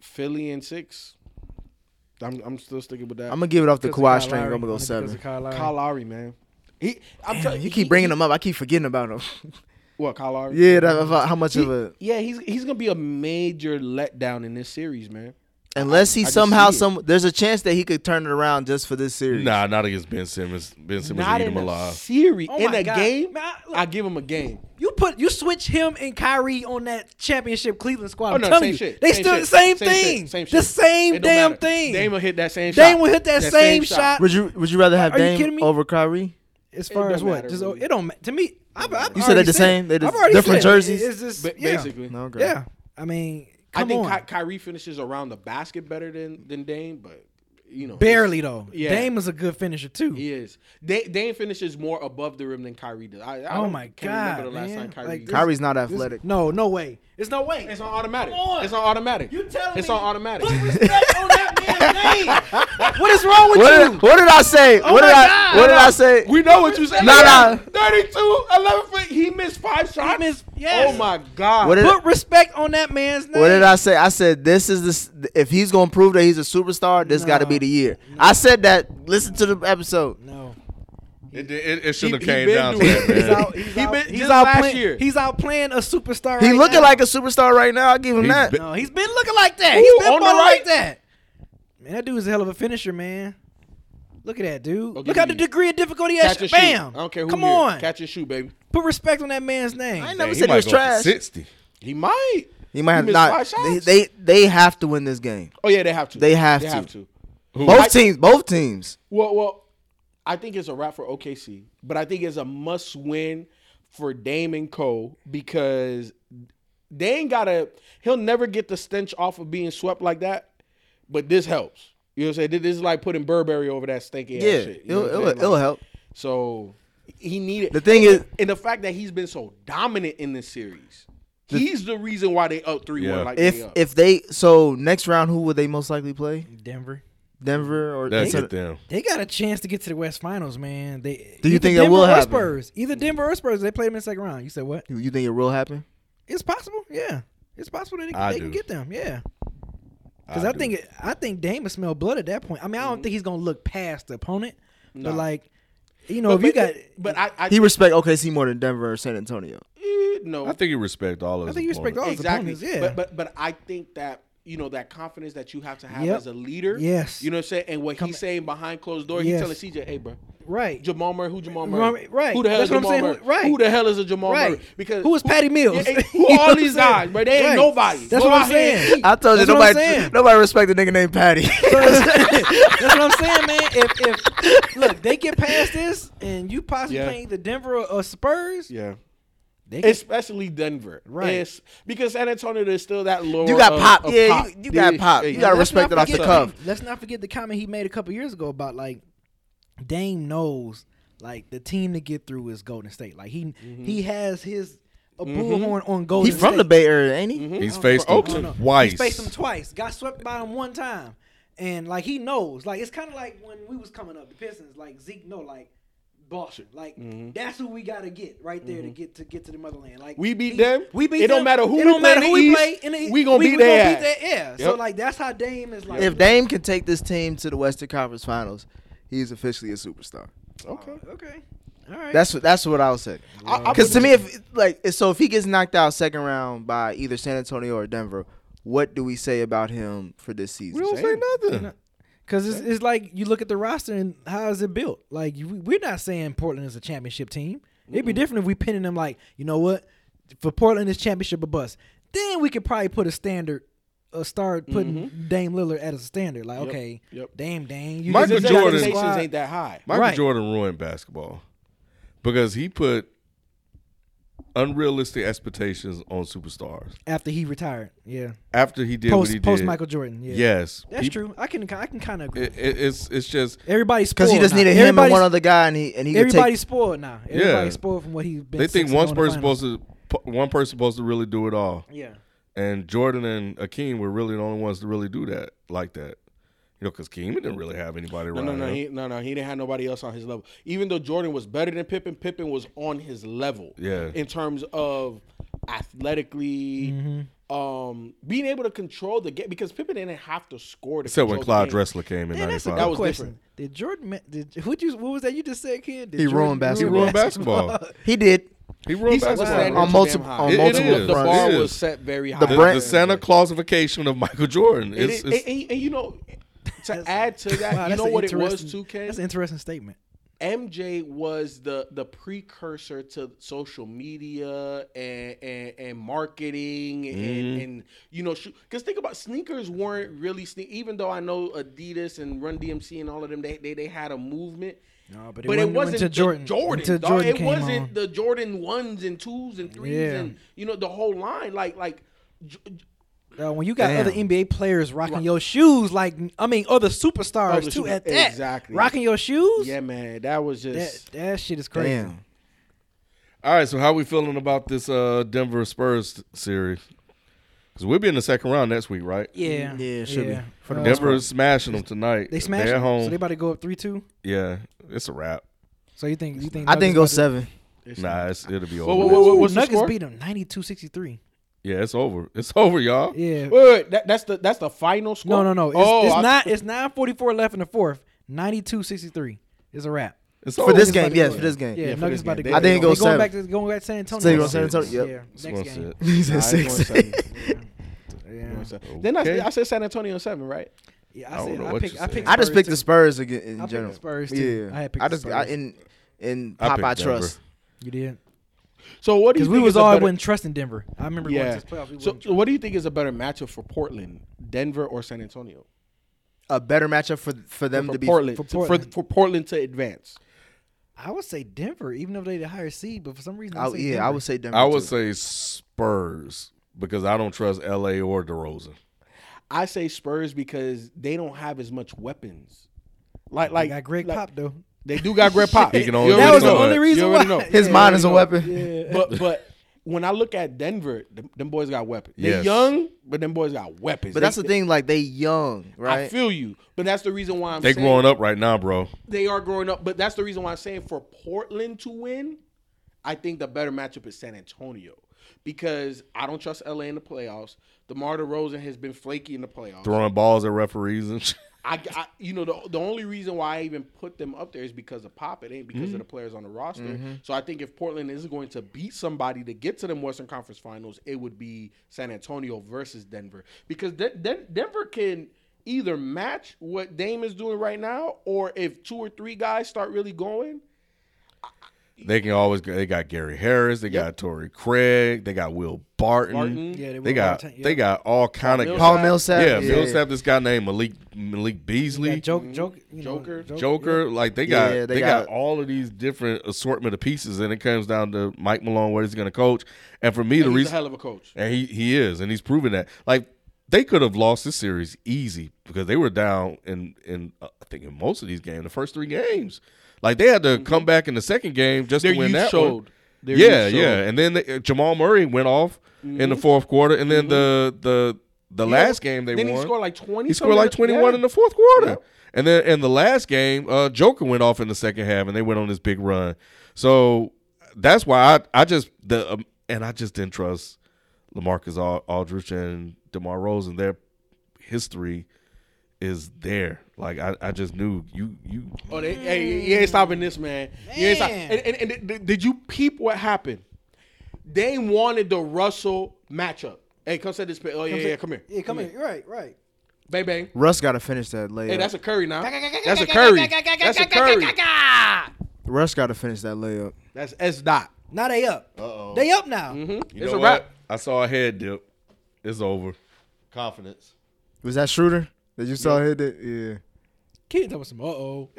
Philly and six. I'm I'm still sticking with that. I'm gonna give it off the Because of Kyle Kawhi string. I'm Lowry. gonna go Because seven. of Kyle Lowry. Kyle Lowry, man. He, I'm telling You keep bringing him up. I keep forgetting about him. What Kyle Lowry? yeah, that, about how much of a yeah. He's he's gonna be a major letdown in this series, man. unless he just somehow see it. some there's a chance that he could turn it around just for this series. Nah, not against Ben Simmons. Ben Simmons will Not eat him in a alive. series, Oh in my a God. game. Man, I- look. I give him a game. You put you switch him and Kyrie on that championship Cleveland squad. Oh I'm no, telling same you, shit. they same still shit, the same, shit, thing. same the shit. same It don't damn matter. thing. Dame will hit that same shot. Dame will hit that same shot. Would you would you rather have Are you Dame kidding me? over Kyrie? as far don't as what? matter, Just, oh, really. It don't ma- to me. I've, I've You said already they're the same? They I've just- already different said it. jerseys? It's just Ba- yeah. Basically, No, okay. Yeah, I mean, I come think on. Ky- Kyrie finishes around the basket better than than Dame, but you know, Barely though. Yeah. Dame is a good finisher too. He is. Dame, Dame finishes more above the rim than Kyrie does. I, I Oh don't- my can't remember God, the last man. time Kyrie. Like, did this- that. Kyrie's not athletic. No, no way. It's no way. It's on automatic. Come on. It's on automatic. You telling It's me- on automatic. Put respect on that man's name. What is wrong with What you? did, what did I say? what my did I God. what did I say? We know what you said. Nah, nah. 32, 11 feet. He missed five shots. missed- yes. Oh my God. What did- Put respect on that man's name. What did I say? I said this is this. If he's gonna prove that he's a superstar, this got to be the year. I said that. Listen to the episode. No. It, it, it should have he came been down to doing that, it. He's man. out- he's out- been- just he's out last playing- year. He's out playing a superstar. He right looking now. like a superstar right now. I give him He's that. been- No, he's been looking like that. Ooh, he's been on the balling right. like that. Man, that dude's a hell of a finisher, man. Look at that dude. Okay, Look at the dude. degree of difficulty. Catch Catch and Bam. shoot. I don't care who Come here. on. Catch and shoot, baby. Put respect on that man's name. I ain't Man, never said he might was go for trash. Sixty. He might. He might have missed not. five shots. They, they they have to win this game. oh, yeah, they have to. They have They to. have to. both teams. Both teams. Well, well, I think it's a wrap for OKC, but I think it's a must win for Dame and Co. because they ain't gotta. He'll never get the stench off of being swept like that, but this helps. You know what I'm saying? This is like putting Burberry over that stinky Yeah, ass shit. you know it'll, what I'm it'll, saying? it'll Like, help. So he needed The thing is- and the fact that he's been so dominant in this series, he's the reason why they up three Yeah. one. Like they If up. if they so next round, who would they most likely play? Denver. Denver or That's so- it. Then They got a chance to get to the West Finals, man. They Do you either think that Denver will or happen? Spurs. Either Denver or Spurs. They played them in the second round. You said what? You you think it will happen? It's possible. Yeah, it's possible that I they, they can do. get them. Yeah, because I, think it, I think Dame will smell blood at that point. I mean, Mm-hmm. I don't think he's gonna look past the opponent, but like, you know, but, if you but- got, but I, I He respect OKC more than Denver or San Antonio. eh, no, I think you respect all of. I his think you respect all opponents. his exactly. opponents. Yeah, But but but I think that you know that confidence that you have to have Yep. as a leader. Yes. You know what I'm saying? And what he's saying behind closed door, Yes. he's telling CJ, hey bro. right. Jamal Murray, who Jamal Jamal Murray? Murray, right. Who the hell is That's what I'm Jamal saying, Murray? who- right. Who the hell is a Jamal Right. Murray? Because Who is Patty Mills? Yeah, eh, who You know all what these I'm saying? guys, bro? They ain't Right. nobody. That's what I'm Nobody ain't- saying. I told you That's what I'm nobody saying. nobody respect a nigga named Patty. That's what I'm saying, man. If if look, they get past this, and you possibly Yeah. playing either Denver or, or Spurs, Yeah. they can, Especially Denver, Right. It's- because San Antonio is still that lower. You got of- pop. of Yeah, you- you got Yeah, pop. yeah, You yeah. gotta Let's respect not it off the forget- cuff. Let's not forget the comment he made a couple years ago about like Dame knows like the team to get through is Golden State. Like he Mm-hmm. he has his a bullhorn on Golden He State. from the Bay Area, ain't he? He's faced For him Oakland. twice. He faced him twice. Got swept by him one time. And like he knows. Like it's kinda like when we was coming up, the Pistons, like Zeke know like Boston. Like Mm-hmm. that's who we gotta get right there to get to get to the motherland. Like We beat he- them. We beat It don't them. matter who we it don't play matter in who the we East, play in the we gonna we, beat we their gonna ass. beat their ass. So Yep. like that's how Dame is like If Dame can take this team to the Western Conference Finals, he's officially a superstar. Okay. Okay. All right. That's what that's what I'll say. I- I Because to would- me, if like so, if he gets knocked out second round by either San Antonio or Denver, what do we say about him for this season? We don't say nothing. Because it's, it's like you look at the roster and how is it built? Like you, we're not saying Portland is a championship team. It'd be different if we pinning them like you know what for Portland is championship a bust. Then we could probably put a standard uh, start putting Dame Lillard at a standard. Like, okay, yep. damn, Dame, you Michael His just got the Jordan- expectations squad. ain't that high. Michael Right. Jordan ruined basketball because he put unrealistic expectations on superstars after he retired. Yeah, after he did what post he post did. Michael Jordan. Yeah, Yes, that's peop- true. I can I can kind of agree. It, it, it's it's just everybody's Because he spoiled just now. needed him and Everybody's- one other guy, and he and he could Everybody's take. spoiled now. Everybody's spoiled from what he's been. they think six and one oh in the person's finals. supposed to p- one person supposed to really do it all. Yeah, and Jordan and Akeem were really the only ones to really do that like that. You know, because Keem didn't really have anybody No, around no, no, him. he, no, no. He didn't have nobody else on his level. Even though Jordan was better than Pippen, Pippen was on his level. Yeah. In terms of athletically, um, being able to control the game because Pippen didn't have to score. To Except when control Clyde the game. Dressler came in Damn, that's a '95. good That was question. different. Did Jordan? ma- Did who? You, what was that you just said, kid? Did He Jordan ruined ruin basketball. He ruined basketball. He did. he ruined He set the basketball. standard On too multiple- damn high. on It- it multiple is. The bar It is. was set very high. The, brand- the Santa Clausification of Michael Jordan. And, It's, it- it's, and- and- and you know, to add to that, you know what it was too, Ken. That's an interesting statement. MJ was the the precursor to social media and and, and marketing Mm-hmm. and, and you know because think about sneakers weren't really sneak even though I know Adidas and Run DMC and all of them they they, they had a movement. No, but But, it it wasn't wasn't until the Jordan- Jordan, until dog. Jordan it came wasn't on. the Jordan ones and twos and threes Yeah. and you know the whole line. Like like J- J- Uh, when you got Damn. other NBA players rocking your shoes, like I mean, other superstars Other too. super- at that, exactly. Rocking your shoes. yeah, man, that was That just that shit is crazy. Damn. all right. So how we feeling about this uh, Denver Spurs series? Because we'll be in the second round next week, right? Yeah. Yeah, it should be. For the Uh, Denver is smashing them tonight. They smashed. They're at it? home. So they about to go up three two. yeah, it's a wrap. So you think you think I think Nuggets about go to- seven. Nah, it's, it'll be over. Whoa, whoa, with. whoa, whoa, Ooh, what's the Nuggets score? beat them 92-63. Yeah, it's over. It's over, y'all. Yeah. Wait, wait, that, that's the that's the final score. No, no, no. It's, Oh, it's I- not. It's nine forty four left in the fourth. 92-63 is a wrap. It's For this over. game, yes, for this game. Yeah, for this Nuggets about to game. go. I think they it goes going seven. back to going back to San Antonio. So you go San Antonio? Yeah, Yep. It's next gonna game. sit. He said Nah, it's six. going seven. Yeah. Then I, Okay. I said San Antonio seven, right? Yeah, I, I don't said, know I, what picked, you I said. picked. I just picked Spurs, the Spurs again in I picked general. the Spurs, too. Yeah, I had picked I the just I, Spurs. in in I Pop picked I Denver. trust. too. You did. So what do you Because we think was is a all better- wasn't trusting Denver. I remember yeah. Yeah. this playoff. We So wasn't what do you think is a better matchup for Portland, Denver or San Antonio? A better matchup for for them For to be Portland, for to- for, Portland. for Portland to advance. trusting. I would say Denver, even though they the higher seed, but for some reason, I, I, say Oh, yeah, I Denver. would say Denver. I would say too. Spurs because I don't trust LA or DeRozan. I say Spurs because they don't have as much weapons. Like like They got Greg like- Pop though. They do got Greg Pop. He can You only already That was the so know. only much. reason You why. already know. his mind is a weapon. but but when I look at Denver, them, them boys got weapons. They're Yes. young, but them boys got weapons. But They- that's the thing. Like they young, I right? feel you, but that's the reason why I'm They saying growing up right now, bro. They are growing up, but that's the reason why I'm saying for Portland to win, I think the better matchup is San Antonio because I don't trust LA in the playoffs. DeMar DeRozan has been flaky in the playoffs. Throwing balls at referees and shit. I, I- you know, the, the only reason why I even put them up there is because of Pop. It ain't because of the Mm-hmm. players on the roster. So I think if Portland is going to beat somebody to get to them Western Conference Finals, it would be San Antonio versus Denver because De- Den- Denver can either match what Dame is doing right now, or if two or three guys start really going, They can always go. They got Gary Harris. They got Torrey Craig. They got Will Barton. Barton. Yeah, they, they were got all the time- they yeah. got all kind of Millsap. Paul Millsap. Yeah, Millsap. This guy named Malik Malik Beasley. Yeah, joke, joke, you know, Mm-hmm. Joker. Joker, like they got Yeah, they, they got, got- all of these different assortment of pieces, and it comes down to Mike Malone, what he's going to coach. And for me, the he's a reason hell of a coach. And he, he is, and he's proven that. Like they could have lost this series easy because they were down in in uh, I think in most of these games, the first three games. Like they had to come back in the second game just to Mm-hmm. Their win youth that one. showed. Their yeah, youth yeah, showed. Mm-hmm. and then the, uh, Jamal Murray went off in the fourth quarter, and then the the the last game they then won. he scored like 20 He scored like something. twenty one Yeah. in the fourth quarter, and then in the last game, uh, Joker went off in the second half, and they went on this big run. So that's why I I just the um, and I just didn't trust Lamarcus Al- Aldrich and DeMar Rosen. Their history is there. Like I, I just knew you you. Oh, they, hey, you ain't stopping this, man. You ain't stop- and, and, and did- did you peep what happened? They wanted the Russell matchup. Hey, come set this. pa- Oh yeah, yeah, come here. Yeah, come here. Right, right. Bang bang. Russ got to finish that layup. Hey, that's a curry now. That's a curry. That's a curry. Russ got to finish that layup. That's S dot. Now Mm-hmm. they up. Uh-oh. They up now. you it's know a what? wrap. I saw a head dip. It's over. Confidence. Was that Schroeder that you saw hit that? Yeah. Kids talking some uh oh.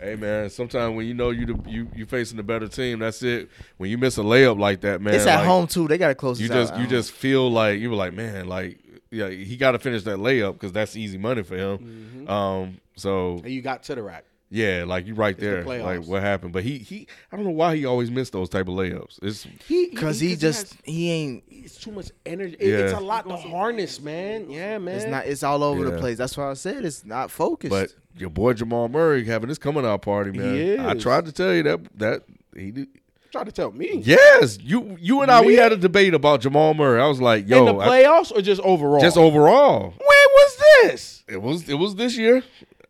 Hey man, sometimes when you know you the, you you facing a better team, that's it. When you miss a layup like that, man, it's at like, home too. They gotta close. You this out. just I you don't- just feel like you were like, man, like yeah, he got to finish that layup because that's easy money for him. Mm-hmm. Um, so And you got to the rack. yeah, like you right the there, like playoffs. what happened. But he he, I don't know why he always missed those type of layups. It's He Cause he just has- he ain't. it's too much energy. It- It's Yeah. a lot to harness, man. Yeah, man. It's not. It's all over Yeah. the place. That's why I said it's not focused. but your boy Jamal Murray having his coming out party, man. He I is. tried to tell you that that he did. Try to tell me. Yes, you you and I we Me? had a debate about Jamal Murray. I was like, In yo, the I- playoffs or just overall? just overall. When was this? It was it was this year.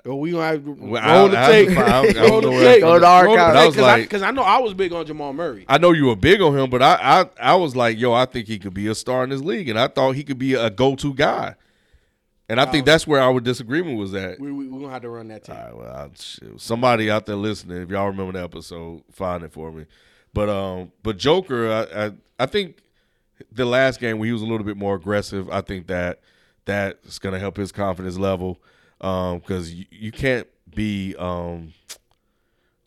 Well, we gonna have to Well, I- roll the I- tape. I- I- I don't Roll the know where- tape. Go to the Roll archives. But I was tape, 'cause I like- because I know I was big on Jamal Murray. I know you were big on him, but I, I I was like, yo, I think he could be a star in this league, and I thought he could be a go to guy. And I think that's where our disagreement was at. we we we gonna have to run that tape. All right, well, I, shit, somebody out there listening, if y'all remember the episode, find it for me. But um, but Joker, I, I I think the last game when he was a little bit more aggressive, I think that that's gonna help his confidence level. Um, because you, you can't be um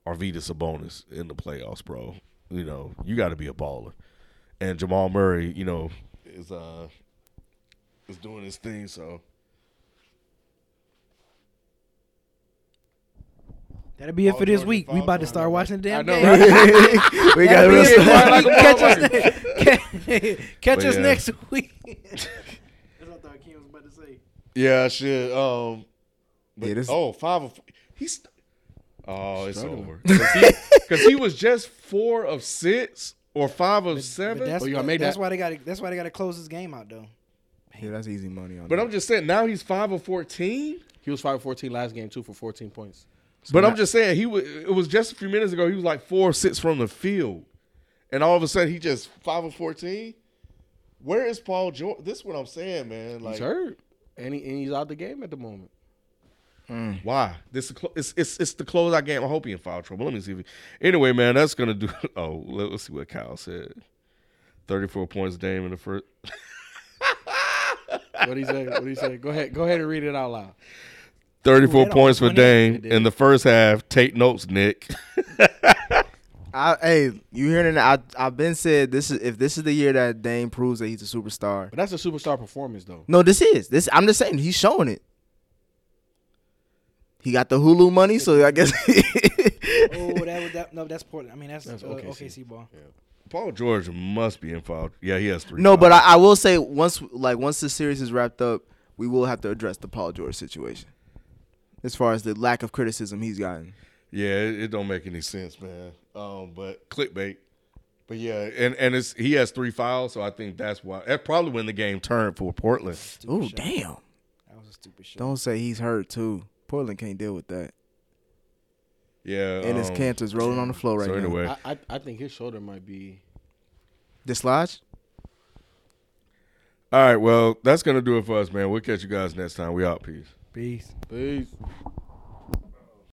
Arvidas Sabonis in the playoffs, bro. You know you got to be a baller, and Jamal Murray, you know, is uh is doing his thing. So That'll be it for this week. We about to start watching the damn game. we gotta That'll be rest. it. You can catch us, catch But us yeah. next week. That's what I thought Ken was about to say. yeah, shit. Um, Yeah, this- Oh, five of he's. Oh, it's over because he, was just four of six or five of But seven. that's, But, Oh, Oh, you gonna make that's that- why they got. to That's why they got to close this game out though. Yeah, that's easy money on. I'm just saying now he's five of fourteen. He was five for fourteen last game too for fourteen points. but I'm just saying he was. It was just a few minutes ago. He was like four or six from the field, and all of a sudden he just five of fourteen. Where is Paul George? This is what I'm saying, man. Like He's hurt, and, he, and he's out the game at the moment. Why? This is clo- it's it's it's the closeout game. I hope he in foul trouble. Let me see. If he, anyway, man, that's gonna do. Oh, let, us see what Kyle said. Thirty-four points, Dame in the first. What he say? What he say? Go ahead, go ahead and read it out loud. Thirty-four that points for almost went Dame in the first half. Take notes, Nick. I, hey, you hearing it? I I've been said this is if this is the year that Dame proves that he's a superstar. But that's a superstar performance though. No, this is this. I'm just saying he's showing it. He got the Hulu money, so I guess. Oh, that was that. No, that's Portland. I mean, that's, uh, OKC. ball. Paul George must be in foul. Yeah, he has three. no, but I, fouls. I will say once like once the series is wrapped up, we will have to address the Paul George situation. As far as the lack of criticism he's gotten. yeah, it, it don't make any sense, man. Um, but clickbait. But yeah, and and it's he has three fouls, so I think that's why. That's probably when the game turned for Portland. Oh damn! That was a stupid shot. Don't say he's hurt too. Portland can't deal with that, Yeah, and his um, cancer's rolling on the floor right So now. anyway, I, I I think his shoulder might be. Dislodge. All right, well, that's gonna do it for us, man. We'll catch you guys next time. We out. Peace. Peace. Peace.